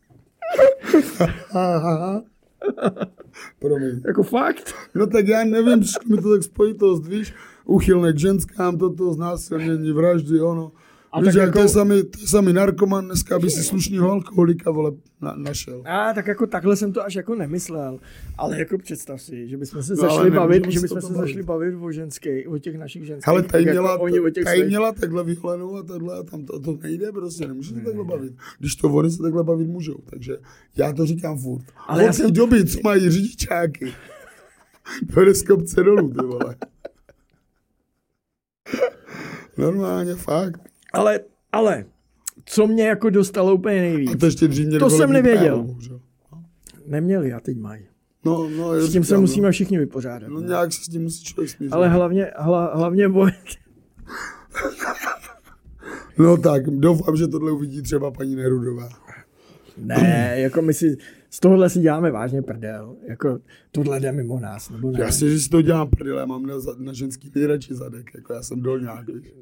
Speaker 2: Promiň.
Speaker 1: jako fakt.
Speaker 2: No tak já nevím, přišlo mi to tak spojitost, víš, uchylné k ženskám, toto znásilnění, vraždy, ono.
Speaker 1: A
Speaker 2: A víš,
Speaker 1: tak
Speaker 2: jak
Speaker 1: jako-
Speaker 2: to je samý, to je samý narkoman, dneska by si slušného alkoholika, vole, na, našel.
Speaker 1: A tak jako takhle jsem to až jako nemyslel, ale jako představ si, že bychom se
Speaker 2: No, ale
Speaker 1: zašli
Speaker 2: nemůžeme
Speaker 1: bavit, že
Speaker 2: se
Speaker 1: bychom
Speaker 2: o
Speaker 1: se
Speaker 2: tom
Speaker 1: zašli bavit o ženských, o těch našich ženských.
Speaker 2: Hele, tady
Speaker 1: tak jako
Speaker 2: měla,
Speaker 1: oni o těch
Speaker 2: tady
Speaker 1: svých.
Speaker 2: měla takhle vyhlenou a tohle a tam to, to nejde prostě, nemůže se takhle bavit. Když to oni se takhle bavit můžou, takže já to říkám furt.
Speaker 1: Ale
Speaker 2: Ale
Speaker 1: já
Speaker 2: Od té
Speaker 1: jsem-
Speaker 2: doby, co mají řidičáky, to jde z kopce dolů, ty vole. Normálně, fakt.
Speaker 1: Ale, ale, co mě jako dostalo úplně nejvíc,
Speaker 2: A to ještě dřív měli
Speaker 1: To jsem
Speaker 2: volební
Speaker 1: nevěděl.
Speaker 2: právo, že jo.
Speaker 1: neměli a teď mají.
Speaker 2: No, no, já
Speaker 1: S tím se
Speaker 2: říkám,
Speaker 1: musíme všichni vypořádat.
Speaker 2: No, no
Speaker 1: ne?
Speaker 2: nějak se s tím musí člověk smířit.
Speaker 1: Ale hlavně, hla, hlavně boj.
Speaker 2: No tak, doufám, že tohle uvidí třeba paní Nerudová.
Speaker 1: Ne, jako my si z tohohle si děláme vážně prdel. Jako tohle jde mimo nás, nebo ne?
Speaker 2: Já si, že si to dělám prdele, já mám na, za- na ženský nejradši zadek, jako já jsem dolňák, víš.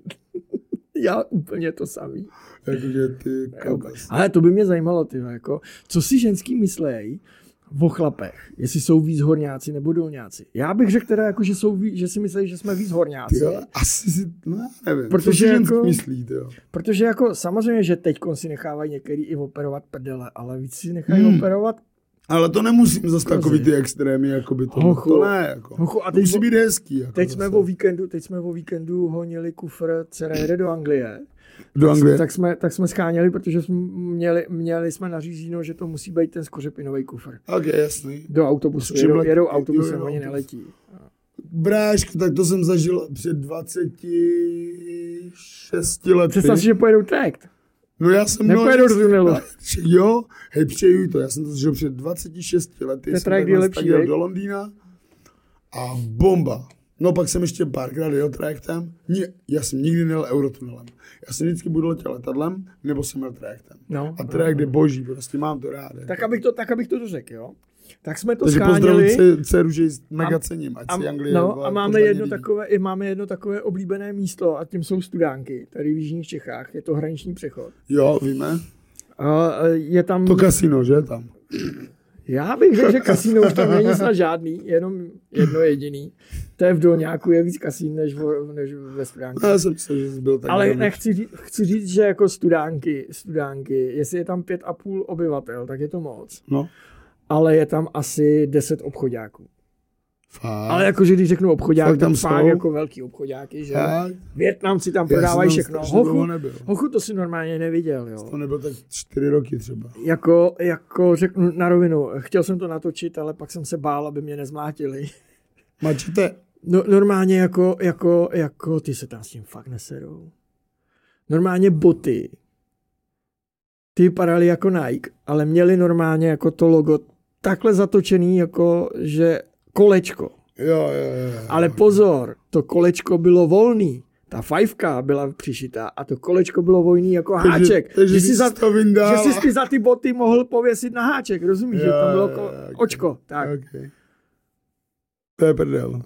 Speaker 1: Já úplně to samý.
Speaker 2: Jakože ty kokos.
Speaker 1: Ale to by mě zajímalo, ty, jako, co si ženský myslej o chlapech, jestli jsou víc horňáci nebo dolňáci. Já bych řekl teda, jako, že, jsou, víc- že si myslí, že jsme víc horňáci.
Speaker 2: Ty jo, asi si, no já
Speaker 1: Protože
Speaker 2: nevím, Protože co si ženský
Speaker 1: jako-
Speaker 2: myslí, ty jo.
Speaker 1: Protože jako samozřejmě, že teď si nechávají některý i operovat prdele, ale víc si nechají
Speaker 2: Hmm.
Speaker 1: operovat.
Speaker 2: Ale to nemusím zase
Speaker 1: Kozy.
Speaker 2: takový ty extrémy, jako by to,
Speaker 1: Hochu.
Speaker 2: to ne, jako.
Speaker 1: Hochu, a
Speaker 2: To
Speaker 1: teď,
Speaker 2: musí být hezký, jako
Speaker 1: teď jsme
Speaker 2: zase.
Speaker 1: o víkendu, teď jsme o víkendu honili kufr, dcera jede do Anglie.
Speaker 2: Do Anglie.
Speaker 1: Tak jsme, tak jsme scháněli, protože jsme měli, měli jsme nařízeno, že to musí být ten skořepinový kufr.
Speaker 2: Ok, jasný.
Speaker 1: Do autobusu,
Speaker 2: S čím
Speaker 1: jedou,
Speaker 2: letí?
Speaker 1: jedou
Speaker 2: Jo,
Speaker 1: autobusem,
Speaker 2: jedou
Speaker 1: oni
Speaker 2: autobusem.
Speaker 1: neletí.
Speaker 2: Brášku, tak to jsem zažil před 26 lety.
Speaker 1: Představ si, že pojedou trakt.
Speaker 2: No já jsem
Speaker 1: Nepojedu do tunelu.
Speaker 2: Jo, hej, přeju to. Já jsem to žil před 26 lety.
Speaker 1: To je
Speaker 2: jsem
Speaker 1: trajk
Speaker 2: takhle
Speaker 1: nejlepší,
Speaker 2: tak jel
Speaker 1: viď?
Speaker 2: do Londýna a bomba. No pak jsem ještě párkrát jel trajektem. Ni- Já jsem nikdy nejel eurotunelem. Já jsem vždycky budu letěl letadlem, nebo jsem jel trajektem.
Speaker 1: No.
Speaker 2: A trajekt je boží, prostě mám to rád. jako.
Speaker 1: Tak abych to, tak abych to dořekl, jo. Tak jsme to
Speaker 2: Takže pozdravím
Speaker 1: scháněli.
Speaker 2: dce- dceru, že ji mega cením, ať
Speaker 1: A,
Speaker 2: si Anglie
Speaker 1: no,
Speaker 2: vole,
Speaker 1: a máme
Speaker 2: pořádně
Speaker 1: jedno,
Speaker 2: líbí.
Speaker 1: takové, i máme jedno takové oblíbené místo a tím jsou studánky, tady v Jižních Čechách, je to hraniční přechod.
Speaker 2: Jo, víme.
Speaker 1: A e, je tam,
Speaker 2: To kasino, že tam?
Speaker 1: já bych řekl, že kasíno už tam není snad žádný, jenom jedno jediný. To je v Dolňáku, je víc kasín než, vo- než ve studánku.
Speaker 2: No, já jsem myslel, že jsi byl tak.
Speaker 1: Ale
Speaker 2: jenom-
Speaker 1: ne, chci, říct, chci říct, že jako studánky, studánky, jestli je tam pět a půl obyvatel, tak je to moc.
Speaker 2: No,
Speaker 1: Ale je tam asi 10 obchodáků.
Speaker 2: fakt.
Speaker 1: Ale jakože když řeknu obchodák,
Speaker 2: Fakt tam
Speaker 1: tam fakt
Speaker 2: jsou?
Speaker 1: jako velký obchodáky, že?
Speaker 2: Tak.
Speaker 1: Větnamci tam
Speaker 2: Já
Speaker 1: prodávají
Speaker 2: jsem
Speaker 1: všechno.
Speaker 2: tam strašně dlouho
Speaker 1: Hochu,
Speaker 2: nebyl.
Speaker 1: hochu, to si normálně neviděl, jo.
Speaker 2: To nebyl tak čtyři roky třeba.
Speaker 1: Jako, jako řeknu na rovinu, chtěl jsem to natočit, ale pak jsem se bál, aby mě nezmlátili.
Speaker 2: Mačete?
Speaker 1: No, normálně jako, jako, jako, ty se tam s tím fakt neserou. Normálně boty. Ty vypadaly jako Nike, ale měli normálně jako to logo takhle zatočený, jako že kolečko.
Speaker 2: Jo, jo, jo.
Speaker 1: Ale pozor, to kolečko bylo volný. Ta fajfka byla přišitá a to kolečko bylo volný jako háček.
Speaker 2: takže
Speaker 1: že,
Speaker 2: jsi
Speaker 1: si za,
Speaker 2: to vyndal
Speaker 1: že jsi
Speaker 2: a-
Speaker 1: si za ty boty mohl pověsit na háček, rozumíš? že
Speaker 2: Jo,
Speaker 1: tam bylo
Speaker 2: jo,
Speaker 1: ko-
Speaker 2: jo, ok.
Speaker 1: očko. Tak.
Speaker 2: Okay. To je prdel.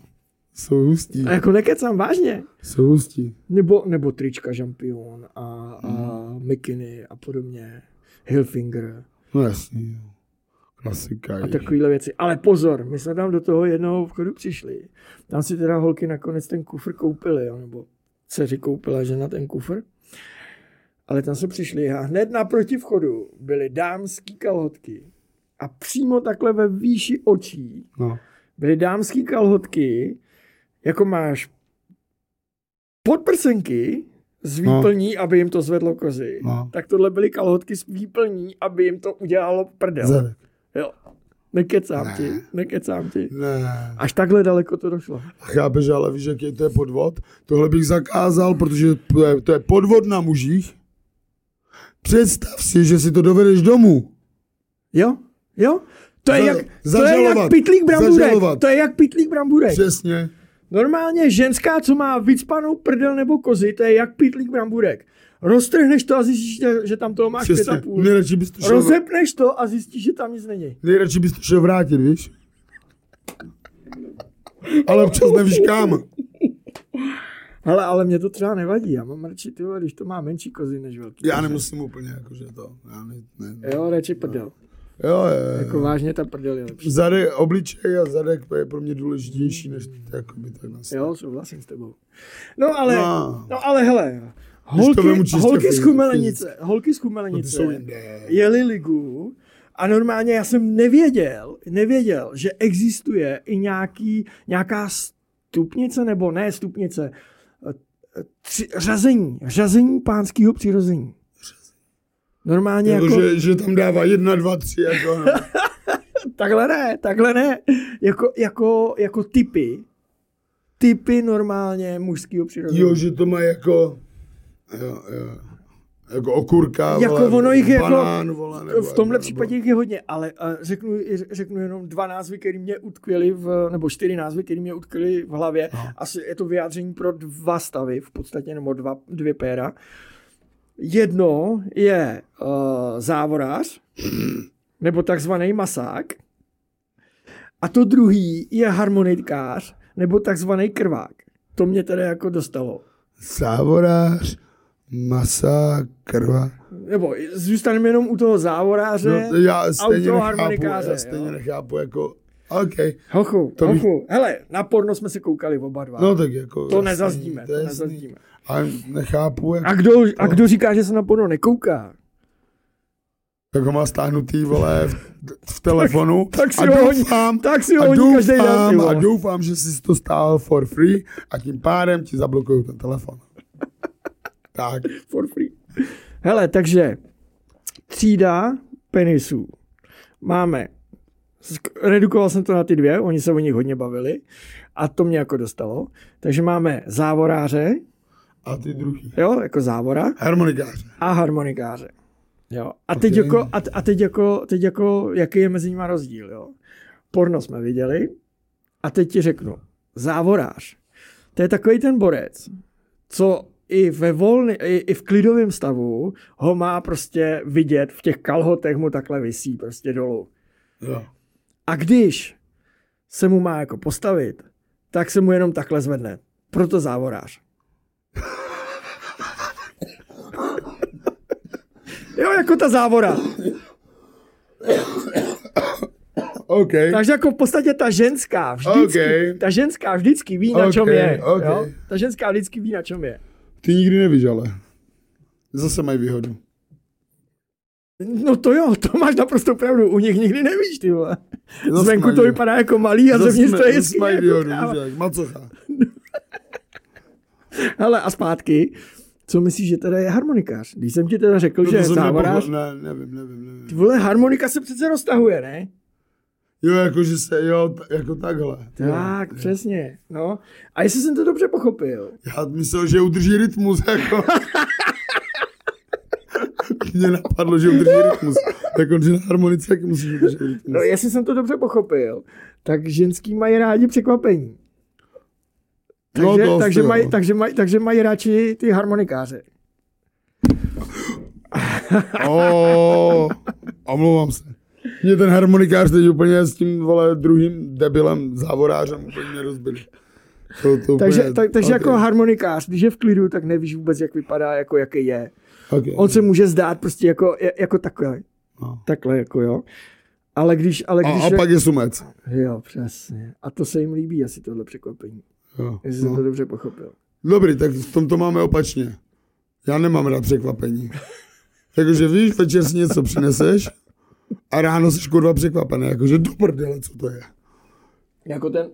Speaker 2: Jsou hustí.
Speaker 1: A jako nekecám, vážně.
Speaker 2: Jsou hustí.
Speaker 1: Nebo, nebo trička žampion a, a
Speaker 2: Mhm.
Speaker 1: mikiny a podobně. Hillfinger
Speaker 2: No jasný. jo. Klasika.
Speaker 1: a
Speaker 2: je.
Speaker 1: takovéhle věci. Ale pozor, my jsme tam do toho jednoho obchodu přišli. Tam si teda holky nakonec ten kufr koupily, jo, nebo dceři koupila žena ten kufr. Ale tam se přišli a hned naproti vchodu byly dámský kalhotky. A přímo takhle ve výši očí
Speaker 2: No.
Speaker 1: byly dámský kalhotky, jako máš podprsenky s
Speaker 2: No.
Speaker 1: výplní, no. aby jim to zvedlo kozy.
Speaker 2: No.
Speaker 1: Tak tohle byly kalhotky s výplní, aby jim to udělalo prdel.
Speaker 2: Zadek.
Speaker 1: Jo. Nekecám
Speaker 2: Ne.
Speaker 1: ti, nekecám ti.
Speaker 2: Ne.
Speaker 1: Až takhle daleko to došlo.
Speaker 2: A chápeš, ale víš, jaký to je podvod? Tohle bych zakázal, protože to je, to je podvod na mužích. Představ si, že si to dovedeš domů.
Speaker 1: Jo, jo, To je,
Speaker 2: Za-
Speaker 1: jak, to je jak
Speaker 2: zažalovat.
Speaker 1: pitlík bramburek.
Speaker 2: Zažalovat.
Speaker 1: To je jak pitlík bramburek.
Speaker 2: Přesně.
Speaker 1: Normálně ženská, co má vycpanou prdel nebo kozy, to je jak pitlík bramburek. Roztrhneš to a zjistíš, že- že tam toho máš pět a
Speaker 2: Přesně.
Speaker 1: půl.
Speaker 2: Nejradši bys, to šel,
Speaker 1: Rozepneš to a zjistíš, že tam nic není.
Speaker 2: nejradši bys to šel vrátit, víš? Ale občas nevíš kam.
Speaker 1: Hele, ale mě to třeba nevadí. Já mám radši, ty vole, když to má menší kozy než velký.
Speaker 2: Já nemusím úplně, jakože to. Já ne, ne.
Speaker 1: Jo, radši prdel.
Speaker 2: No. Jo, jo, jo.
Speaker 1: Jako vážně ta prdel je lepší.
Speaker 2: Zadek, obličej a zadek je pro mě důležitější, než jakoby tak na
Speaker 1: Jo, souhlasím s tebou. No ale,
Speaker 2: No.
Speaker 1: no ale hele,
Speaker 2: to vemu
Speaker 1: holky,
Speaker 2: čistě
Speaker 1: holky z
Speaker 2: fyzicky.
Speaker 1: Kumelenice, holky z
Speaker 2: No, ty
Speaker 1: Kumelenice
Speaker 2: jsou jinde.
Speaker 1: jeli ligu a normálně já jsem nevěděl, nevěděl, že existuje i nějaký, nějaká stupnice, nebo ne stupnice, eh, eh, tři, řazení, řazení pánského přirození. Normálně
Speaker 2: Jako,
Speaker 1: jako...
Speaker 2: že, že tam dává jedna, dva, tři, jako, no.
Speaker 1: Takhle ne, takhle ne. Jako, jako, jako typy. Typy normálně mužského přirození.
Speaker 2: jo, že to má jako, jo, jo, jako okurka,
Speaker 1: Jako
Speaker 2: vole,
Speaker 1: ono jich je
Speaker 2: banán,
Speaker 1: jako-
Speaker 2: vole, nebo,
Speaker 1: v tomhle
Speaker 2: nebo-
Speaker 1: případě jich je hodně, ale eh, řeknu, řeknu jenom dva názvy, které mě utkvěly, v, nebo čtyři názvy, které mě utkvěly v hlavě.
Speaker 2: No.
Speaker 1: Asi je to vyjádření pro dva stavy, v podstatě, nebo dva, dvě péra. Jedno je uh, závorář, nebo takzvaný masák. A to druhý je harmonitkář, nebo takzvaný krvák. To mě teda jako dostalo.
Speaker 2: Sávorář, masa, krva.
Speaker 1: Nebo zůstaneme jenom u toho závoráře.
Speaker 2: No, já stejně nechápu,
Speaker 1: autoharmonikáře,
Speaker 2: já stejně
Speaker 1: Prostě jo.
Speaker 2: nechápu, jako, OK,
Speaker 1: Hochu, to
Speaker 2: To bych-
Speaker 1: hochu. Hele, na porno jsme se koukali oba dva.
Speaker 2: no tak jako.
Speaker 1: to
Speaker 2: jasný,
Speaker 1: nezazdíme, to
Speaker 2: je jasný.
Speaker 1: nezazdíme.
Speaker 2: A nechápu, jak,
Speaker 1: A kdo, a
Speaker 2: no.
Speaker 1: kdo říká, že se na porno nekouká?
Speaker 2: jak ho má stáhnutý, vole, v, v telefonu.
Speaker 1: Tak si
Speaker 2: a
Speaker 1: ho hodí-
Speaker 2: doufám,
Speaker 1: tak si ho
Speaker 2: a
Speaker 1: hodí každý den, ty
Speaker 2: doufám,
Speaker 1: vole.
Speaker 2: a doufám, že jsi to stál for free a tím pádem ti zablokují ten telefon. tak,
Speaker 1: For free. Hele, takže třída penisů. Máme, sk- redukoval jsem to na ty dvě, oni se o nich hodně bavili a to mě jako dostalo. Takže máme závoráře,
Speaker 2: a ty druhý.
Speaker 1: jo, jako závora,
Speaker 2: Harmonikář.
Speaker 1: a harmonikáře. Jo. A, teď
Speaker 2: Ok.
Speaker 1: jako, a, a teď, jako, teď jako, jaký je mezi nimi rozdíl, jo? Porno jsme viděli a teď ti řeknu, závorář, to je takový ten borec, co i ve volny, i, i v klidovém stavu ho má prostě vidět, v těch kalhotech mu takhle vysí prostě dolů.
Speaker 2: Jo.
Speaker 1: A když se mu má jako postavit, tak se mu jenom takhle zvedne. Proto závorář. jo, jako ta závora.
Speaker 2: OK.
Speaker 1: Takže jako v podstatě ta ženská vždycky,
Speaker 2: Okej.
Speaker 1: ta ženská vždycky ví, na čem
Speaker 2: Okej,
Speaker 1: je.
Speaker 2: okej.
Speaker 1: Jo? Ta ženská vždycky ví, na čem je.
Speaker 2: Ty nikdy nevíš, ale. Zase mají výhodu.
Speaker 1: No to jo, to máš naprosto pravdu, u nich nikdy nevíš, ty vole.
Speaker 2: Zas
Speaker 1: Zvenku
Speaker 2: mají
Speaker 1: to
Speaker 2: výhodu.
Speaker 1: vypadá jako malý a
Speaker 2: Zase
Speaker 1: zevnitř
Speaker 2: ma-
Speaker 1: to je
Speaker 2: zase
Speaker 1: jeskyně,
Speaker 2: mají
Speaker 1: jako
Speaker 2: výhodu,
Speaker 1: kráva.
Speaker 2: víš jak, macocha.
Speaker 1: Hele, a zpátky, co myslíš, že teda je harmonikář? Když jsem ti teda řekl,
Speaker 2: No
Speaker 1: že
Speaker 2: to
Speaker 1: je
Speaker 2: jsem
Speaker 1: závorář,
Speaker 2: nepochopil. Ne, nevím, nevím, nevím.
Speaker 1: Ty vole, harmonika se přece roztahuje, ne?
Speaker 2: Jo, jakože se, jo, t- jako takhle.
Speaker 1: Tak, přesně. No. A jestli jsem to dobře pochopil.
Speaker 2: Já myslel, že udrží rytmus, jako. Mě napadlo, že udrží rytmus. Jako, že na harmonice, jak musíš udržet rytmus.
Speaker 1: No, jestli jsem to dobře pochopil, tak ženský mají rádi překvapení.
Speaker 2: No,
Speaker 1: Takže,
Speaker 2: to asi
Speaker 1: takže,
Speaker 2: jo.
Speaker 1: mají, takže, mají, takže mají radši ty harmonikáře.
Speaker 2: Oh, omlouvám se. Mě ten harmonikář teď úplně s tím vole, druhým debilem závorářem úplně rozbil. To, to
Speaker 1: Takže,
Speaker 2: úplně,
Speaker 1: tak, takže
Speaker 2: ok,
Speaker 1: jako harmonikář, když je v klidu, tak nevíš vůbec, jak vypadá, jako jaký je.
Speaker 2: ok.
Speaker 1: On se může zdát prostě jako, jako takhle.
Speaker 2: No.
Speaker 1: Takhle jako jo. Ale když, ale když...
Speaker 2: a, a pak je sumec.
Speaker 1: Jo, přesně. A to se jim líbí asi tohle překvapení.
Speaker 2: Jo.
Speaker 1: Jestli jsem to dobře pochopil.
Speaker 2: Dobrý, tak v tom to máme opačně. Já nemám rád překvapení. Jakože víš, večer si něco přineseš a ráno jsi kurva překvapený. Jakože do prdele, co to je.
Speaker 1: Jako ten,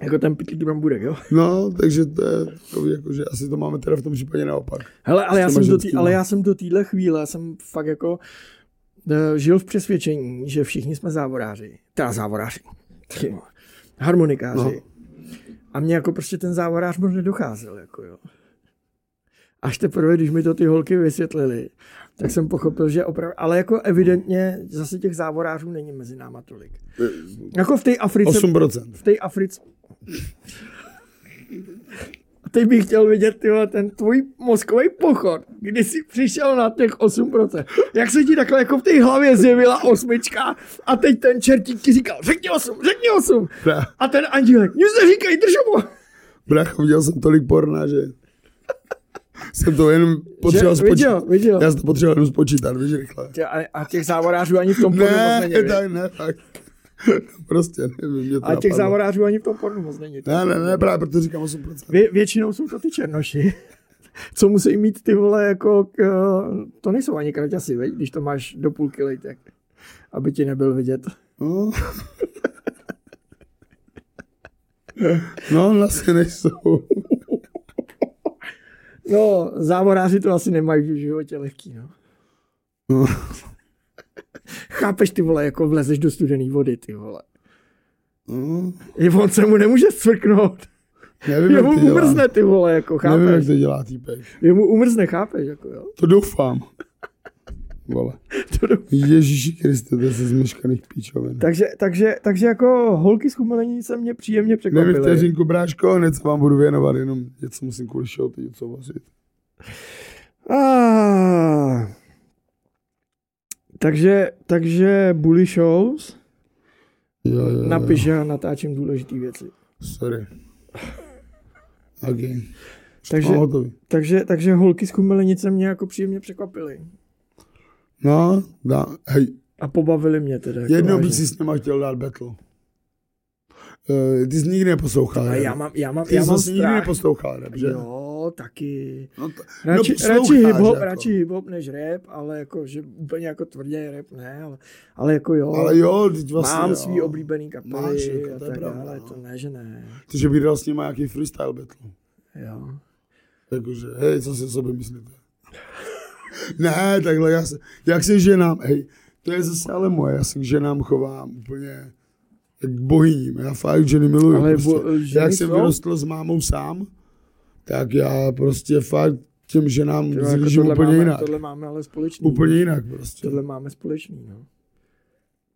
Speaker 1: jako ten pitlík bramburek, jo?
Speaker 2: No, takže to je takový, jakože asi to máme teda v tom případě naopak.
Speaker 1: Hele, ale já,
Speaker 2: těma
Speaker 1: jsem do tý,
Speaker 2: ženskýma.
Speaker 1: ale já jsem do téhle chvíle, jsem fakt jako eh, žil v přesvědčení, že všichni jsme závoráři. Teda závoráři. Ty vole. Harmonikáři. A mě jako prostě ten závorář moc nedocházel, jako jo. Až teprve, když mi to ty holky vysvětlili, tak jsem pochopil, že opravdu, ale jako evidentně zase těch závorářů není mezi náma tolik. Jako v té Africe,
Speaker 2: 8%.
Speaker 1: v té Africe, a teď bych chtěl vidět tyhle, ten tvůj mozkový pochod, kdy jsi přišel na těch 8%. Jak se ti takhle jako v té hlavě zjevila osmička a teď ten čertík ti říkal, řekni 8, řekni 8.
Speaker 2: Bra,
Speaker 1: A ten andílek, nic neříkej, drž mu.
Speaker 2: bracho, viděl jsem tolik porna, že jsem to jenom potřeboval
Speaker 1: viděl,
Speaker 2: spočítat.
Speaker 1: viděl.
Speaker 2: Já jsem to potřeboval jenom spočítat, víš, rychle.
Speaker 1: Tě- A, a těch závorářů ani v tom pornu moc
Speaker 2: Ne,
Speaker 1: není. viď?
Speaker 2: tak ne, tak. Prostě nevím, mě to
Speaker 1: A těch
Speaker 2: napadlo.
Speaker 1: závorářů ani v tom pornu moc není.
Speaker 2: Ne, ne, ne, právě proto říkám 8%.
Speaker 1: Vě, většinou jsou to ty černoši. Co musí mít ty vole, jako, k, to nejsou ani kraťasy, veď, když to máš do půlky lejtek, aby ti nebyl vidět.
Speaker 2: No. No, vlastně nejsou.
Speaker 1: No, závoráři to asi nemají v životě lehký, no.
Speaker 2: No.
Speaker 1: Chápeš ty vole, jako vlezeš do studené vody, ty vole.
Speaker 2: No,
Speaker 1: I on se mu nemůže cvrknout.
Speaker 2: nevím, jak to
Speaker 1: Jemu
Speaker 2: dělá.
Speaker 1: umrzne, ty vole, jako,
Speaker 2: Nevím, jak
Speaker 1: chápeš.
Speaker 2: to dělá týpek.
Speaker 1: Jemu umrzne, chápeš, jako jo.
Speaker 2: To doufám. Vole.
Speaker 1: To do...
Speaker 2: Ježíši Kriste, to je ze zmeškaných píčovin.
Speaker 1: takže, takže, takže jako holky z Chumelenice mě příjemně
Speaker 2: Nevím
Speaker 1: překvapily.
Speaker 2: vteřinku, bráško, hned se vám budu věnovat, jenom něco musím kvůli show teď odsouhlasit.
Speaker 1: Ah. Takže, takže Bully Shows,
Speaker 2: Jo, jo, jo.
Speaker 1: napiš, já natáčím důležité věci.
Speaker 2: Sorry. Ok.
Speaker 1: Takže-
Speaker 2: Takže... Mám hotový.
Speaker 1: Takže, takže holky z Kumelenice mě jako příjemně překvapily.
Speaker 2: No, dá, hej,
Speaker 1: A pobavili mě teda. Jako
Speaker 2: jednou
Speaker 1: vážně.
Speaker 2: bych si s nima chtěl dát battle. Uh, ty jsi nikdy neposlouchal.
Speaker 1: A
Speaker 2: Rado.
Speaker 1: já mám, já mám,
Speaker 2: ty
Speaker 1: já
Speaker 2: jsi
Speaker 1: mám
Speaker 2: zase nikdy
Speaker 1: strach.
Speaker 2: neposlouchal, rap, že?
Speaker 1: Jo, taky.
Speaker 2: No, to,
Speaker 1: Radši,
Speaker 2: no,
Speaker 1: radši,
Speaker 2: posloucháš,
Speaker 1: hip-hop,
Speaker 2: jako.
Speaker 1: radši hip-hop než rap, ale jako, že úplně jako tvrdě rap ne, ale, ale jako jo.
Speaker 2: No, Ale jo, teď vlastně,
Speaker 1: mám
Speaker 2: jo.
Speaker 1: svý oblíbený
Speaker 2: Máš,
Speaker 1: kapely
Speaker 2: jako,
Speaker 1: a
Speaker 2: to je
Speaker 1: tak
Speaker 2: pravda,
Speaker 1: dále,
Speaker 2: no.
Speaker 1: to ne, že ne.
Speaker 2: Ty, že bych dal s nima vlastně nějaký freestyle battle.
Speaker 1: Jo.
Speaker 2: Jakože, hej, co si o sobě myslíte? ne, takhle, já se, jak se ženám, hej, to je zase ale moje, já se k ženám chovám úplně jak k bohyním, já fakt ženy miluju.
Speaker 1: Ale
Speaker 2: prostě.
Speaker 1: bo- ženy
Speaker 2: jak jsem
Speaker 1: jsou?
Speaker 2: vyrostl s mámou sám, tak já prostě fakt těm ženám
Speaker 1: Tyjo,
Speaker 2: zlížím
Speaker 1: jako
Speaker 2: jako
Speaker 1: tohle,
Speaker 2: úplně
Speaker 1: máme,
Speaker 2: jinak.
Speaker 1: tohle máme ale společný.
Speaker 2: Úplně jinak prostě.
Speaker 1: Tohle máme společný, no.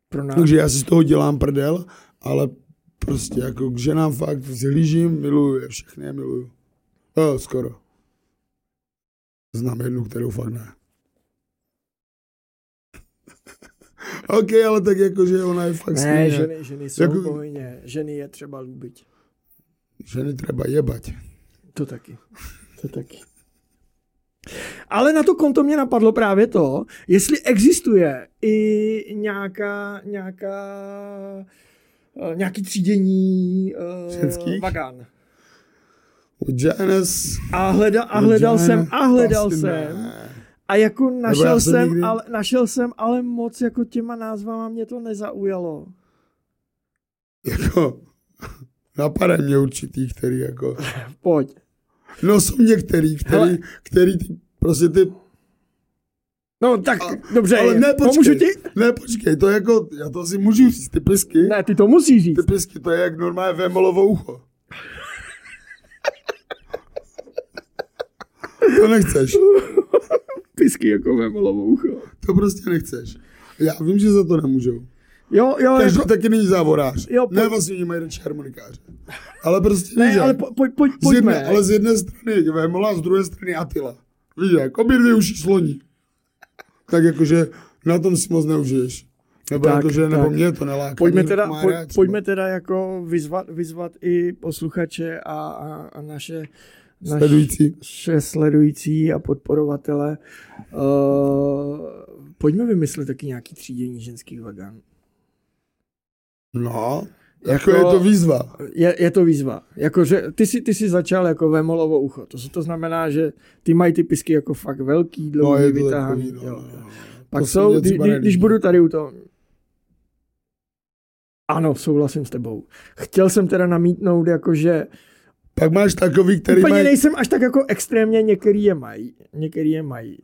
Speaker 1: Pro nás.
Speaker 2: Takže já si z toho dělám prdel, ale prostě jako k ženám fakt zhlížím, miluju je všechny, je miluju. Jo, skoro. Znám jednu, kterou fakt ne. OK, ale tak jako, že ona je fakt
Speaker 1: ne,
Speaker 2: skvělá.
Speaker 1: ženy, ženy jsou
Speaker 2: Jako-
Speaker 1: jako... povinně. Ženy je třeba líbit.
Speaker 2: Ženy třeba jebať.
Speaker 1: To taky. To taky. Ale na to konto mě napadlo právě to, jestli existuje i nějaká, nějaká, eh, nějaký třídění uh,
Speaker 2: Ženských?
Speaker 1: vagán.
Speaker 2: Janus.
Speaker 1: A, hleda, a hledal jsem, a hledal
Speaker 2: prostě
Speaker 1: jsem. A jako našel
Speaker 2: já jsem
Speaker 1: jsem,
Speaker 2: nikdy-
Speaker 1: ale, našel jsem, ale moc jako těma názvama mě to nezaujalo.
Speaker 2: Jako, napadají mě určitý, který jako...
Speaker 1: Pojď.
Speaker 2: No jsou některý, který,
Speaker 1: Hele.
Speaker 2: který ty, prostě ty
Speaker 1: No tak,
Speaker 2: A-
Speaker 1: dobře,
Speaker 2: Ale ne, počkej.
Speaker 1: pomůžu ti?
Speaker 2: Ne, počkej, to je jako, já to asi můžu říct, ty plisky.
Speaker 1: Ne, ty to musíš říct.
Speaker 2: Ty plisky, to je jak normálně vémolovo ucho. to nechceš,
Speaker 1: Pisky jako vemolovou ucho.
Speaker 2: to prostě nechceš. Já vím, že za to nemůžou.
Speaker 1: Jo, jo,
Speaker 2: Každý
Speaker 1: jako,
Speaker 2: taky není závorář.
Speaker 1: Jo,
Speaker 2: ne,
Speaker 1: pojď.
Speaker 2: vlastně oni mají radši harmonikáře. Ale prostě víš,
Speaker 1: ne,
Speaker 2: jak.
Speaker 1: ale po, poj, poj,
Speaker 2: z jedné,
Speaker 1: pojďme.
Speaker 2: ale z jedné strany Vémola, z druhé strany Atila. Víš jak, obě dvě uši sloní. Tak jakože na tom si moc neužiješ. Nebo
Speaker 1: Tak,
Speaker 2: tak, jakože, tak. nebo
Speaker 1: tak.
Speaker 2: mě to neláká.
Speaker 1: Pojďme
Speaker 2: Nikdo
Speaker 1: teda,
Speaker 2: to má
Speaker 1: poj,
Speaker 2: rád třeba.
Speaker 1: pojďme teda jako vyzvat, vyzvat i posluchače a, a, a naše, naše
Speaker 2: Sledující.
Speaker 1: sledující a podporovatele. Uh, pojďme vymyslet taky nějaký třídění ženských vagán.
Speaker 2: No,
Speaker 1: Jako-
Speaker 2: jako, je to výzva.
Speaker 1: Je, je to výzva. Jako, že ty, jsi, ty jsi začal jako vemolovo ucho. To, to znamená, že ty mají ty pisky jako fakt velký,
Speaker 2: No,
Speaker 1: dlouhý,
Speaker 2: je to
Speaker 1: vytáhaný.
Speaker 2: takový, no,
Speaker 1: jo,
Speaker 2: no,
Speaker 1: jo.
Speaker 2: no.
Speaker 1: Pak
Speaker 2: To se
Speaker 1: jsou,
Speaker 2: mně
Speaker 1: kdy,
Speaker 2: třeba
Speaker 1: kdy,
Speaker 2: nelíbí.
Speaker 1: když budu tady u toho. Ano, souhlasím s tebou. Chtěl jsem teda namítnout, jakože
Speaker 2: Pak máš takový, který
Speaker 1: úplně
Speaker 2: mají...
Speaker 1: nejsem až tak jako extrémně, některý je mají. Některý je mají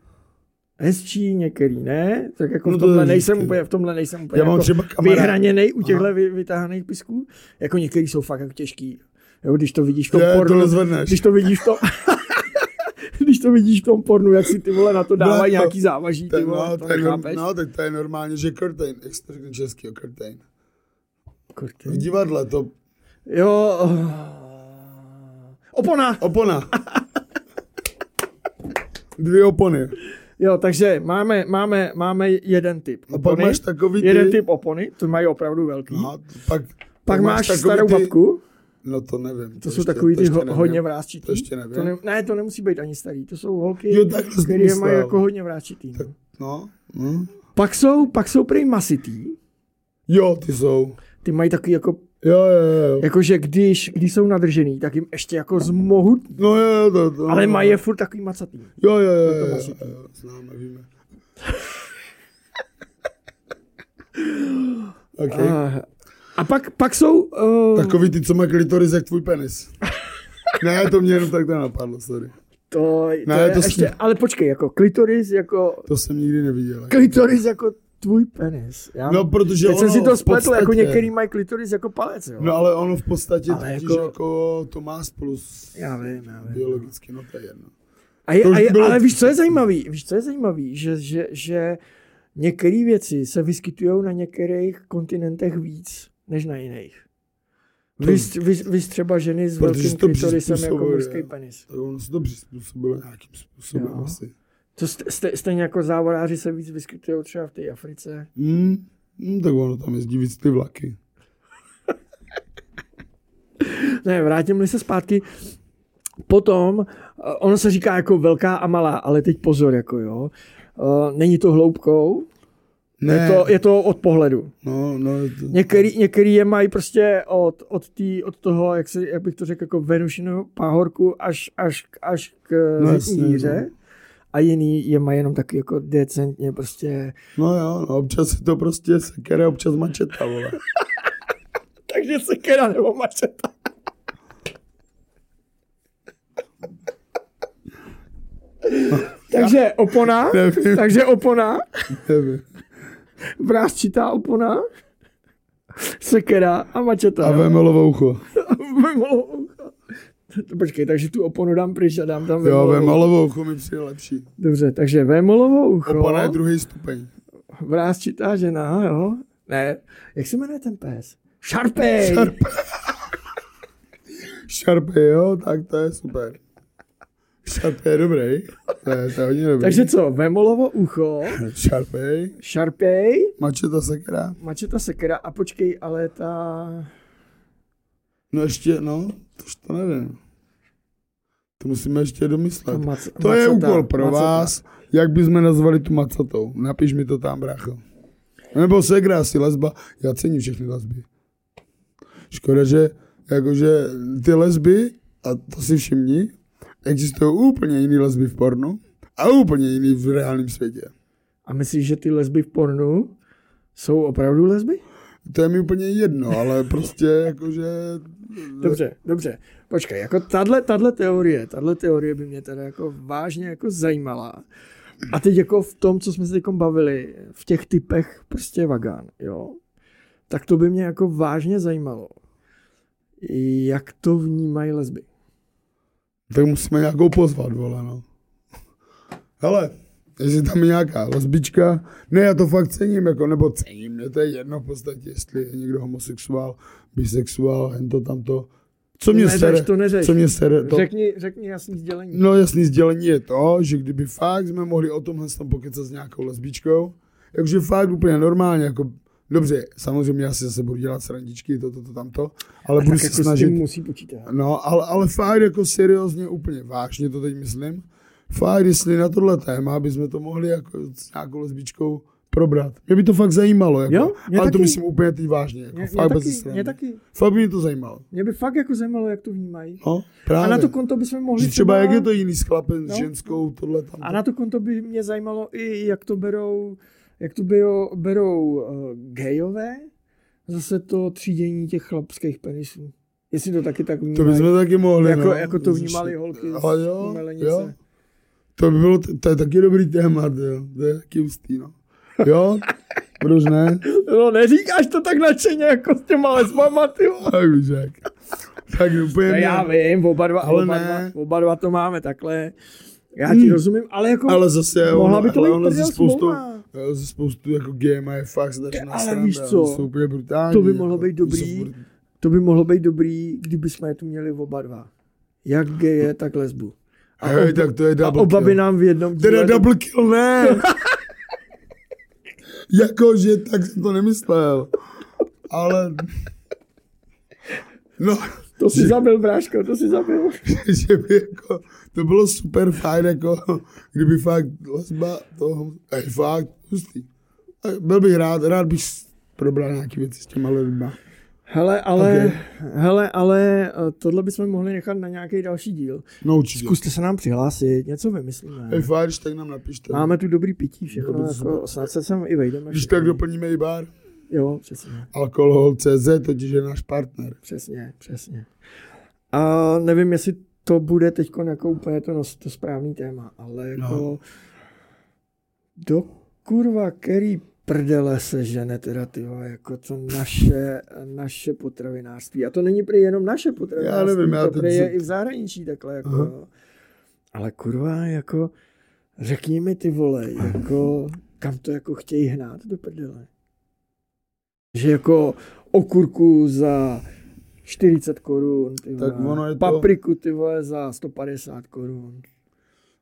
Speaker 1: hezčí, některý ne, tak jako
Speaker 2: No
Speaker 1: v
Speaker 2: to
Speaker 1: tomhle
Speaker 2: je
Speaker 1: nejsem
Speaker 2: vždycky.
Speaker 1: úplně, v tomhle nejsem úplně
Speaker 2: Já mám
Speaker 1: jako
Speaker 2: třeba kamarád-
Speaker 1: vyhraněnej u těchto vy, vytáhaných pisků, jako některý jsou fakt jako těžký, jo, když to vidíš v tom
Speaker 2: Je, to
Speaker 1: pornu,
Speaker 2: nezvedneš.
Speaker 1: když to vidíš v tom, když když to vidíš v tom pornu, jak si ty vole na to dávají
Speaker 2: No,
Speaker 1: nějaký závaží, ty
Speaker 2: Ten,
Speaker 1: vole,
Speaker 2: no,
Speaker 1: to
Speaker 2: to je, norm-
Speaker 1: nechápeš?
Speaker 2: no, tak to je normálně, že curtain, jak se to řekne česky, curtain.
Speaker 1: Kurty.
Speaker 2: V divadle to
Speaker 1: Jo. oh. Opona.
Speaker 2: opona. Dvě opony.
Speaker 1: Jo, takže máme, máme, máme jeden typ.
Speaker 2: A pak máš takový ty-
Speaker 1: Jeden typ opony, to mají opravdu velký.
Speaker 2: No, t- pak,
Speaker 1: pak máš
Speaker 2: takový
Speaker 1: starou
Speaker 2: ty,
Speaker 1: babku,
Speaker 2: No to nevím.
Speaker 1: to, jsou takový ty
Speaker 2: ještě
Speaker 1: ho,
Speaker 2: nevím.
Speaker 1: hodně vrázčitý.
Speaker 2: To ještě nevím.
Speaker 1: To ne, ne, to nemusí být ani starý, to jsou holky,
Speaker 2: Jo, takhle jsem
Speaker 1: které mají
Speaker 2: myslel.
Speaker 1: jako hodně vrázčitý. No.
Speaker 2: No, hm.
Speaker 1: Pak jsou, pak jsou prý masitý,
Speaker 2: Jo, ty jsou.
Speaker 1: ty mají takový jako,
Speaker 2: Jo, jo, jo.
Speaker 1: jakože když, když jsou nadržený, tak jim ještě jako zmohutný,
Speaker 2: No jo, to, to.
Speaker 1: ale mají je furt takový macatý.
Speaker 2: Jo, jo, jo, jo,
Speaker 1: to
Speaker 2: jo,
Speaker 1: musí být.
Speaker 2: jo, známe, víme. okay.
Speaker 1: A, a pak, pak jsou, uh,
Speaker 2: Takový ty, co má klitoris jak tvůj penis. ne, to mě jenom tak to napadlo, sorry.
Speaker 1: to, to,
Speaker 2: Ne,
Speaker 1: je
Speaker 2: to
Speaker 1: to
Speaker 2: s-
Speaker 1: ještě, ale počkej, jako klitoris, jako
Speaker 2: To jsem nikdy neviděl.
Speaker 1: klitoris jako tvůj penis. Já,
Speaker 2: No, protože
Speaker 1: Teď jsem
Speaker 2: ono
Speaker 1: si to
Speaker 2: v
Speaker 1: spletl, jako
Speaker 2: podstatě-
Speaker 1: některý mají klitoris jako palec, jo.
Speaker 2: No ale ono v podstatě
Speaker 1: Ale
Speaker 2: totiž
Speaker 1: jako-
Speaker 2: jako... jako to má spolu s...
Speaker 1: Já vím, já vím.
Speaker 2: Biologicky, no to je jedno.
Speaker 1: a je,
Speaker 2: to už
Speaker 1: a je,
Speaker 2: bylo-
Speaker 1: ale víš, co je zajímavý? Víš, co je zajímavý? Že, že, že některé věci se vyskytují na některých kontinentech víc, než na jiných. Víš, víš, víš třeba ženy s
Speaker 2: Protože
Speaker 1: velkým
Speaker 2: to
Speaker 1: klitorisem jako
Speaker 2: přizpůsobuje,
Speaker 1: mužský
Speaker 2: jo.
Speaker 1: penis.
Speaker 2: Tak ono se to přizpůsobilo nějakým způsobem
Speaker 1: Jo.
Speaker 2: asi.
Speaker 1: To ste, ste, stejně jako závodáři se víc vyskytují třeba v té Africe.
Speaker 2: Hmm. Hmm, tak ono tam jezdí víc ty vlaky.
Speaker 1: Ne, vrátím-li se zpátky. Potom, eh, ono se říká jako velká a malá, ale teď pozor, jako jo. Eh, Není to hloubkou,
Speaker 2: Ne,
Speaker 1: Je to, je to od pohledu.
Speaker 2: no, no, je to...
Speaker 1: Některý, některý je mají prostě od, od, tý, od toho, jak, se, jak bych to řekl, jako Venušinu páhorku až, až, k- až k
Speaker 2: No
Speaker 1: no,
Speaker 2: jasně, no.
Speaker 1: díře. A jiný je mají jenom taky jako decentně prostě.
Speaker 2: no jo, no, občas je to prostě sekera, občas mačeta, vole.
Speaker 1: Takže sekera nebo mačeta. takže opona,
Speaker 2: Nevím.
Speaker 1: takže opona,
Speaker 2: Nevím.
Speaker 1: vrázčitá opona, sekera a mačeta.
Speaker 2: A
Speaker 1: no.
Speaker 2: vemelovo ucho.
Speaker 1: Vemolou. To Počkej, takže tu oponu dám pryč a dám tam
Speaker 2: Jo,
Speaker 1: Vemolovou.
Speaker 2: vemelovo ucho mi přijde lepší.
Speaker 1: Dobře, takže Vemolovo ucho,
Speaker 2: Opana je druhý stupeň.
Speaker 1: vrázčitá žena, jo? Ne, jak se jmenuje ten pes? Šarpej!
Speaker 2: Šarpej. Šarpe, jo, tak to je super. Šarpe je dobrý. To je, to je hodně dobrý.
Speaker 1: Takže co, Vemolovo ucho,
Speaker 2: Šarpej,
Speaker 1: Šarpej,
Speaker 2: mačeta sakra.
Speaker 1: mačeta sekera a počkej, ale ta...
Speaker 2: No ještě, no, to už to nevím. To musíme ještě
Speaker 1: ta
Speaker 2: domyslet.
Speaker 1: mac,
Speaker 2: To je
Speaker 1: macata,
Speaker 2: úkol pro
Speaker 1: macata.
Speaker 2: vás, jak bychom nazvali tu macatou. Napiš mi to tam, brácho. Nebo segra asi lesba. Já cením všechny lesby. Škoda, že jakože ty lesby, a to si všimni, existují úplně jiný lesby v pornu a úplně jiný v reálném světě.
Speaker 1: A myslíš, že ty lesby v pornu jsou opravdu lesby?
Speaker 2: To je mi úplně jedno, ale prostě jakože...
Speaker 1: Dobře, dobře. Počkej, jako tahle, tahle teorie, tahle teorie by mě teda jako vážně jako zajímala. A teď jako v tom, co jsme se teď bavili, v těch typech prostě vagán, jo, tak to by mě jako vážně zajímalo, jak to vnímají lesby.
Speaker 2: Tak musíme nějakou pozvat, vole, no. Hele, jestli tam je nějaká lesbička, ne, já to fakt cením, jako, nebo cením, mě to je jedno v podstatě, jestli je někdo homosexuál, bisexuál, jen to tamto. Co mě
Speaker 1: neřeš,
Speaker 2: sere,
Speaker 1: to neřeš.
Speaker 2: co mě sere, to,
Speaker 1: Řekni, řekni jasný sdělení.
Speaker 2: No jasný sdělení je to, že kdyby fakt jsme mohli o tomhle s tom pokecat s nějakou lesbičkou, jakože fakt úplně normálně, jako dobře, samozřejmě já si zase budu dělat srandičky, to, to, to, tamto, ale
Speaker 1: A
Speaker 2: budu
Speaker 1: tak
Speaker 2: se
Speaker 1: jako s
Speaker 2: snažit
Speaker 1: tím musí počítat.
Speaker 2: No, ale, ale fakt jako seriózně, úplně vážně to teď myslím. Fakt, jestli na tohle téma bychom to mohli jako s nějakou lesbičkou probrat. Mě by to fakt zajímalo, jako.
Speaker 1: Jo, mě
Speaker 2: ale to
Speaker 1: taky.
Speaker 2: myslím úplně teď vážně. Jako,
Speaker 1: Mě, mě,
Speaker 2: fakt bez
Speaker 1: taky,
Speaker 2: srandy.
Speaker 1: mě taky.
Speaker 2: Fakt by mě to zajímalo.
Speaker 1: Mě by fakt jako zajímalo, jak to vnímají.
Speaker 2: No, právě.
Speaker 1: A na to konto bychom mohli
Speaker 2: Že třeba jak je to jiný s chlapem,
Speaker 1: No.
Speaker 2: s ženskou, tohle tam.
Speaker 1: A na to konto by mě zajímalo i, jak to berou, jak to berou, berou uh, gejové, zase to třídění těch chlapských penisů. Jestli to taky tak
Speaker 2: To bychom taky mohli,
Speaker 1: jako,
Speaker 2: no.
Speaker 1: jako to vnímali holky z
Speaker 2: Ale jo,
Speaker 1: Melenice.
Speaker 2: jo. To by bylo, to je taky dobrý téma, jo. To je taky ústý, no. Jo, proč ne?
Speaker 1: No neříkáš to tak nadšeně, jako s těma lesbama, ty vole.
Speaker 2: Tak bych řekl. Tak úplně
Speaker 1: No,
Speaker 2: mě-
Speaker 1: já vím, oba dva,
Speaker 2: Ale
Speaker 1: oba,
Speaker 2: ne.
Speaker 1: dva, oba dva to máme takhle. Já ti rozumím, ale jako
Speaker 2: Ale zase,
Speaker 1: mohla
Speaker 2: ono,
Speaker 1: by to
Speaker 2: ale
Speaker 1: být
Speaker 2: ono ze
Speaker 1: prdel
Speaker 2: spoustu,
Speaker 1: smlouva.
Speaker 2: jo, ze spoustu jako GMA je fakt strašná
Speaker 1: ale
Speaker 2: sranda,
Speaker 1: víš co?
Speaker 2: jsou úplně brutální.
Speaker 1: To by mohlo
Speaker 2: jako,
Speaker 1: být dobrý.
Speaker 2: jsou furt-
Speaker 1: to by mohlo být dobrý, kdyby jsme je tu měli oba dva. Jak geje, tak lesbu. A,
Speaker 2: Hej,
Speaker 1: oba,
Speaker 2: tak to je
Speaker 1: a
Speaker 2: double
Speaker 1: oba
Speaker 2: kill.
Speaker 1: by nám v jednom
Speaker 2: Teda
Speaker 1: díle...
Speaker 2: double kill, ne! Jakože, tak jsem to nemyslel. Ale... No,
Speaker 1: To si zabil, bráško, to si zabil.
Speaker 2: že by jako, to bylo super fajn, jako, kdyby fakt lesba toho, ej, fakt, hustý. Eh, Byl bych rád, rád bych s- probral nějaké věci s těma lidma.
Speaker 1: Hele, ale,
Speaker 2: Ok.
Speaker 1: hele, ale eh, tohle bychom mohli nechat na nějaký další díl.
Speaker 2: No určitě.
Speaker 1: Zkuste se nám přihlásit, něco vymyslíme.
Speaker 2: Ej, fajn, když tak nám napište.
Speaker 1: Máme tu dobrý pití, všechno,
Speaker 2: Dobrý,
Speaker 1: jako,
Speaker 2: super.
Speaker 1: snad se sem i vejdeme.
Speaker 2: Když
Speaker 1: všichni.
Speaker 2: tak doplníme i bar.
Speaker 1: Jo, přesně,
Speaker 2: Alkohol.cz, totiž je náš partner.
Speaker 1: přesně, přesně. A nevím, jestli to bude teď jako úplně to, nos- to správný téma, ale jako no.
Speaker 2: No.
Speaker 1: do kurva, který prdele se žene teda, tyho, jako to naše, naše potravinářství. A to není prý jenom naše potravinářství,
Speaker 2: Já nevím, já
Speaker 1: to
Speaker 2: teď
Speaker 1: prý je
Speaker 2: se-
Speaker 1: i v zahraničí takhle, jako.
Speaker 2: Aha.
Speaker 1: jo. Ale kurva, jako řekni mi ty vole, jako kam to jako chtějí hnát do prdele. Že jako okurku za 40 korun, ty vole,
Speaker 2: Tak ono je to-
Speaker 1: papriku ty vole za 150 korun.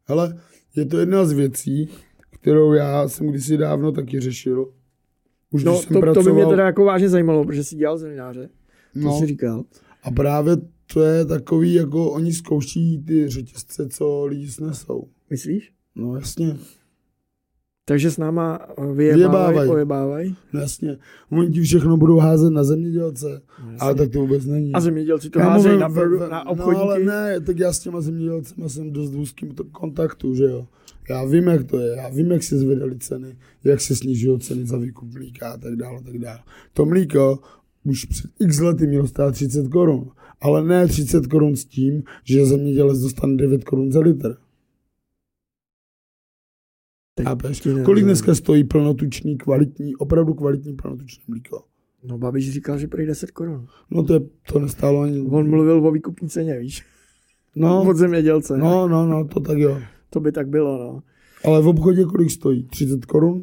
Speaker 2: Hele, je to jedna z věcí, kterou já jsem kdysi dávno taky řešil. Už
Speaker 1: No
Speaker 2: když jsem
Speaker 1: to,
Speaker 2: pracoval,
Speaker 1: to by mě teda jako vážně zajímalo, protože si dělal zemináře, to
Speaker 2: no,
Speaker 1: jsi říkal.
Speaker 2: A právě to je takový, jako oni zkouší ty řetězce, co lidi snesou.
Speaker 1: Myslíš?
Speaker 2: No jasně,
Speaker 1: Takže s náma eh, vyjebávají,
Speaker 2: Vyjebávaj.
Speaker 1: pojebávají.
Speaker 2: no jasně. Oni ti všechno budou házet na zemědělce, ale tak to vůbec není.
Speaker 1: A zemědělci to
Speaker 2: Kámo,
Speaker 1: házejí
Speaker 2: ve-
Speaker 1: na,
Speaker 2: ve-
Speaker 1: produ- na
Speaker 2: ve- No ale
Speaker 1: obchodníky.
Speaker 2: ne, tak já s těma zemědělcema jsem dost v úzkým to- kontaktu, že jo. Já vím, jak to je, já vím, jak se zvedaly ceny, jak se snižují ceny za výkup mlíka a tak dále, a tak dále. To mlíko už před x lety mělo stát 30 korun, ale ne 30 korun s tím, že zemědělec dostane 9 korun za litr.
Speaker 1: Teď
Speaker 2: Chápeš?
Speaker 1: ti nerozumím.
Speaker 2: Kolik dneska stojí plnotučný, kvalitní, opravdu kvalitní plnotučný mlíko?
Speaker 1: No Babiš říkal, že prý 10 korun.
Speaker 2: No to, je, to nestálo ani...
Speaker 1: On mluvil o výkupní ceně, víš?
Speaker 2: No,
Speaker 1: Od zemědělce. No.
Speaker 2: no, no, no, to tak jo.
Speaker 1: To by tak bylo, no.
Speaker 2: Ale v obchodě kolik stojí? 30 korun?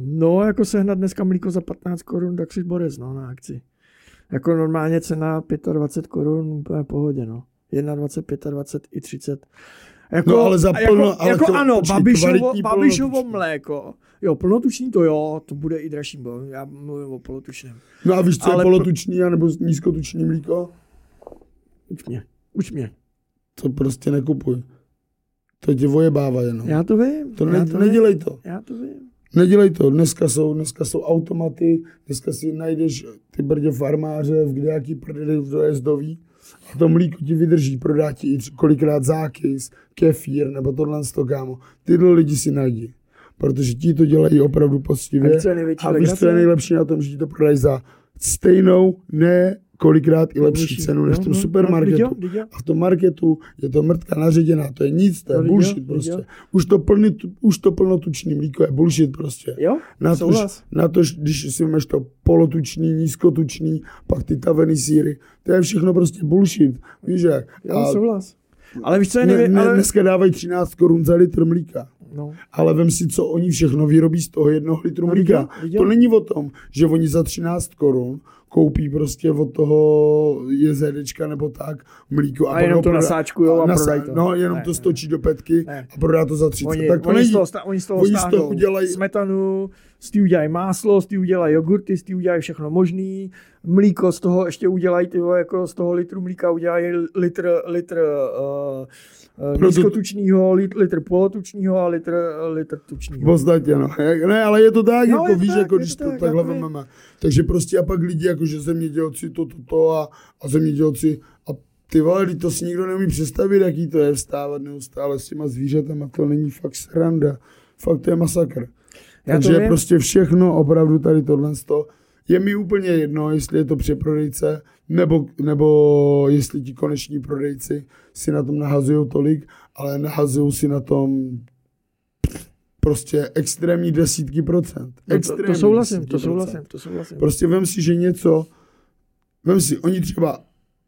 Speaker 1: No, jako sehnat dneska mlíko za 15 korun, tak si borec, no, na akci. Jako normálně cena 25 korun, úplně v pohodě, no. 21, 25 i 30. Jako,
Speaker 2: No, ale za
Speaker 1: a
Speaker 2: plno-
Speaker 1: jako,
Speaker 2: ale
Speaker 1: jako
Speaker 2: to-
Speaker 1: ano,
Speaker 2: počkej,
Speaker 1: babišovo,
Speaker 2: kvalitní
Speaker 1: babišovo
Speaker 2: plnotučný.
Speaker 1: mléko. Jo, plnotuční to jo, to bude i dražší, bo já mluvím o plnotučném.
Speaker 2: No a víš, co
Speaker 1: Ale
Speaker 2: je
Speaker 1: pro-
Speaker 2: polotuční anebo nízkotuční mlíko?
Speaker 1: Uč mě, uč mě.
Speaker 2: To prostě nekupuj. To tě vojebává jenom.
Speaker 1: Já to vím.
Speaker 2: To,
Speaker 1: já
Speaker 2: ne,
Speaker 1: to
Speaker 2: nedělej to.
Speaker 1: Vím, já to vím.
Speaker 2: Nedělej to. Dneska jsou, dneska jsou automaty, dneska si najdeš ty brdě farmáře v kdejaký prdeli v dojezdový a to mlíko ti vydrží, prodá ti i tři- kolikrát zákys, kefír nebo tohle z toho, kámo. Tyhle lidi si najdi. Protože ti to dělají opravdu
Speaker 1: A
Speaker 2: poctivě.
Speaker 1: víš, co je největší
Speaker 2: a víš, co
Speaker 1: legrace?
Speaker 2: je nejlepší na tom, že ti to prodají za stejnou, ne kolikrát i lepší cenu než v tom
Speaker 1: No,
Speaker 2: supermarketu.
Speaker 1: viděl, viděl.
Speaker 2: A v tom marketu je to mrtka naředěná, to je nic, to
Speaker 1: No,
Speaker 2: je
Speaker 1: viděl,
Speaker 2: bullshit
Speaker 1: viděl.
Speaker 2: prostě. Už to, plný, tu- už to plnotučný mlíko je bullshit prostě.
Speaker 1: Jo,
Speaker 2: Na to,
Speaker 1: souhlas.
Speaker 2: na to, když si máš to polotučný, nízkotučný, pak ty tavený síry, to je všechno prostě bullshit, víš jak.
Speaker 1: Jo,
Speaker 2: A
Speaker 1: souhlas. Ale víš, co je
Speaker 2: ne,
Speaker 1: největší...
Speaker 2: ne,
Speaker 1: ale...
Speaker 2: dneska dávají 13 korun za litr mlíka.
Speaker 1: No.
Speaker 2: Ale vem si, co oni všechno vyrobí z toho jednoho litru
Speaker 1: No,
Speaker 2: mlíka.
Speaker 1: viděl, viděl.
Speaker 2: To není o tom, že oni za 13 korun koupí prostě od toho jezedečka nebo tak mlíko.
Speaker 1: A
Speaker 2: pak
Speaker 1: jenom
Speaker 2: ho
Speaker 1: to nasáčkujou a
Speaker 2: nasa-
Speaker 1: prodají to.
Speaker 2: No, jenom
Speaker 1: Ne,
Speaker 2: ne, to
Speaker 1: ne,
Speaker 2: stočí do petky
Speaker 1: Ne.
Speaker 2: a prodá to za 30.
Speaker 1: Oni,
Speaker 2: tak to
Speaker 1: oni,
Speaker 2: není.
Speaker 1: z toho, sta- oni z toho
Speaker 2: Oni z toho
Speaker 1: stáhnou
Speaker 2: udělají-
Speaker 1: smetanu, z té udělají máslo, z té udělají jogurty, z té udělají všechno možný, mlíko z toho ještě udělají, ty vole, jako z toho litru mlíka udělají litr, litr uh, uh,
Speaker 2: Proto-
Speaker 1: nízkotučního, litr, litr polotučního a litr, litr tučního.
Speaker 2: V podstatě, no. Jak- Ne, ale je to tak,
Speaker 1: No,
Speaker 2: jako
Speaker 1: je to
Speaker 2: víš,
Speaker 1: tak,
Speaker 2: jako
Speaker 1: je to
Speaker 2: když to
Speaker 1: tak,
Speaker 2: takhle
Speaker 1: jako je-
Speaker 2: vememe. Takže prostě a pak lidi, jako že zemědělci to, to, to a, a zemědělci a ty vole, vždyť to si nikdo neumí představit, jaký to je vstávat neustále s těma zvířatama, to není fakt sranda. Fakt to je masakr.
Speaker 1: Já
Speaker 2: Takže
Speaker 1: to vím.
Speaker 2: prostě všechno opravdu tady tohle z toho. Je mi úplně jedno, jestli je to přeprodejce, nebo, nebo jestli ti koneční prodejci si na tom nahazují tolik, ale nahazují si na tom prostě extrémní desítky procent.
Speaker 1: No to,
Speaker 2: Extrémní
Speaker 1: to, souhlasím,
Speaker 2: desítky
Speaker 1: to souhlasím,
Speaker 2: procent.
Speaker 1: to souhlasím.
Speaker 2: Prostě vem si, že něco, vem si, oni třeba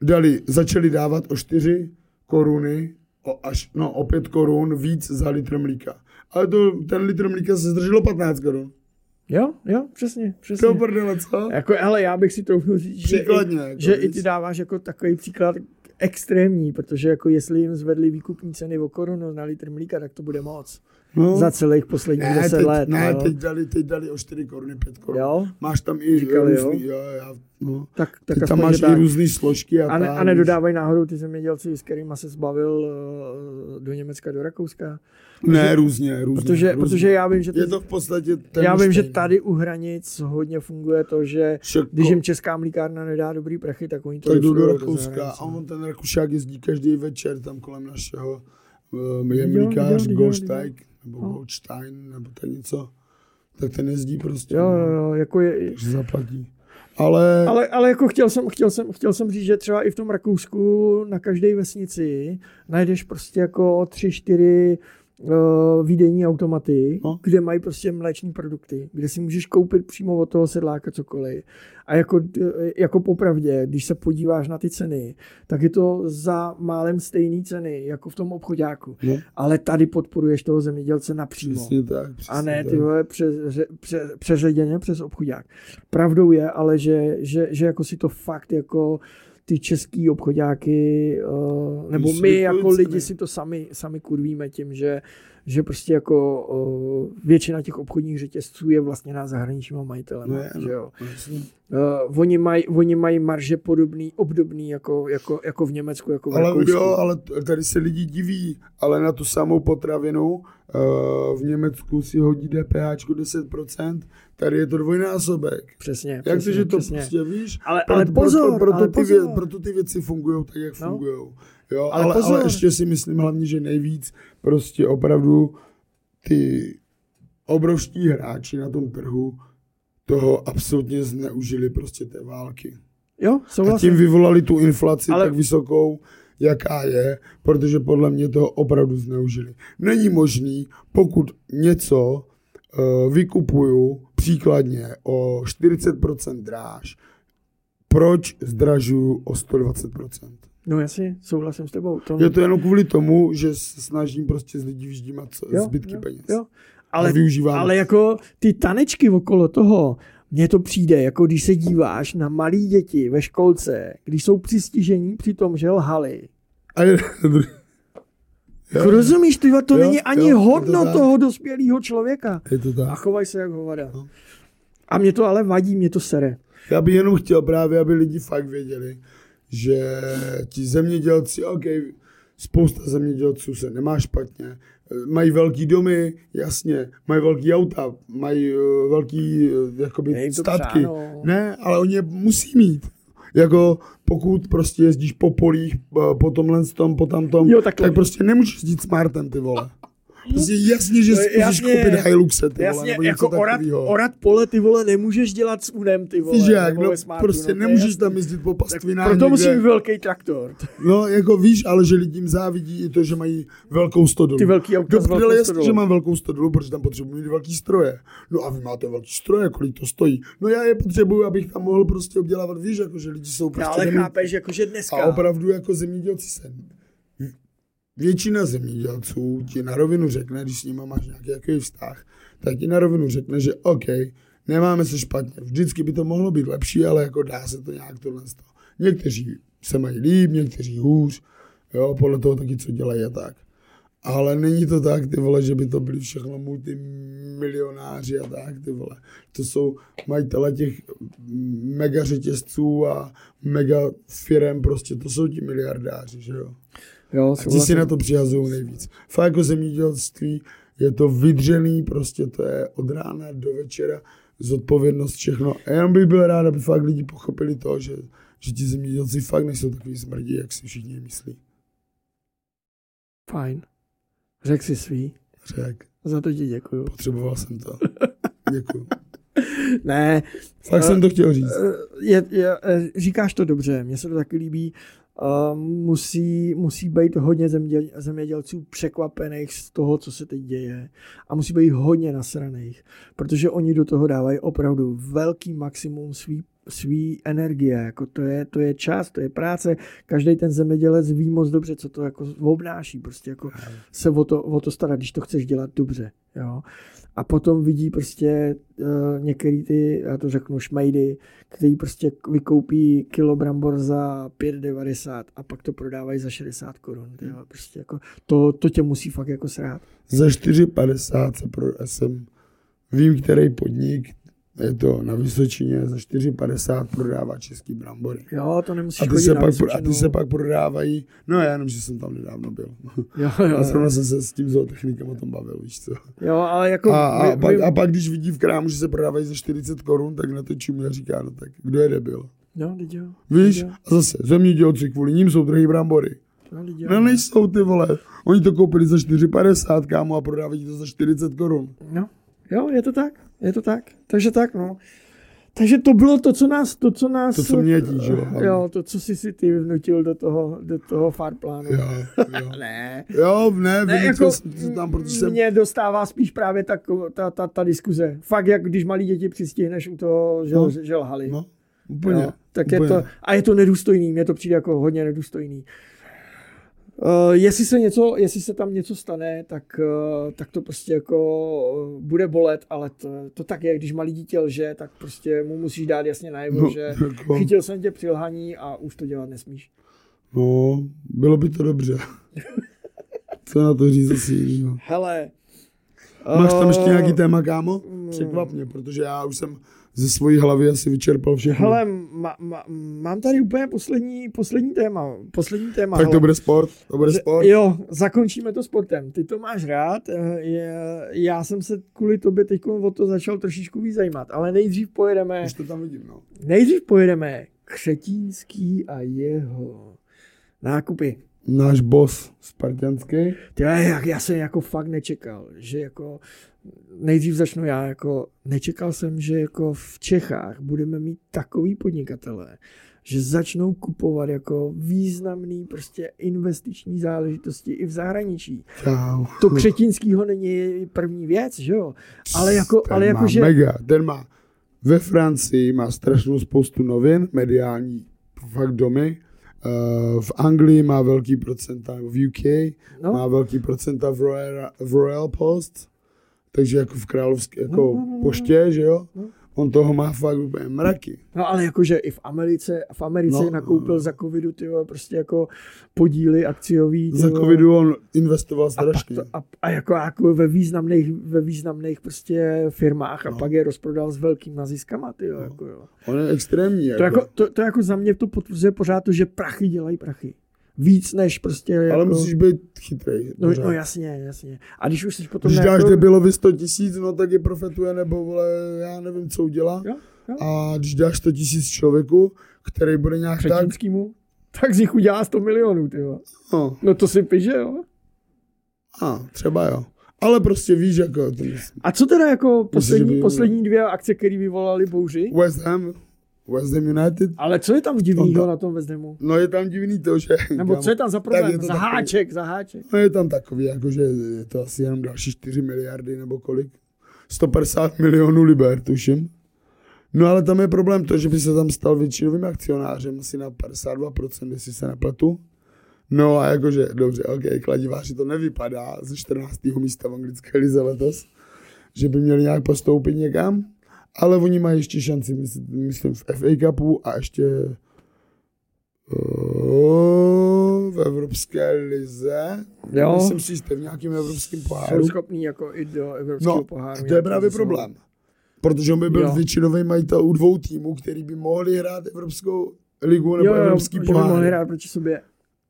Speaker 2: dali, začali dávat o 4 koruny o, až, no, o 5 korun víc za litr mlíka. Ale to, ten litr mlíka se zdrželo 15 korun.
Speaker 1: Jo, jo, přesně, přesně.
Speaker 2: Do prdele, co?
Speaker 1: Jako, ale já bych si troufnul říct, že, i,
Speaker 2: Příkladně. Jako,
Speaker 1: že i
Speaker 2: víc.
Speaker 1: ty dáváš jako takový příklad extrémní, protože jako jestli jim zvedli výkupní ceny o korunu na litr mlíka, tak to bude moc.
Speaker 2: no.
Speaker 1: Za celých posledních
Speaker 2: ne,
Speaker 1: 10
Speaker 2: teď,
Speaker 1: let.
Speaker 2: ne,
Speaker 1: jo.
Speaker 2: teď dali, teď dali o 4 koruny, 5 korun.
Speaker 1: jo?
Speaker 2: Máš tam i
Speaker 1: Říkali,
Speaker 2: různý, jo, jo, no.
Speaker 1: Tak, tak
Speaker 2: Ty tam
Speaker 1: aspoň,
Speaker 2: máš
Speaker 1: že tak.
Speaker 2: i různé složky a,
Speaker 1: A, ne,
Speaker 2: tak,
Speaker 1: a
Speaker 2: víš.
Speaker 1: nedodávají náhodou ty zemědělci, s kterými se zbavil eh, do Německa, do Rakouska.
Speaker 2: Ne, různě, různě.
Speaker 1: Protože,
Speaker 2: různě.
Speaker 1: protože já vím, že, ty,
Speaker 2: Je to v podstatě ten
Speaker 1: já vím, že
Speaker 2: stejný.
Speaker 1: tady u hranic hodně funguje to, že
Speaker 2: Šoko.
Speaker 1: když jim česká mlíkárna nedá dobrý prachy, tak oni to
Speaker 2: tak jdu do
Speaker 1: dofrujou
Speaker 2: Rakouska
Speaker 1: zahranice.
Speaker 2: a on ten Rakušák jezdí každý večer tam kolem našeho eh, je
Speaker 1: Viděl, viděl,
Speaker 2: mlíkář
Speaker 1: viděl,
Speaker 2: Goldstein, nebo
Speaker 1: No.
Speaker 2: Goldstein, nebo tak něco. Tak ten jezdí prostě,
Speaker 1: Jo, jo,
Speaker 2: no,
Speaker 1: jo, jako je,
Speaker 2: takže zaplatí. Ale,
Speaker 1: ale, ale jako chtěl jsem, chtěl, jsem, chtěl jsem říct, že třeba i v tom Rakousku na každé vesnici najdeš prostě jako tři, čtyři uh, výdejní automaty,
Speaker 2: No.
Speaker 1: no. kde mají prostě mléční produkty, kde si můžeš koupit přímo od toho sedláka cokoliv. A jako, eh, jako popravdě, když se podíváš na ty ceny, tak je to za málem stejný ceny, jako v tom obchodáku.
Speaker 2: No.
Speaker 1: Ale tady podporuješ toho zemědělce napřímo.
Speaker 2: přesně tak. Přesně
Speaker 1: No. A ne,
Speaker 2: tak.
Speaker 1: ty vole, přes, ře- pře, přeředěně přes obchodák. Pravdou je, ale že, že, že jako si to fakt jako ty český obchodáky, eh, nebo
Speaker 2: Jsou
Speaker 1: my jako
Speaker 2: dokonce, ne?
Speaker 1: lidi si to sami, sami kurvíme tím, že, že prostě jako eh, většina těch obchodních řetězců je vlastně na zahraničníma majitelem.
Speaker 2: Ne, no.
Speaker 1: že jo.
Speaker 2: Přesně.
Speaker 1: Eh, oni, mají, oni mají marže podobný, obdobný jako, jako, jako v Německu, jako v
Speaker 2: Ale,
Speaker 1: Rakousku.
Speaker 2: jo, ale t- tady se lidi diví, ale na tu samou potravinu eh, v Německu si hodí DPH 10%, tady je to dvojnásobek.
Speaker 1: Přesně,
Speaker 2: Jak to,
Speaker 1: přesně,
Speaker 2: že to
Speaker 1: přesně.
Speaker 2: prostě víš?
Speaker 1: Ale- ale
Speaker 2: proto,
Speaker 1: pozor,
Speaker 2: proto,
Speaker 1: ale
Speaker 2: ty
Speaker 1: pozor.
Speaker 2: Vě, proto ty věci fungují tak, jak
Speaker 1: No.
Speaker 2: no. fungují. Jo,
Speaker 1: Ale
Speaker 2: ale, ale,
Speaker 1: pozor.
Speaker 2: ale ještě si myslím hlavně, že nejvíc prostě opravdu ty obrovští hráči na tom trhu toho absolutně zneužili prostě té války.
Speaker 1: Jo,
Speaker 2: A tím
Speaker 1: souhlasím.
Speaker 2: vyvolali tu inflaci
Speaker 1: Vlastně. Ale-
Speaker 2: Ale... tak vysokou, jaká je, protože podle mě to opravdu zneužili. Není možný, pokud něco uh, vykupuju příkladně o 40% dráž, proč zdražuju o 120%?
Speaker 1: No jasně, souhlasím s tebou. To,
Speaker 2: Je to jenom kvůli tomu, že se snažím prostě z lidí vyždímat co-
Speaker 1: Jo,
Speaker 2: zbytky
Speaker 1: jo,
Speaker 2: peněz.
Speaker 1: jo.
Speaker 2: Ale,
Speaker 1: Ale,
Speaker 2: využívám.
Speaker 1: ale jako ty tanečky okolo toho, mně to přijde, jako když se díváš na malí děti ve školce, když jsou přistižení při tom, že lhali.
Speaker 2: A je...
Speaker 1: Jako
Speaker 2: jo,
Speaker 1: rozumíš, ty vole, to
Speaker 2: Jo,
Speaker 1: není ani
Speaker 2: jo, je to
Speaker 1: hodno
Speaker 2: tak.
Speaker 1: toho dospělého člověka.
Speaker 2: je to tak.
Speaker 1: A chovají se jak hovada.
Speaker 2: No.
Speaker 1: A mě to ale vadí, mě to sere.
Speaker 2: Já bych jenom chtěl právě, aby lidi fakt věděli, že ti zemědělci, OK, spousta zemědělců se nemá špatně, eh, mají velký domy, jasně, mají velký auta, mají eh, velký eh,
Speaker 1: Je
Speaker 2: jakoby,
Speaker 1: jim to
Speaker 2: statky.
Speaker 1: přáno.
Speaker 2: Ne, ale oni je musí mít. Jako pokud prostě jezdíš po polích, eh, po tomhle, tom, po tamtom,
Speaker 1: Jo,
Speaker 2: jo,
Speaker 1: takhle.
Speaker 2: tak prostě nemůžeš jezdit smartem, ty vole. Prostě jasně, že
Speaker 1: No,
Speaker 2: si můžeš
Speaker 1: jasně,
Speaker 2: koupit Hiluxe, ty vole,
Speaker 1: Jasně,
Speaker 2: nebo něco
Speaker 1: jako orat,
Speaker 2: takovýho.
Speaker 1: orat pole, ty vole, nemůžeš dělat s unem, ty vole.
Speaker 2: Víš jak,
Speaker 1: nebo
Speaker 2: no,
Speaker 1: ve smartu,
Speaker 2: prostě
Speaker 1: no, to je
Speaker 2: nemůžeš
Speaker 1: jasný.
Speaker 2: tam jezdit po
Speaker 1: Tak
Speaker 2: pastvinách
Speaker 1: Proto musí
Speaker 2: někde.
Speaker 1: být velký traktor.
Speaker 2: No, jako víš, ale že lidím závidí i to, že mají velkou stodolu.
Speaker 1: Ty velký auta s
Speaker 2: Do
Speaker 1: velkou
Speaker 2: prdele jasně,
Speaker 1: stodolou.
Speaker 2: že mám velkou stodolu, protože tam potřebuji mít velký stroje. No a vy máte velký stroje, kolik to stojí. No já je potřebuju, abych tam mohl prostě obdělávat, víš, jako že lidi jsou
Speaker 1: No,
Speaker 2: prostě...
Speaker 1: ale
Speaker 2: nemí-
Speaker 1: chápeš, jakože dneska.
Speaker 2: a opravdu jako zemědělci se... Většina zemědělců ti na rovinu řekne, když s nimi máš nějaký jaký vztah, tak ti na rovinu řekne, že OK, nemáme se špatně. Vždycky by to mohlo být lepší, ale jako dá se to nějak tohle. z toho. Někteří se mají líp, někteří hůř, jo, podle toho taky, co dělají a tak. Ale není to tak, ty vole, že by to byli všechno multimilionáři a tak, ty vole. To jsou majitele těch mega řetězců a mega firem, prostě to jsou ti miliardáři, že jo.
Speaker 1: jo,
Speaker 2: A ti si na to přihazují nejvíc. Fakt jako zemědělství je to vydřený, prostě to je od rána do večera zodpovědnost všechno. A jenom bych byl rád, aby fakt lidi pochopili to, že, že ti zemědělci fakt nejsou takový smrdí, jak si všichni myslí.
Speaker 1: Fajn. Řek si svý.
Speaker 2: Řek,
Speaker 1: Za to ti děkuju.
Speaker 2: potřeboval jsem to. Děkuji.
Speaker 1: Ne,
Speaker 2: Fakt jsem to chtěl říct.
Speaker 1: eh, je, je, eh, říkáš to dobře, mně se to taky líbí. Eh, Musí, musí být hodně zeměděl, zemědělců překvapených z toho, co se teď děje. A musí být hodně nasraných, protože oni do toho dávají opravdu velký maximum svý svý energie, jako to je, to je čas, to je práce, každý ten zemědělec ví moc dobře, co to jako obnáší, prostě jako se o to, o to starat, když to chceš dělat dobře, jo. A potom vidí prostě uh, některý ty, já to řeknu, šmejdy, který prostě vykoupí kilo brambor za 5,90 a pak to prodávají za 60 korun.
Speaker 2: Hmm.
Speaker 1: tyjo. Prostě jako, to, to tě musí fakt jako srát.
Speaker 2: Za 4,50 se pro, já jsem, vím, který podnik, je to na Vysočině, za 4,50 prodává český brambory.
Speaker 1: Jo, to nemusíš
Speaker 2: A ty,
Speaker 1: chodit
Speaker 2: se
Speaker 1: na
Speaker 2: pak, pro- a
Speaker 1: Vysočinu.
Speaker 2: ty se pak prodávají, no já jenom, že jsem tam nedávno byl.
Speaker 1: Jo,
Speaker 2: A
Speaker 1: jo,
Speaker 2: zrovna jsem se s tím zootechnikem o tom bavil, víš co.
Speaker 1: jo, ale jako...
Speaker 2: A, a,
Speaker 1: my-
Speaker 2: pak,
Speaker 1: my-
Speaker 2: a pak, když vidí v krámu, že se prodávají za 40 korun, tak na to čumí a říká, no tak kdo je debil?
Speaker 1: No, teď jo.
Speaker 2: Víš?
Speaker 1: Jo.
Speaker 2: A zase, zemědělci kvůli ním jsou drahý brambory.
Speaker 1: No, teď jo.
Speaker 2: No nejsou ty vole. Oni to koupili za 4,50 kámo a prodávají to za 40 korun.
Speaker 1: No, jo, je to tak, je to tak. Takže tak, no. Takže to bylo to, co nás, to, co nás...
Speaker 2: To, co mě tížilo, hlavně.
Speaker 1: Jo, to, co jsi si ty vnutil do toho, do toho farplánu.
Speaker 2: Jo, jo.
Speaker 1: Ne.
Speaker 2: Jo, ne,
Speaker 1: Ne,
Speaker 2: ne
Speaker 1: jako,
Speaker 2: jako, jsem to tam, protože jsem...
Speaker 1: Mě dostává spíš právě ta, ta, ta, ta diskuze. Fakt, jak když malí děti přistihneš u toho, že, no.
Speaker 2: No.
Speaker 1: že lhali.
Speaker 2: No, úplně.
Speaker 1: Jo, tak
Speaker 2: úplně.
Speaker 1: je to, a je to nedůstojný, mně to přijde jako hodně nedůstojný. Uh, jestli, se něco, jestli se tam něco stane, tak, uh, tak to prostě jako uh, bude bolet, ale to, to tak je, když malý dítě lže, tak prostě mu musíš dát jasně najevo,
Speaker 2: No,
Speaker 1: že
Speaker 2: jako-
Speaker 1: chytil jsem tě při lhaní a už to dělat nesmíš.
Speaker 2: No, bylo by to dobře. Co na to říct asi jinýho?
Speaker 1: Hele.
Speaker 2: Máš tam ještě
Speaker 1: eh, mm.
Speaker 2: nějaký téma, kámo? Překvap mě, protože já už jsem ze svojí hlavy asi vyčerpal všechno.
Speaker 1: Hele, ma, ma, mám tady úplně poslední, poslední téma. Poslední téma.
Speaker 2: tak
Speaker 1: hele.
Speaker 2: to bude sport, to bude sport.
Speaker 1: Jo, zakončíme to sportem. Ty to máš rád. eh, Je, já jsem se kvůli tobě teď o to začal trošičku víc zajímat, ale nejdřív pojedeme,
Speaker 2: Už to tam vidím, no.
Speaker 1: nejdřív pojedeme Křetínský a jeho nákupy.
Speaker 2: Náš boss spartianský.
Speaker 1: Ty, já, já jsem jako fakt nečekal, že jako nejdřív začnu já, jako nečekal jsem, že jako v Čechách budeme mít takový podnikatele, že začnou kupovat jako významný prostě investiční záležitosti i v zahraničí.
Speaker 2: Čau.
Speaker 1: to křetínskýho není první věc, že jo? Ale jako,
Speaker 2: Ten
Speaker 1: ale
Speaker 2: má
Speaker 1: jako že...
Speaker 2: mega, ten má ve Francii má strašnou spoustu novin, mediální fakt domy. Eh, V Anglii má velký procenta, v UK
Speaker 1: No.
Speaker 2: no. má velký procenta v Royal, v Royal Post, takže jako v královské jako no, no, no, poště, že jo?
Speaker 1: No.
Speaker 2: No. On toho má fakt úplně mraky.
Speaker 1: No ale jakože i v Americe, v Americe no,
Speaker 2: No,
Speaker 1: nakoupil
Speaker 2: no.
Speaker 1: za covidu, ty vole, prostě jako podíly akciový. ty
Speaker 2: Za
Speaker 1: vole.
Speaker 2: covidu on investoval
Speaker 1: a, pak
Speaker 2: strašně.
Speaker 1: to, a, a jako, jako ve významných, ve významných prostě firmách a
Speaker 2: No.
Speaker 1: pak je rozprodal s velkýma ziskama, ty jo, jako jo.
Speaker 2: On je extrémní. Jako.
Speaker 1: To, jako, to, to jako za mě to potvrzuje pořád to, že prachy dělají prachy. Víc než prostě jako...
Speaker 2: Ale musíš být chytrý.
Speaker 1: no,
Speaker 2: pořád.
Speaker 1: no jasně, jasně. A když už jsi potom...
Speaker 2: Když
Speaker 1: na
Speaker 2: dáš
Speaker 1: jako-
Speaker 2: debilovi 100 tisíc, no tak je profetuje, nebo vole, já nevím, co udělá.
Speaker 1: Jo, jo.
Speaker 2: A když dáš 100 tisíc člověku, který bude nějak tak,
Speaker 1: Křetínskýmu, tak z nich udělá 100 milionů, ty jo.
Speaker 2: no,
Speaker 1: No to si piže, jo.
Speaker 2: a, třeba jo. Ale prostě víš, jako to myslím.
Speaker 1: A co teda jako
Speaker 2: že
Speaker 1: poslední,
Speaker 2: by-
Speaker 1: poslední dvě akce, které vyvolaly bouři?
Speaker 2: West Ham, West Ham United,
Speaker 1: Ale co je tam divného
Speaker 2: Onda.
Speaker 1: na tom West Hamu?
Speaker 2: no je tam divný to, že...
Speaker 1: Nebo
Speaker 2: kámo,
Speaker 1: co je tam za
Speaker 2: tak
Speaker 1: problém?
Speaker 2: je to
Speaker 1: Za
Speaker 2: takový-
Speaker 1: háček, za háček.
Speaker 2: No je tam takový, jako že je to asi jenom další 4 miliardy nebo kolik. 150 milionů liber, tuším. No ale tam je problém to, že by se tam stal většinovým akcionářem asi na 52%, jestli se nepletu. No a jakože, dobře, ok, kladiváři to nevypadá ze 14. místa v anglické lize letos, že by měli nějak postoupit někam, ale oni mají ještě šanci, mysl- myslím, v FA Cupu a ještě eh, v Evropské lize,
Speaker 1: Jo.
Speaker 2: Myslím si, že jste v nějakém evropském
Speaker 1: Jsou
Speaker 2: poháru.
Speaker 1: schopný jako i do evropského
Speaker 2: No,
Speaker 1: poháru.
Speaker 2: to je
Speaker 1: nějaký
Speaker 2: právě
Speaker 1: zase.
Speaker 2: problém. Protože on by byl
Speaker 1: Jo.
Speaker 2: většinový majitel u dvou týmů, který by mohli hrát Evropskou ligu
Speaker 1: Jo, jo,
Speaker 2: nebo Evropský
Speaker 1: že by mohli
Speaker 2: pohár.
Speaker 1: hrát proti sobě.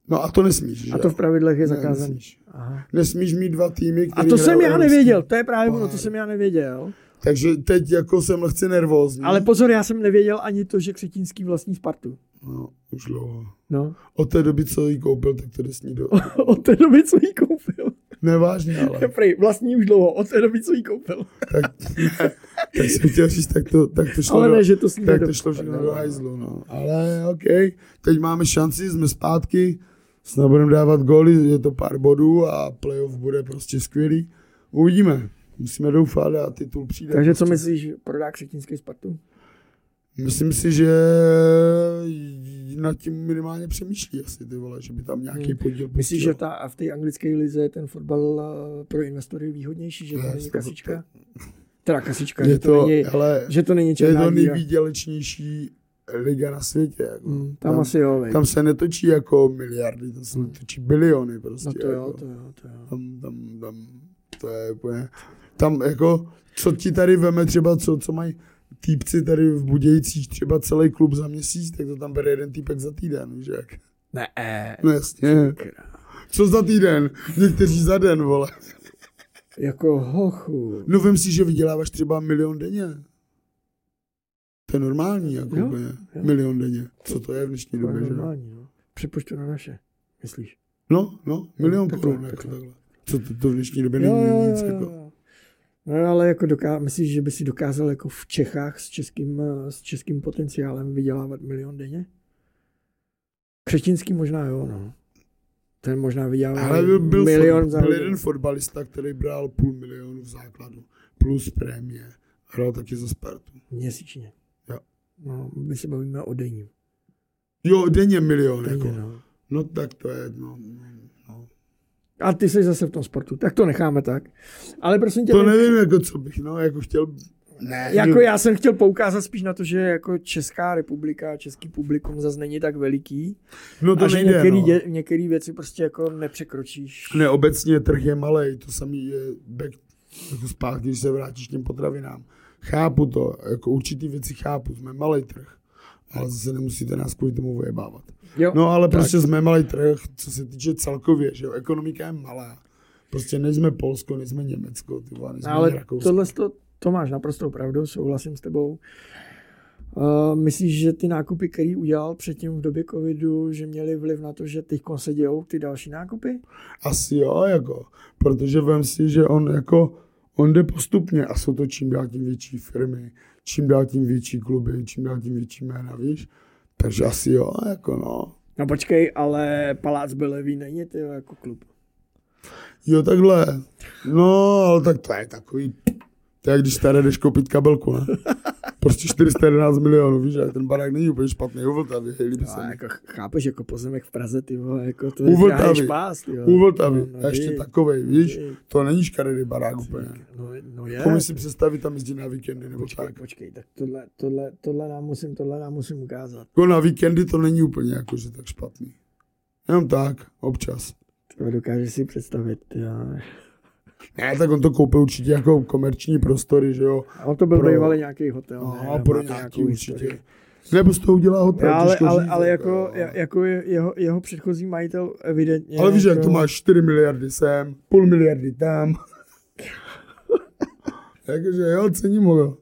Speaker 2: No a to nesmíš, že?
Speaker 1: A to v pravidlech je
Speaker 2: Ne,
Speaker 1: zakázané.
Speaker 2: nesmíš.
Speaker 1: Aha.
Speaker 2: Nesmíš mít dva týmy,
Speaker 1: A
Speaker 2: který
Speaker 1: to jsem
Speaker 2: hrajou
Speaker 1: já
Speaker 2: evropský.
Speaker 1: nevěděl, to je právě ono, to
Speaker 2: pohár.
Speaker 1: jsem já nevěděl.
Speaker 2: Takže teď jako jsem lehce nervózní.
Speaker 1: Ale pozor, já jsem nevěděl ani to, že Křetínský vlastní Spartu.
Speaker 2: No, už dlouho.
Speaker 1: No.
Speaker 2: Od té doby, co ji koupil, tak to jde s ní do...
Speaker 1: Od té doby, co ji koupil.
Speaker 2: Nevážně, ale...
Speaker 1: Prej, vlastní už dlouho, od té doby, co ji koupil.
Speaker 2: tak, tak jsem chtěl říct, tak to, tak to šlo
Speaker 1: Ale
Speaker 2: do-
Speaker 1: ne, že to s ní
Speaker 2: Tak
Speaker 1: nedopad-
Speaker 2: to šlo všechno
Speaker 1: nedopad-
Speaker 2: do hajzlu, no. Ale OK, teď máme šanci, jsme zpátky, snad budeme dávat góly, je to pár bodů a playoff bude prostě skvělý. Uvidíme, musíme doufat a titul přijde.
Speaker 1: Takže co myslíš, prodá křetínský Spartu?
Speaker 2: Myslím si, že nad tím minimálně přemýšlí asi ty vole, že by tam nějaký
Speaker 1: Hmm.
Speaker 2: podíl
Speaker 1: Myslíš,
Speaker 2: pustil.
Speaker 1: že ta, a v té anglické lize je ten fotbal eh, pro investory výhodnější, že
Speaker 2: Ne,
Speaker 1: to není
Speaker 2: sto-
Speaker 1: kasička? Teda kasička,
Speaker 2: je
Speaker 1: že to, není,
Speaker 2: hele,
Speaker 1: že to není
Speaker 2: je
Speaker 1: černá
Speaker 2: to
Speaker 1: díra.
Speaker 2: nejvýdělečnější liga na světě. Jako.
Speaker 1: Hmm, tam, asi jo, vej.
Speaker 2: tam se netočí jako miliardy, to se netočí biliony prostě.
Speaker 1: no to jo,
Speaker 2: jako.
Speaker 1: to jo, to jo.
Speaker 2: Tam, tam, tam, to je úplně, tam jako, co ti tady veme třeba, co, co mají týpci tady v Budějcích třeba celý klub za měsíc, tak to tam bere jeden týpek za týden, víš jak.
Speaker 1: Ne, eh,
Speaker 2: No jasně. Co za týden? Někteří za den, vole.
Speaker 1: jako hochu.
Speaker 2: No vem si, že vyděláváš třeba milion denně. To je normální, jako
Speaker 1: Jo,
Speaker 2: úplně.
Speaker 1: jo.
Speaker 2: Milion denně. Co to je v dnešní
Speaker 1: To je
Speaker 2: době, že?
Speaker 1: normální, no. Přepočtu na naše, myslíš?
Speaker 2: No, no, milion
Speaker 1: Takhle,
Speaker 2: korun, jako
Speaker 1: takhle.
Speaker 2: takhle. Co to, to v dnešní době není nic, jako.
Speaker 1: jo. No ale jako doká... myslíš, že by si dokázal jako v Čechách s českým, eh, s českým potenciálem vydělávat milion denně? Křetinský možná jo, no. Ten možná vydělává
Speaker 2: Ale byl, byl,
Speaker 1: milion
Speaker 2: fot,
Speaker 1: za
Speaker 2: byl
Speaker 1: hodinu.
Speaker 2: jeden fotbalista, který bral půl milionu v základu. Plus prémie. Hrál taky za Spartu.
Speaker 1: měsíčně.
Speaker 2: Jo.
Speaker 1: No, my se bavíme o denní.
Speaker 2: Jo, denně milion,
Speaker 1: denně
Speaker 2: jako.
Speaker 1: no.
Speaker 2: No tak to je, no. no, no.
Speaker 1: A ty jsi zase v tom sportu, tak to necháme tak. Ale prosím tě,
Speaker 2: To nevím, jako co bych, no, jako chtěl... Ne,
Speaker 1: Jako já jsem chtěl poukázat spíš na to, že jako Česká republika, český publikum zase není tak veliký.
Speaker 2: no to
Speaker 1: a že
Speaker 2: nejde,
Speaker 1: některý,
Speaker 2: no.
Speaker 1: dě, některý věci prostě jako nepřekročíš.
Speaker 2: Ne, obecně trh je malý, to samý je back, jako zpátky, když se vrátíš k těm potravinám. Chápu to, jako určitý věci chápu, jsme malý trh, ale zase nemusíte nás kvůli tomu vyjebávat.
Speaker 1: Jo,
Speaker 2: No ale
Speaker 1: tak.
Speaker 2: tak. prostě jsme malý trh, co se týče celkově, že jo, ekonomika je malá. Prostě nejsme Polsko, nejsme Německo, ty vole, nejsme
Speaker 1: No, ale
Speaker 2: ani Rakousko.
Speaker 1: tohle to, to máš naprostou pravdu, souhlasím s tebou. Uh, myslíš, že ty nákupy, který udělal předtím v době covidu, že měly vliv na to, že teď se dějou ty další nákupy?
Speaker 2: Asi jo, jako, protože vem si, že on jako, on jde postupně a jsou to čím dál tím větší firmy, čím dál tím větší kluby, čím dál tím větší jména, víš? Takže asi jo, jako no.
Speaker 1: No počkej, ale Palác Belevý není ty jako klub.
Speaker 2: Jo, takhle. No, ale tak to je takový... To je, když tady jdeš koupit kabelku, ne? Prostě 411 milionů, víš, ale ten barák není úplně špatný, u Vltavy, hej, líbí se
Speaker 1: No,
Speaker 2: mi.
Speaker 1: jako chápeš, jako pozemek v Praze, ty vole, jako to
Speaker 2: U Vltavy.
Speaker 1: drahý špás, ty vole.
Speaker 2: U Vltavy,
Speaker 1: No,
Speaker 2: a ještě
Speaker 1: ty-
Speaker 2: takovej, víš,
Speaker 1: ty-
Speaker 2: to není škaredý barák úplně.
Speaker 1: No, no je.
Speaker 2: Komu si představit tam jezdit na víkendy nebo
Speaker 1: Počkej,
Speaker 2: tak.
Speaker 1: počkej, tak tohle, tohle, tohle, nám musím, tohle nám musím ukázat.
Speaker 2: Jako na víkendy to není úplně jakože tak špatný. Jenom tak, občas.
Speaker 1: To dokážeš si představit. Jo.
Speaker 2: Ne, tak on to koupil určitě jako komerční prostory, že jo.
Speaker 1: A on to byl
Speaker 2: Pro-
Speaker 1: bývalý nějaký hotel. ne?
Speaker 2: A
Speaker 1: Má to
Speaker 2: pro nějaký
Speaker 1: nějakou historii.
Speaker 2: určitě. Nebo z toho udělá hotel,
Speaker 1: No, Ale,
Speaker 2: těžko
Speaker 1: ale,
Speaker 2: říct,
Speaker 1: ale jako,
Speaker 2: jo.
Speaker 1: jako je- jeho, jeho předchozí majitel evidentně...
Speaker 2: Ale víš, jak to
Speaker 1: jako-
Speaker 2: máš 4 miliardy sem, půl miliardy tam. Jakože jo, cením ho. jo.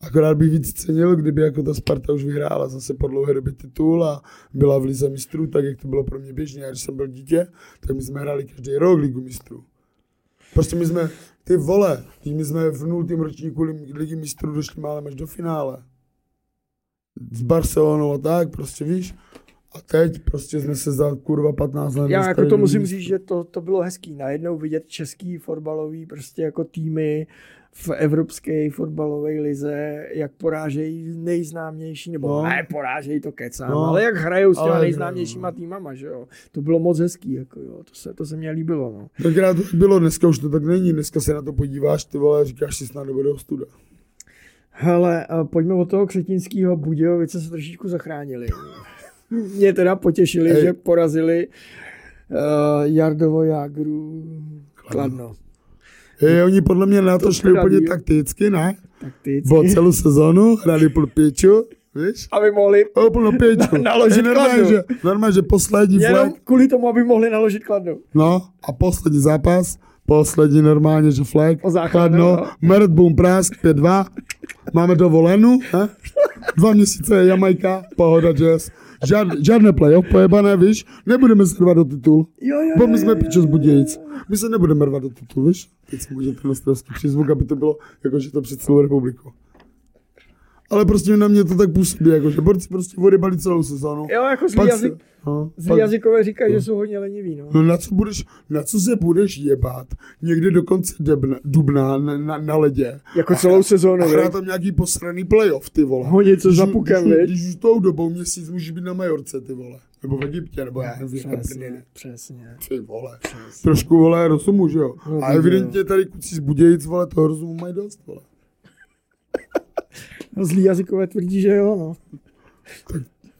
Speaker 2: Akorát bych víc cenil, kdyby jako ta Sparta už vyhrála zase po dlouhé době titul a byla v Lize mistrů, tak jak to bylo pro mě běžně. Já když jsem byl dítě, tak my jsme hráli každý rok Ligu mistrů. Prostě my jsme, ty vole, teď my jsme v nultém ročníku Li- Ligy mistrů došli málem až do finále. S Barcelonou a tak, prostě víš. A teď prostě jsme se za kurva 15 let
Speaker 1: Já jako
Speaker 2: dostali
Speaker 1: to
Speaker 2: do
Speaker 1: musím
Speaker 2: Ligy
Speaker 1: říct, že to, to bylo hezký. Najednou vidět český fotbalový prostě jako týmy v evropské fotbalové lize, jak porážejí nejznámější, nebo
Speaker 2: No.
Speaker 1: no. ne, porážejí to kecám,
Speaker 2: No.
Speaker 1: no. ale jak hrajou s těma
Speaker 2: Ale hrajou,
Speaker 1: nejznámějšíma týmama, že jo. To bylo moc hezký, jako jo, to se, to se mně líbilo, no.
Speaker 2: Tenkrát to tak bylo, dneska už to tak není. Dneska se na to podíváš, ty vole, říkáš si snad nebudou studa.
Speaker 1: Hele, a pojďme od toho křetinského Budějovice se trošičku zachránili. Mě teda potěšili,
Speaker 2: Hej.
Speaker 1: že porazili uh, Jardovo Jágru Kladno.
Speaker 2: Hej, oni podle mě na to,
Speaker 1: No, To
Speaker 2: šli
Speaker 1: teda
Speaker 2: úplně
Speaker 1: ví.
Speaker 2: takticky, ne?
Speaker 1: Takticky.
Speaker 2: Bo celou sezónu hráli půl pěču, víš?
Speaker 1: Aby mohli
Speaker 2: O, půl pěču.
Speaker 1: Na- naložit
Speaker 2: normálně,
Speaker 1: kladnu.
Speaker 2: že, normálně, že poslední
Speaker 1: Jenom
Speaker 2: flag,
Speaker 1: kvůli tomu, aby mohli naložit kladnou.
Speaker 2: no, a poslední zápas, poslední normálně, že flag,
Speaker 1: O záchranu,
Speaker 2: chladno,
Speaker 1: no.
Speaker 2: mrt, bum, prásk, 5-2, máme dovolenou, ne? Dva měsíce je Jamajka, pohoda, jazz. Žád, žádné playoff, pojebané, víš? Nebudeme se rvat do titul.
Speaker 1: Jo, jo,
Speaker 2: Bo my jsme pičo z Budějic. My se nebudeme rvat do titulu, víš? Teď si můžete ten ostrovský přízvuk, aby to bylo jako, že to před celou republiku. ale prostě na mě to tak působí, jako, že borci prostě odebalí celou sezonu.
Speaker 1: Jo, jako zlý,
Speaker 2: Pak se-
Speaker 1: jazyk,
Speaker 2: no,
Speaker 1: zlý
Speaker 2: pak-
Speaker 1: jazykové říkají, že jsou hodně leniví, no.
Speaker 2: No na co, budeš, na co se budeš jebat? Někdy do konce debna, dubna na, na, na ledě.
Speaker 1: Jako celou sezónu,
Speaker 2: A
Speaker 1: viď?
Speaker 2: hrá tam nějaký posraný playoff, ty vole.
Speaker 1: Honit se
Speaker 2: Když-
Speaker 1: za pukem,
Speaker 2: když-
Speaker 1: viď?
Speaker 2: Když už tou dobou měsíc můžeš být na Majorce, ty vole. Nebo v Egyptě, nebo já nevím, jak
Speaker 1: Přesně, přesně.
Speaker 2: ty vole. Trošku, vole, rozumu, že jo?
Speaker 1: No,
Speaker 2: A
Speaker 1: jo.
Speaker 2: evidentně tady kuci z Budějic, vole, toho rozumu mají dost, vole.
Speaker 1: No, zlý jazykové tvrdí, že jo, no.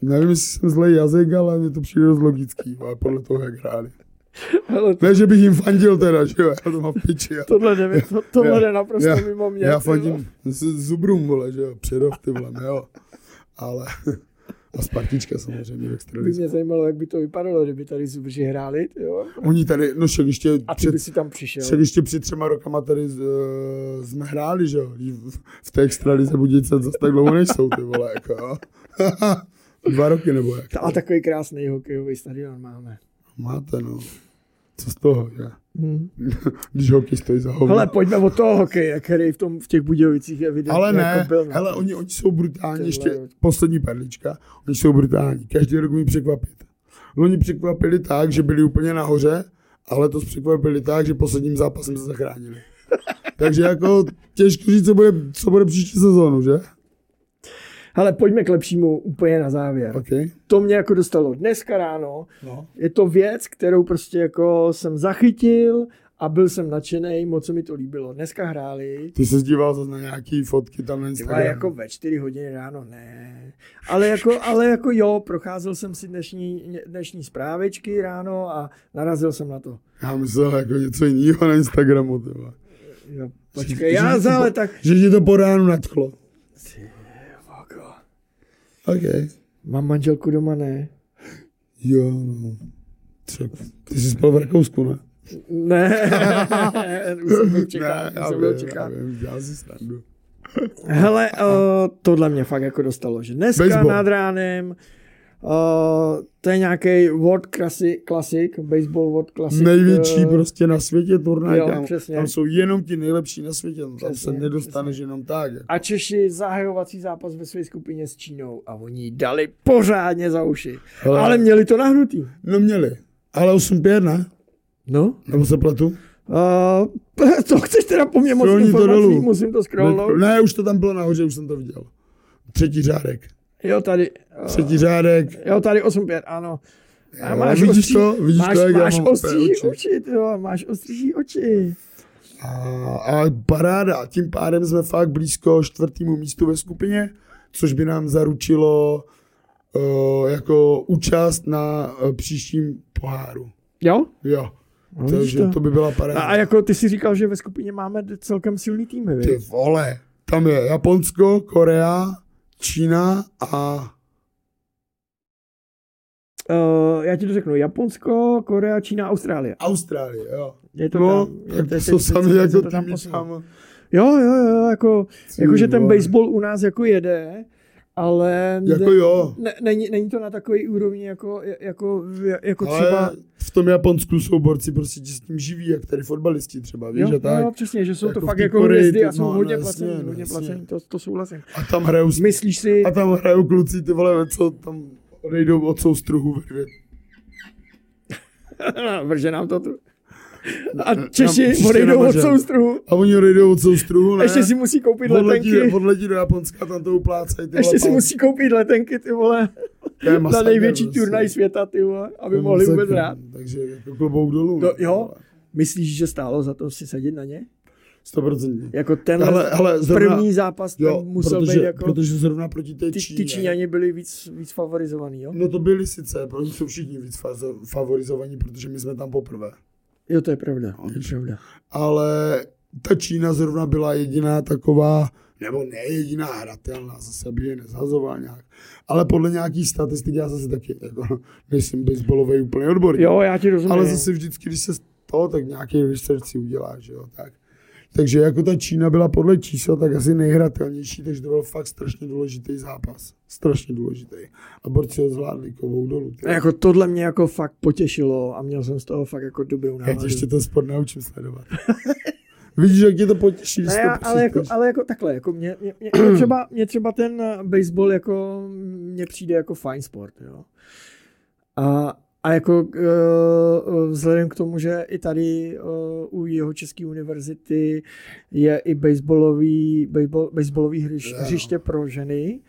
Speaker 2: Nevím, jestli jsem zlej jazyk, ale mě to přijde dost logický, ale podle toho, jak hráli.
Speaker 1: Hele,
Speaker 2: Ne, že bych jim fandil teda, že jo, já to mám v piči. Já,
Speaker 1: tohle jde, to, tohle
Speaker 2: Já-
Speaker 1: jde naprosto
Speaker 2: já-
Speaker 1: mimo mě.
Speaker 2: já
Speaker 1: ty vole.
Speaker 2: fandím s Zubrům, vole, že jo, Přerov, ty vole, no jo. Ale, a Spartička samozřejmě v
Speaker 1: By
Speaker 2: extralize.
Speaker 1: mě zajímalo, jak by to vypadalo, kdyby tady zubři hráli, jo.
Speaker 2: Oni tady, no však ještě
Speaker 1: A ty
Speaker 2: před,
Speaker 1: by si tam přišel.
Speaker 2: však ještě před třema rokama tady z, eh, jsme hráli, že jo, v, v té extralize Budějce zase tak dlouho nejsou, ty vole, jako jo. Dva roky nebo jak.
Speaker 1: A takový krásný hokejový stadion máme.
Speaker 2: Máte, no. Co z toho, že?
Speaker 1: Hmm.
Speaker 2: Když hokej stojí za hovno.
Speaker 1: Hele, pojďme od toho hokeje, který v, tom, v těch Budějovicích evidentně
Speaker 2: Ale
Speaker 1: jako
Speaker 2: ne,
Speaker 1: byl. no.
Speaker 2: hele, oni, oni jsou brutální,
Speaker 1: Ty
Speaker 2: ještě
Speaker 1: vole.
Speaker 2: poslední perlička, oni jsou brutální, každý rok mi překvapit. No, Oni překvapili tak, že byli úplně nahoře, ale to překvapili tak, že posledním zápasem se zachránili. Takže jako těžko říct, co bude, co bude příští sezónu, že?
Speaker 1: Hele, pojďme k lepšímu úplně na závěr.
Speaker 2: OK.
Speaker 1: To mě jako dostalo dneska ráno.
Speaker 2: No.
Speaker 1: Je to věc, kterou prostě jako jsem zachytil a byl jsem nadšený, moc se mi to líbilo. Dneska hráli,
Speaker 2: Ty se díval zase na nějaký fotky tam na
Speaker 1: ale
Speaker 2: Instagramu.
Speaker 1: jako ve čtyři hodiny ráno ne. Ale jako, ale jako jo, procházel jsem si dnešní, dnešní zprávečky ráno a narazil jsem na to.
Speaker 2: Já myslel jako něco jiného na Instagramu, ty vole.
Speaker 1: Jo, počkej, já za- ale tak...
Speaker 2: Že ti to po ránu nadchlo. OK.
Speaker 1: Mám manželku doma, ne?
Speaker 2: Jo, no. Třeba. Ty jsi spal v Rakousku, ne?
Speaker 1: Ne, už jsem byl čeká,
Speaker 2: Ne,
Speaker 1: už
Speaker 2: já
Speaker 1: jsem byl
Speaker 2: vím, já
Speaker 1: čeká.
Speaker 2: vím, dělal si srandu.
Speaker 1: Hele, uh, tohle mě fakt jako dostalo, že dneska
Speaker 2: Baseball.
Speaker 1: nad ránem, uh, to je nějaký World Classic, classic, Baseball World Classic.
Speaker 2: Největší
Speaker 1: eh,
Speaker 2: prostě na světě turnaj,
Speaker 1: jo,
Speaker 2: tam,
Speaker 1: přesně.
Speaker 2: tam jsou jenom ti nejlepší na světě, no, tam
Speaker 1: Přesně,
Speaker 2: se nedostaneš jenom tak. jako.
Speaker 1: A Češi zahajovací zápas ve své skupině s Čínou a oni jí dali pořádně za uši.
Speaker 2: Hele.
Speaker 1: Ale měli to nahnutý.
Speaker 2: No měli, ale 8-5, ne?
Speaker 1: No.
Speaker 2: Nebo se pletu?
Speaker 1: Uh, to chceš teda po mně moc
Speaker 2: Scrollni to
Speaker 1: informací,
Speaker 2: dolů.
Speaker 1: musím to
Speaker 2: Ne,
Speaker 1: scrollnout.
Speaker 2: ne, už to tam bylo nahoře, už jsem to viděl. Třetí řádek.
Speaker 1: Jo, tady. eh,
Speaker 2: Třetí řádek.
Speaker 1: Jo, tady 8-5, ano. A
Speaker 2: Jo,
Speaker 1: máš
Speaker 2: vidíš
Speaker 1: ostří,
Speaker 2: to? Vidíš
Speaker 1: máš,
Speaker 2: to, jak já
Speaker 1: máš
Speaker 2: mám
Speaker 1: ostří
Speaker 2: oči?
Speaker 1: oči, jo, máš ostří oči.
Speaker 2: A, a paráda, tím pádem jsme fakt blízko čtvrtému místu ve skupině, což by nám zaručilo uh, jako účast na uh, příštím poháru.
Speaker 1: Jo?
Speaker 2: Jo,
Speaker 1: No, vidíš
Speaker 2: takže
Speaker 1: to.
Speaker 2: to by byla
Speaker 1: A,
Speaker 2: paráda.
Speaker 1: a jako ty si říkal, že ve skupině máme d- celkem silný týmy,
Speaker 2: Ty
Speaker 1: vy?
Speaker 2: vole, tam je Japonsko, Korea, Čína a
Speaker 1: Uh, já ti to řeknu, Japonsko, Korea, Čína, Austrálie.
Speaker 2: Austrálie, jo.
Speaker 1: Je to
Speaker 2: no,
Speaker 1: tam,
Speaker 2: tak to
Speaker 1: teď-
Speaker 2: jsou
Speaker 1: teď-
Speaker 2: sami
Speaker 1: teď se
Speaker 2: jako
Speaker 1: to tam
Speaker 2: týmy
Speaker 1: posunulo.
Speaker 2: tam.
Speaker 1: Jo, jo, jo, jako,
Speaker 2: Ty
Speaker 1: jako že ten
Speaker 2: vole.
Speaker 1: baseball u nás jako jede, ale
Speaker 2: Jako
Speaker 1: ne-
Speaker 2: jo.
Speaker 1: Ne, není, není to na takový úrovni jako, jako, jako třeba...
Speaker 2: Ale v tom Japonsku jsou borci prostě ti s tím živí, jak tady fotbalisti třeba, víš,
Speaker 1: jo,
Speaker 2: a tak.
Speaker 1: jo, přesně, že jsou
Speaker 2: Jako
Speaker 1: to
Speaker 2: v
Speaker 1: fakt
Speaker 2: té
Speaker 1: jako
Speaker 2: Koreji
Speaker 1: hvězdy
Speaker 2: to-
Speaker 1: a jsou
Speaker 2: no,
Speaker 1: hodně
Speaker 2: no,
Speaker 1: placení,
Speaker 2: jasně, no,
Speaker 1: hodně
Speaker 2: jasně.
Speaker 1: placení, to, to souhlasím.
Speaker 2: A tam hrajou s
Speaker 1: Myslíš si,
Speaker 2: A tam hrajou kluci, ty vole, co tam odejdou od soustruhu ve dvě.
Speaker 1: vrže nám to tu. A Češi
Speaker 2: No, příště
Speaker 1: odejdou od
Speaker 2: namažem.
Speaker 1: soustruhu,
Speaker 2: A oni odejdou od soustruhu, ne?
Speaker 1: ještě si musí koupit
Speaker 2: odletí,
Speaker 1: letenky,
Speaker 2: odletí do Japonska, tam to uplácají, ty
Speaker 1: ještě
Speaker 2: vole,
Speaker 1: si
Speaker 2: pán.
Speaker 1: musí koupit letenky, ty vole,
Speaker 2: To je
Speaker 1: na
Speaker 2: masakr,
Speaker 1: největší
Speaker 2: prostě.
Speaker 1: turnaj světa, ty vole,
Speaker 2: To
Speaker 1: aby
Speaker 2: je
Speaker 1: mohli
Speaker 2: masakr.
Speaker 1: vůbec hrát.
Speaker 2: Takže jako klobouk dolů.
Speaker 1: To,
Speaker 2: ty
Speaker 1: jo,
Speaker 2: vole.
Speaker 1: myslíš, že stálo za to si sedět na ně?
Speaker 2: 100%.
Speaker 1: Jako ten
Speaker 2: Ale- ale zrovna-
Speaker 1: první zápas ten
Speaker 2: Jo,
Speaker 1: musel
Speaker 2: protože,
Speaker 1: být jako,
Speaker 2: protože zrovna proti té
Speaker 1: ty,
Speaker 2: Číně.
Speaker 1: ty Číňani byli víc, víc favorizovaný, jo?
Speaker 2: No to byli sice, protože jsou všichni víc fazo- favorizovaní, protože my jsme tam poprvé.
Speaker 1: Jo, to je pravda, to je pravda.
Speaker 2: ale ta Čína zrovna byla jediná taková, nebo ne jediná hratelná, zase by je nezhazoval nějak. Ale podle nějakých statistik já zase taky, jako, nejsem baseballový úplně odborník.
Speaker 1: Jo, já ti rozumím.
Speaker 2: ale zase vždycky, když se z toho, tak nějaký research si uděláš, jo, tak. Takže jako ta Čína byla podle čísel tak asi nejhratelnější, takže to byl fakt strašně důležitý zápas. Strašně důležitý. A borci ho zvládli kovou dolů. ty.
Speaker 1: A Jako tohle mě jako fakt potěšilo a měl jsem z toho fakt jako dobrou
Speaker 2: Já tě
Speaker 1: náladu.
Speaker 2: ještě ten sport naučím sledovat. Vidíš, jak tě to potěší, když
Speaker 1: Ne,
Speaker 2: to
Speaker 1: já- ale, jako,
Speaker 2: přečteš.
Speaker 1: ale jako takhle, jako mě, mě, mě, mě, třeba, mě třeba ten eh, baseball jako mě přijde jako fajn sport, jo. A, a jako eh, vzhledem k tomu, že i tady eh, u jeho české univerzity je i baseballový, baseball, baseballový hřiš,
Speaker 2: Jo.
Speaker 1: hřiště pro ženy,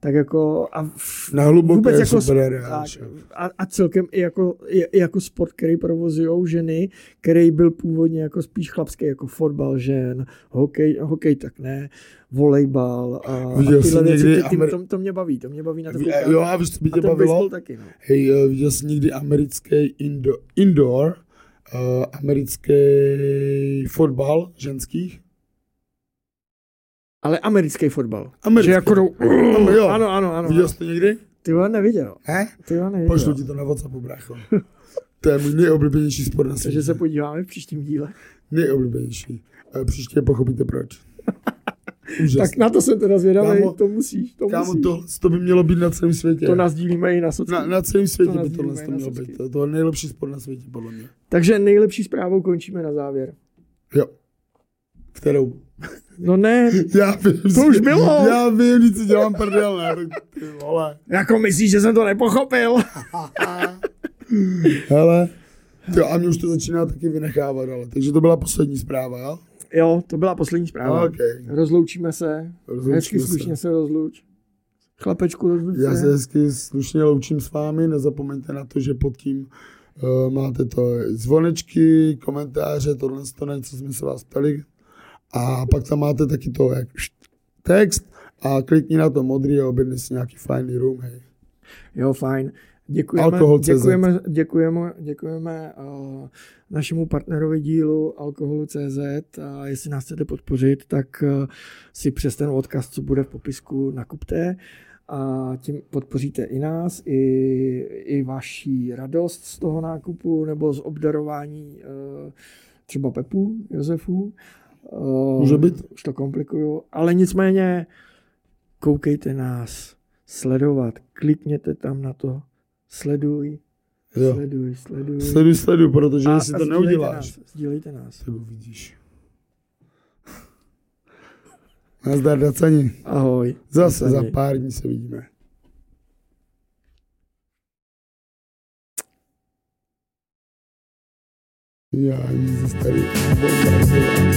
Speaker 1: tak jako a v,
Speaker 2: Na hluboké
Speaker 1: vůbec
Speaker 2: je
Speaker 1: jako
Speaker 2: super
Speaker 1: tak,
Speaker 2: areál. že?
Speaker 1: a, a celkem i jako, i, i jako sport, který provozují ženy, který byl původně jako spíš chlapský, jako fotbal žen, hokej, hokej tak ne, volejbal a, a
Speaker 2: Viděl
Speaker 1: tyhle
Speaker 2: jsi
Speaker 1: věci,
Speaker 2: někdy
Speaker 1: ty, ty,
Speaker 2: Ameri-
Speaker 1: to, to mě baví, to mě baví na to
Speaker 2: Ví-
Speaker 1: koukat.
Speaker 2: Jo, a víš, co by
Speaker 1: a
Speaker 2: tě
Speaker 1: ten
Speaker 2: bavilo?
Speaker 1: baseball taky, no.
Speaker 2: Hej, eh, viděl jsi někdy americký indo, indoor, eh, americký fotbal ženských?
Speaker 1: Ale americký fotbal.
Speaker 2: Americký.
Speaker 1: Že jako jdou,
Speaker 2: Ano, jo.
Speaker 1: ano, ano, ano.
Speaker 2: Viděl jsi to někdy?
Speaker 1: Ty ho neviděl,
Speaker 2: Ne?
Speaker 1: ty ho neviděl.
Speaker 2: Pošlu ti to na WhatsAppu, brácho. To je můj nejoblíbenější sport na světě.
Speaker 1: Takže se podíváme v příštím díle.
Speaker 2: Nejoblíbenější. Eh, Příště pochopíte proč. Úžasný.
Speaker 1: Tak na to jsem teda zvědavý,
Speaker 2: Kámo-
Speaker 1: to musíš, to
Speaker 2: Kámo,
Speaker 1: musíš. To,
Speaker 2: tohle to by mělo být na celém světě.
Speaker 1: to nazdílíme i na sociální.
Speaker 2: na, na celém světě
Speaker 1: To
Speaker 2: by
Speaker 1: nazdílíme
Speaker 2: tohle to
Speaker 1: na
Speaker 2: mělo
Speaker 1: socky.
Speaker 2: být. To, to je nejlepší sport na světě, podle mě.
Speaker 1: Takže nejlepší zprávou končíme na závěr.
Speaker 2: Jo. Kterou?
Speaker 1: No ne,
Speaker 2: Já vím,
Speaker 1: To
Speaker 2: že-
Speaker 1: už bylo.
Speaker 2: Já vím, nic si dělám prdel, ne? tak Ty vole.
Speaker 1: jako myslíš, že jsem to nepochopil?
Speaker 2: Hele. Jo, a mě už to začíná taky vynechávat, ale. Takže to byla poslední zpráva, jo?
Speaker 1: Jo, to byla poslední zpráva.
Speaker 2: OK.
Speaker 1: Rozloučíme se.
Speaker 2: Rozloučíme
Speaker 1: Hezky
Speaker 2: se.
Speaker 1: slušně se rozluč. Chlapečku, rozluč
Speaker 2: Já se
Speaker 1: se.
Speaker 2: hezky slušně loučím s vámi, nezapomeňte na to, že pod tím uh, máte to zvonečky, komentáře, tohle to na co jsme se vás ptali. A pak tam máte taky to, jak št, text a klikni na to modrý a objedni si nějaký fajný room, hej.
Speaker 1: Jo, fajn. Děkujeme,
Speaker 2: Alkohol.cz.
Speaker 1: děkujeme, děkujeme, děkujeme uh, našemu partnerovi dílu Alkoholu.cz a jestli nás chcete podpořit, tak uh, si přes ten odkaz, co bude v popisku, nakupte a tím podpoříte i nás, i, i vaši radost z toho nákupu nebo z obdarování uh, třeba Pepu, Josefu. Uh,
Speaker 2: Může být.
Speaker 1: Už to komplikuju, ale nicméně koukejte nás sledovat, klikněte tam na to, sleduj,
Speaker 2: Jo.
Speaker 1: sleduj, sleduj.
Speaker 2: Sleduj, sleduj, protože jestli to
Speaker 1: sdílejte
Speaker 2: neuděláš,
Speaker 1: Nás, sdílejte nás.
Speaker 2: tak uvidíš. Nazdar, Dacani.
Speaker 1: Ahoj.
Speaker 2: Zase za
Speaker 1: Dacani.
Speaker 2: pár dní se vidíme. Já, jsi starý. Bomba,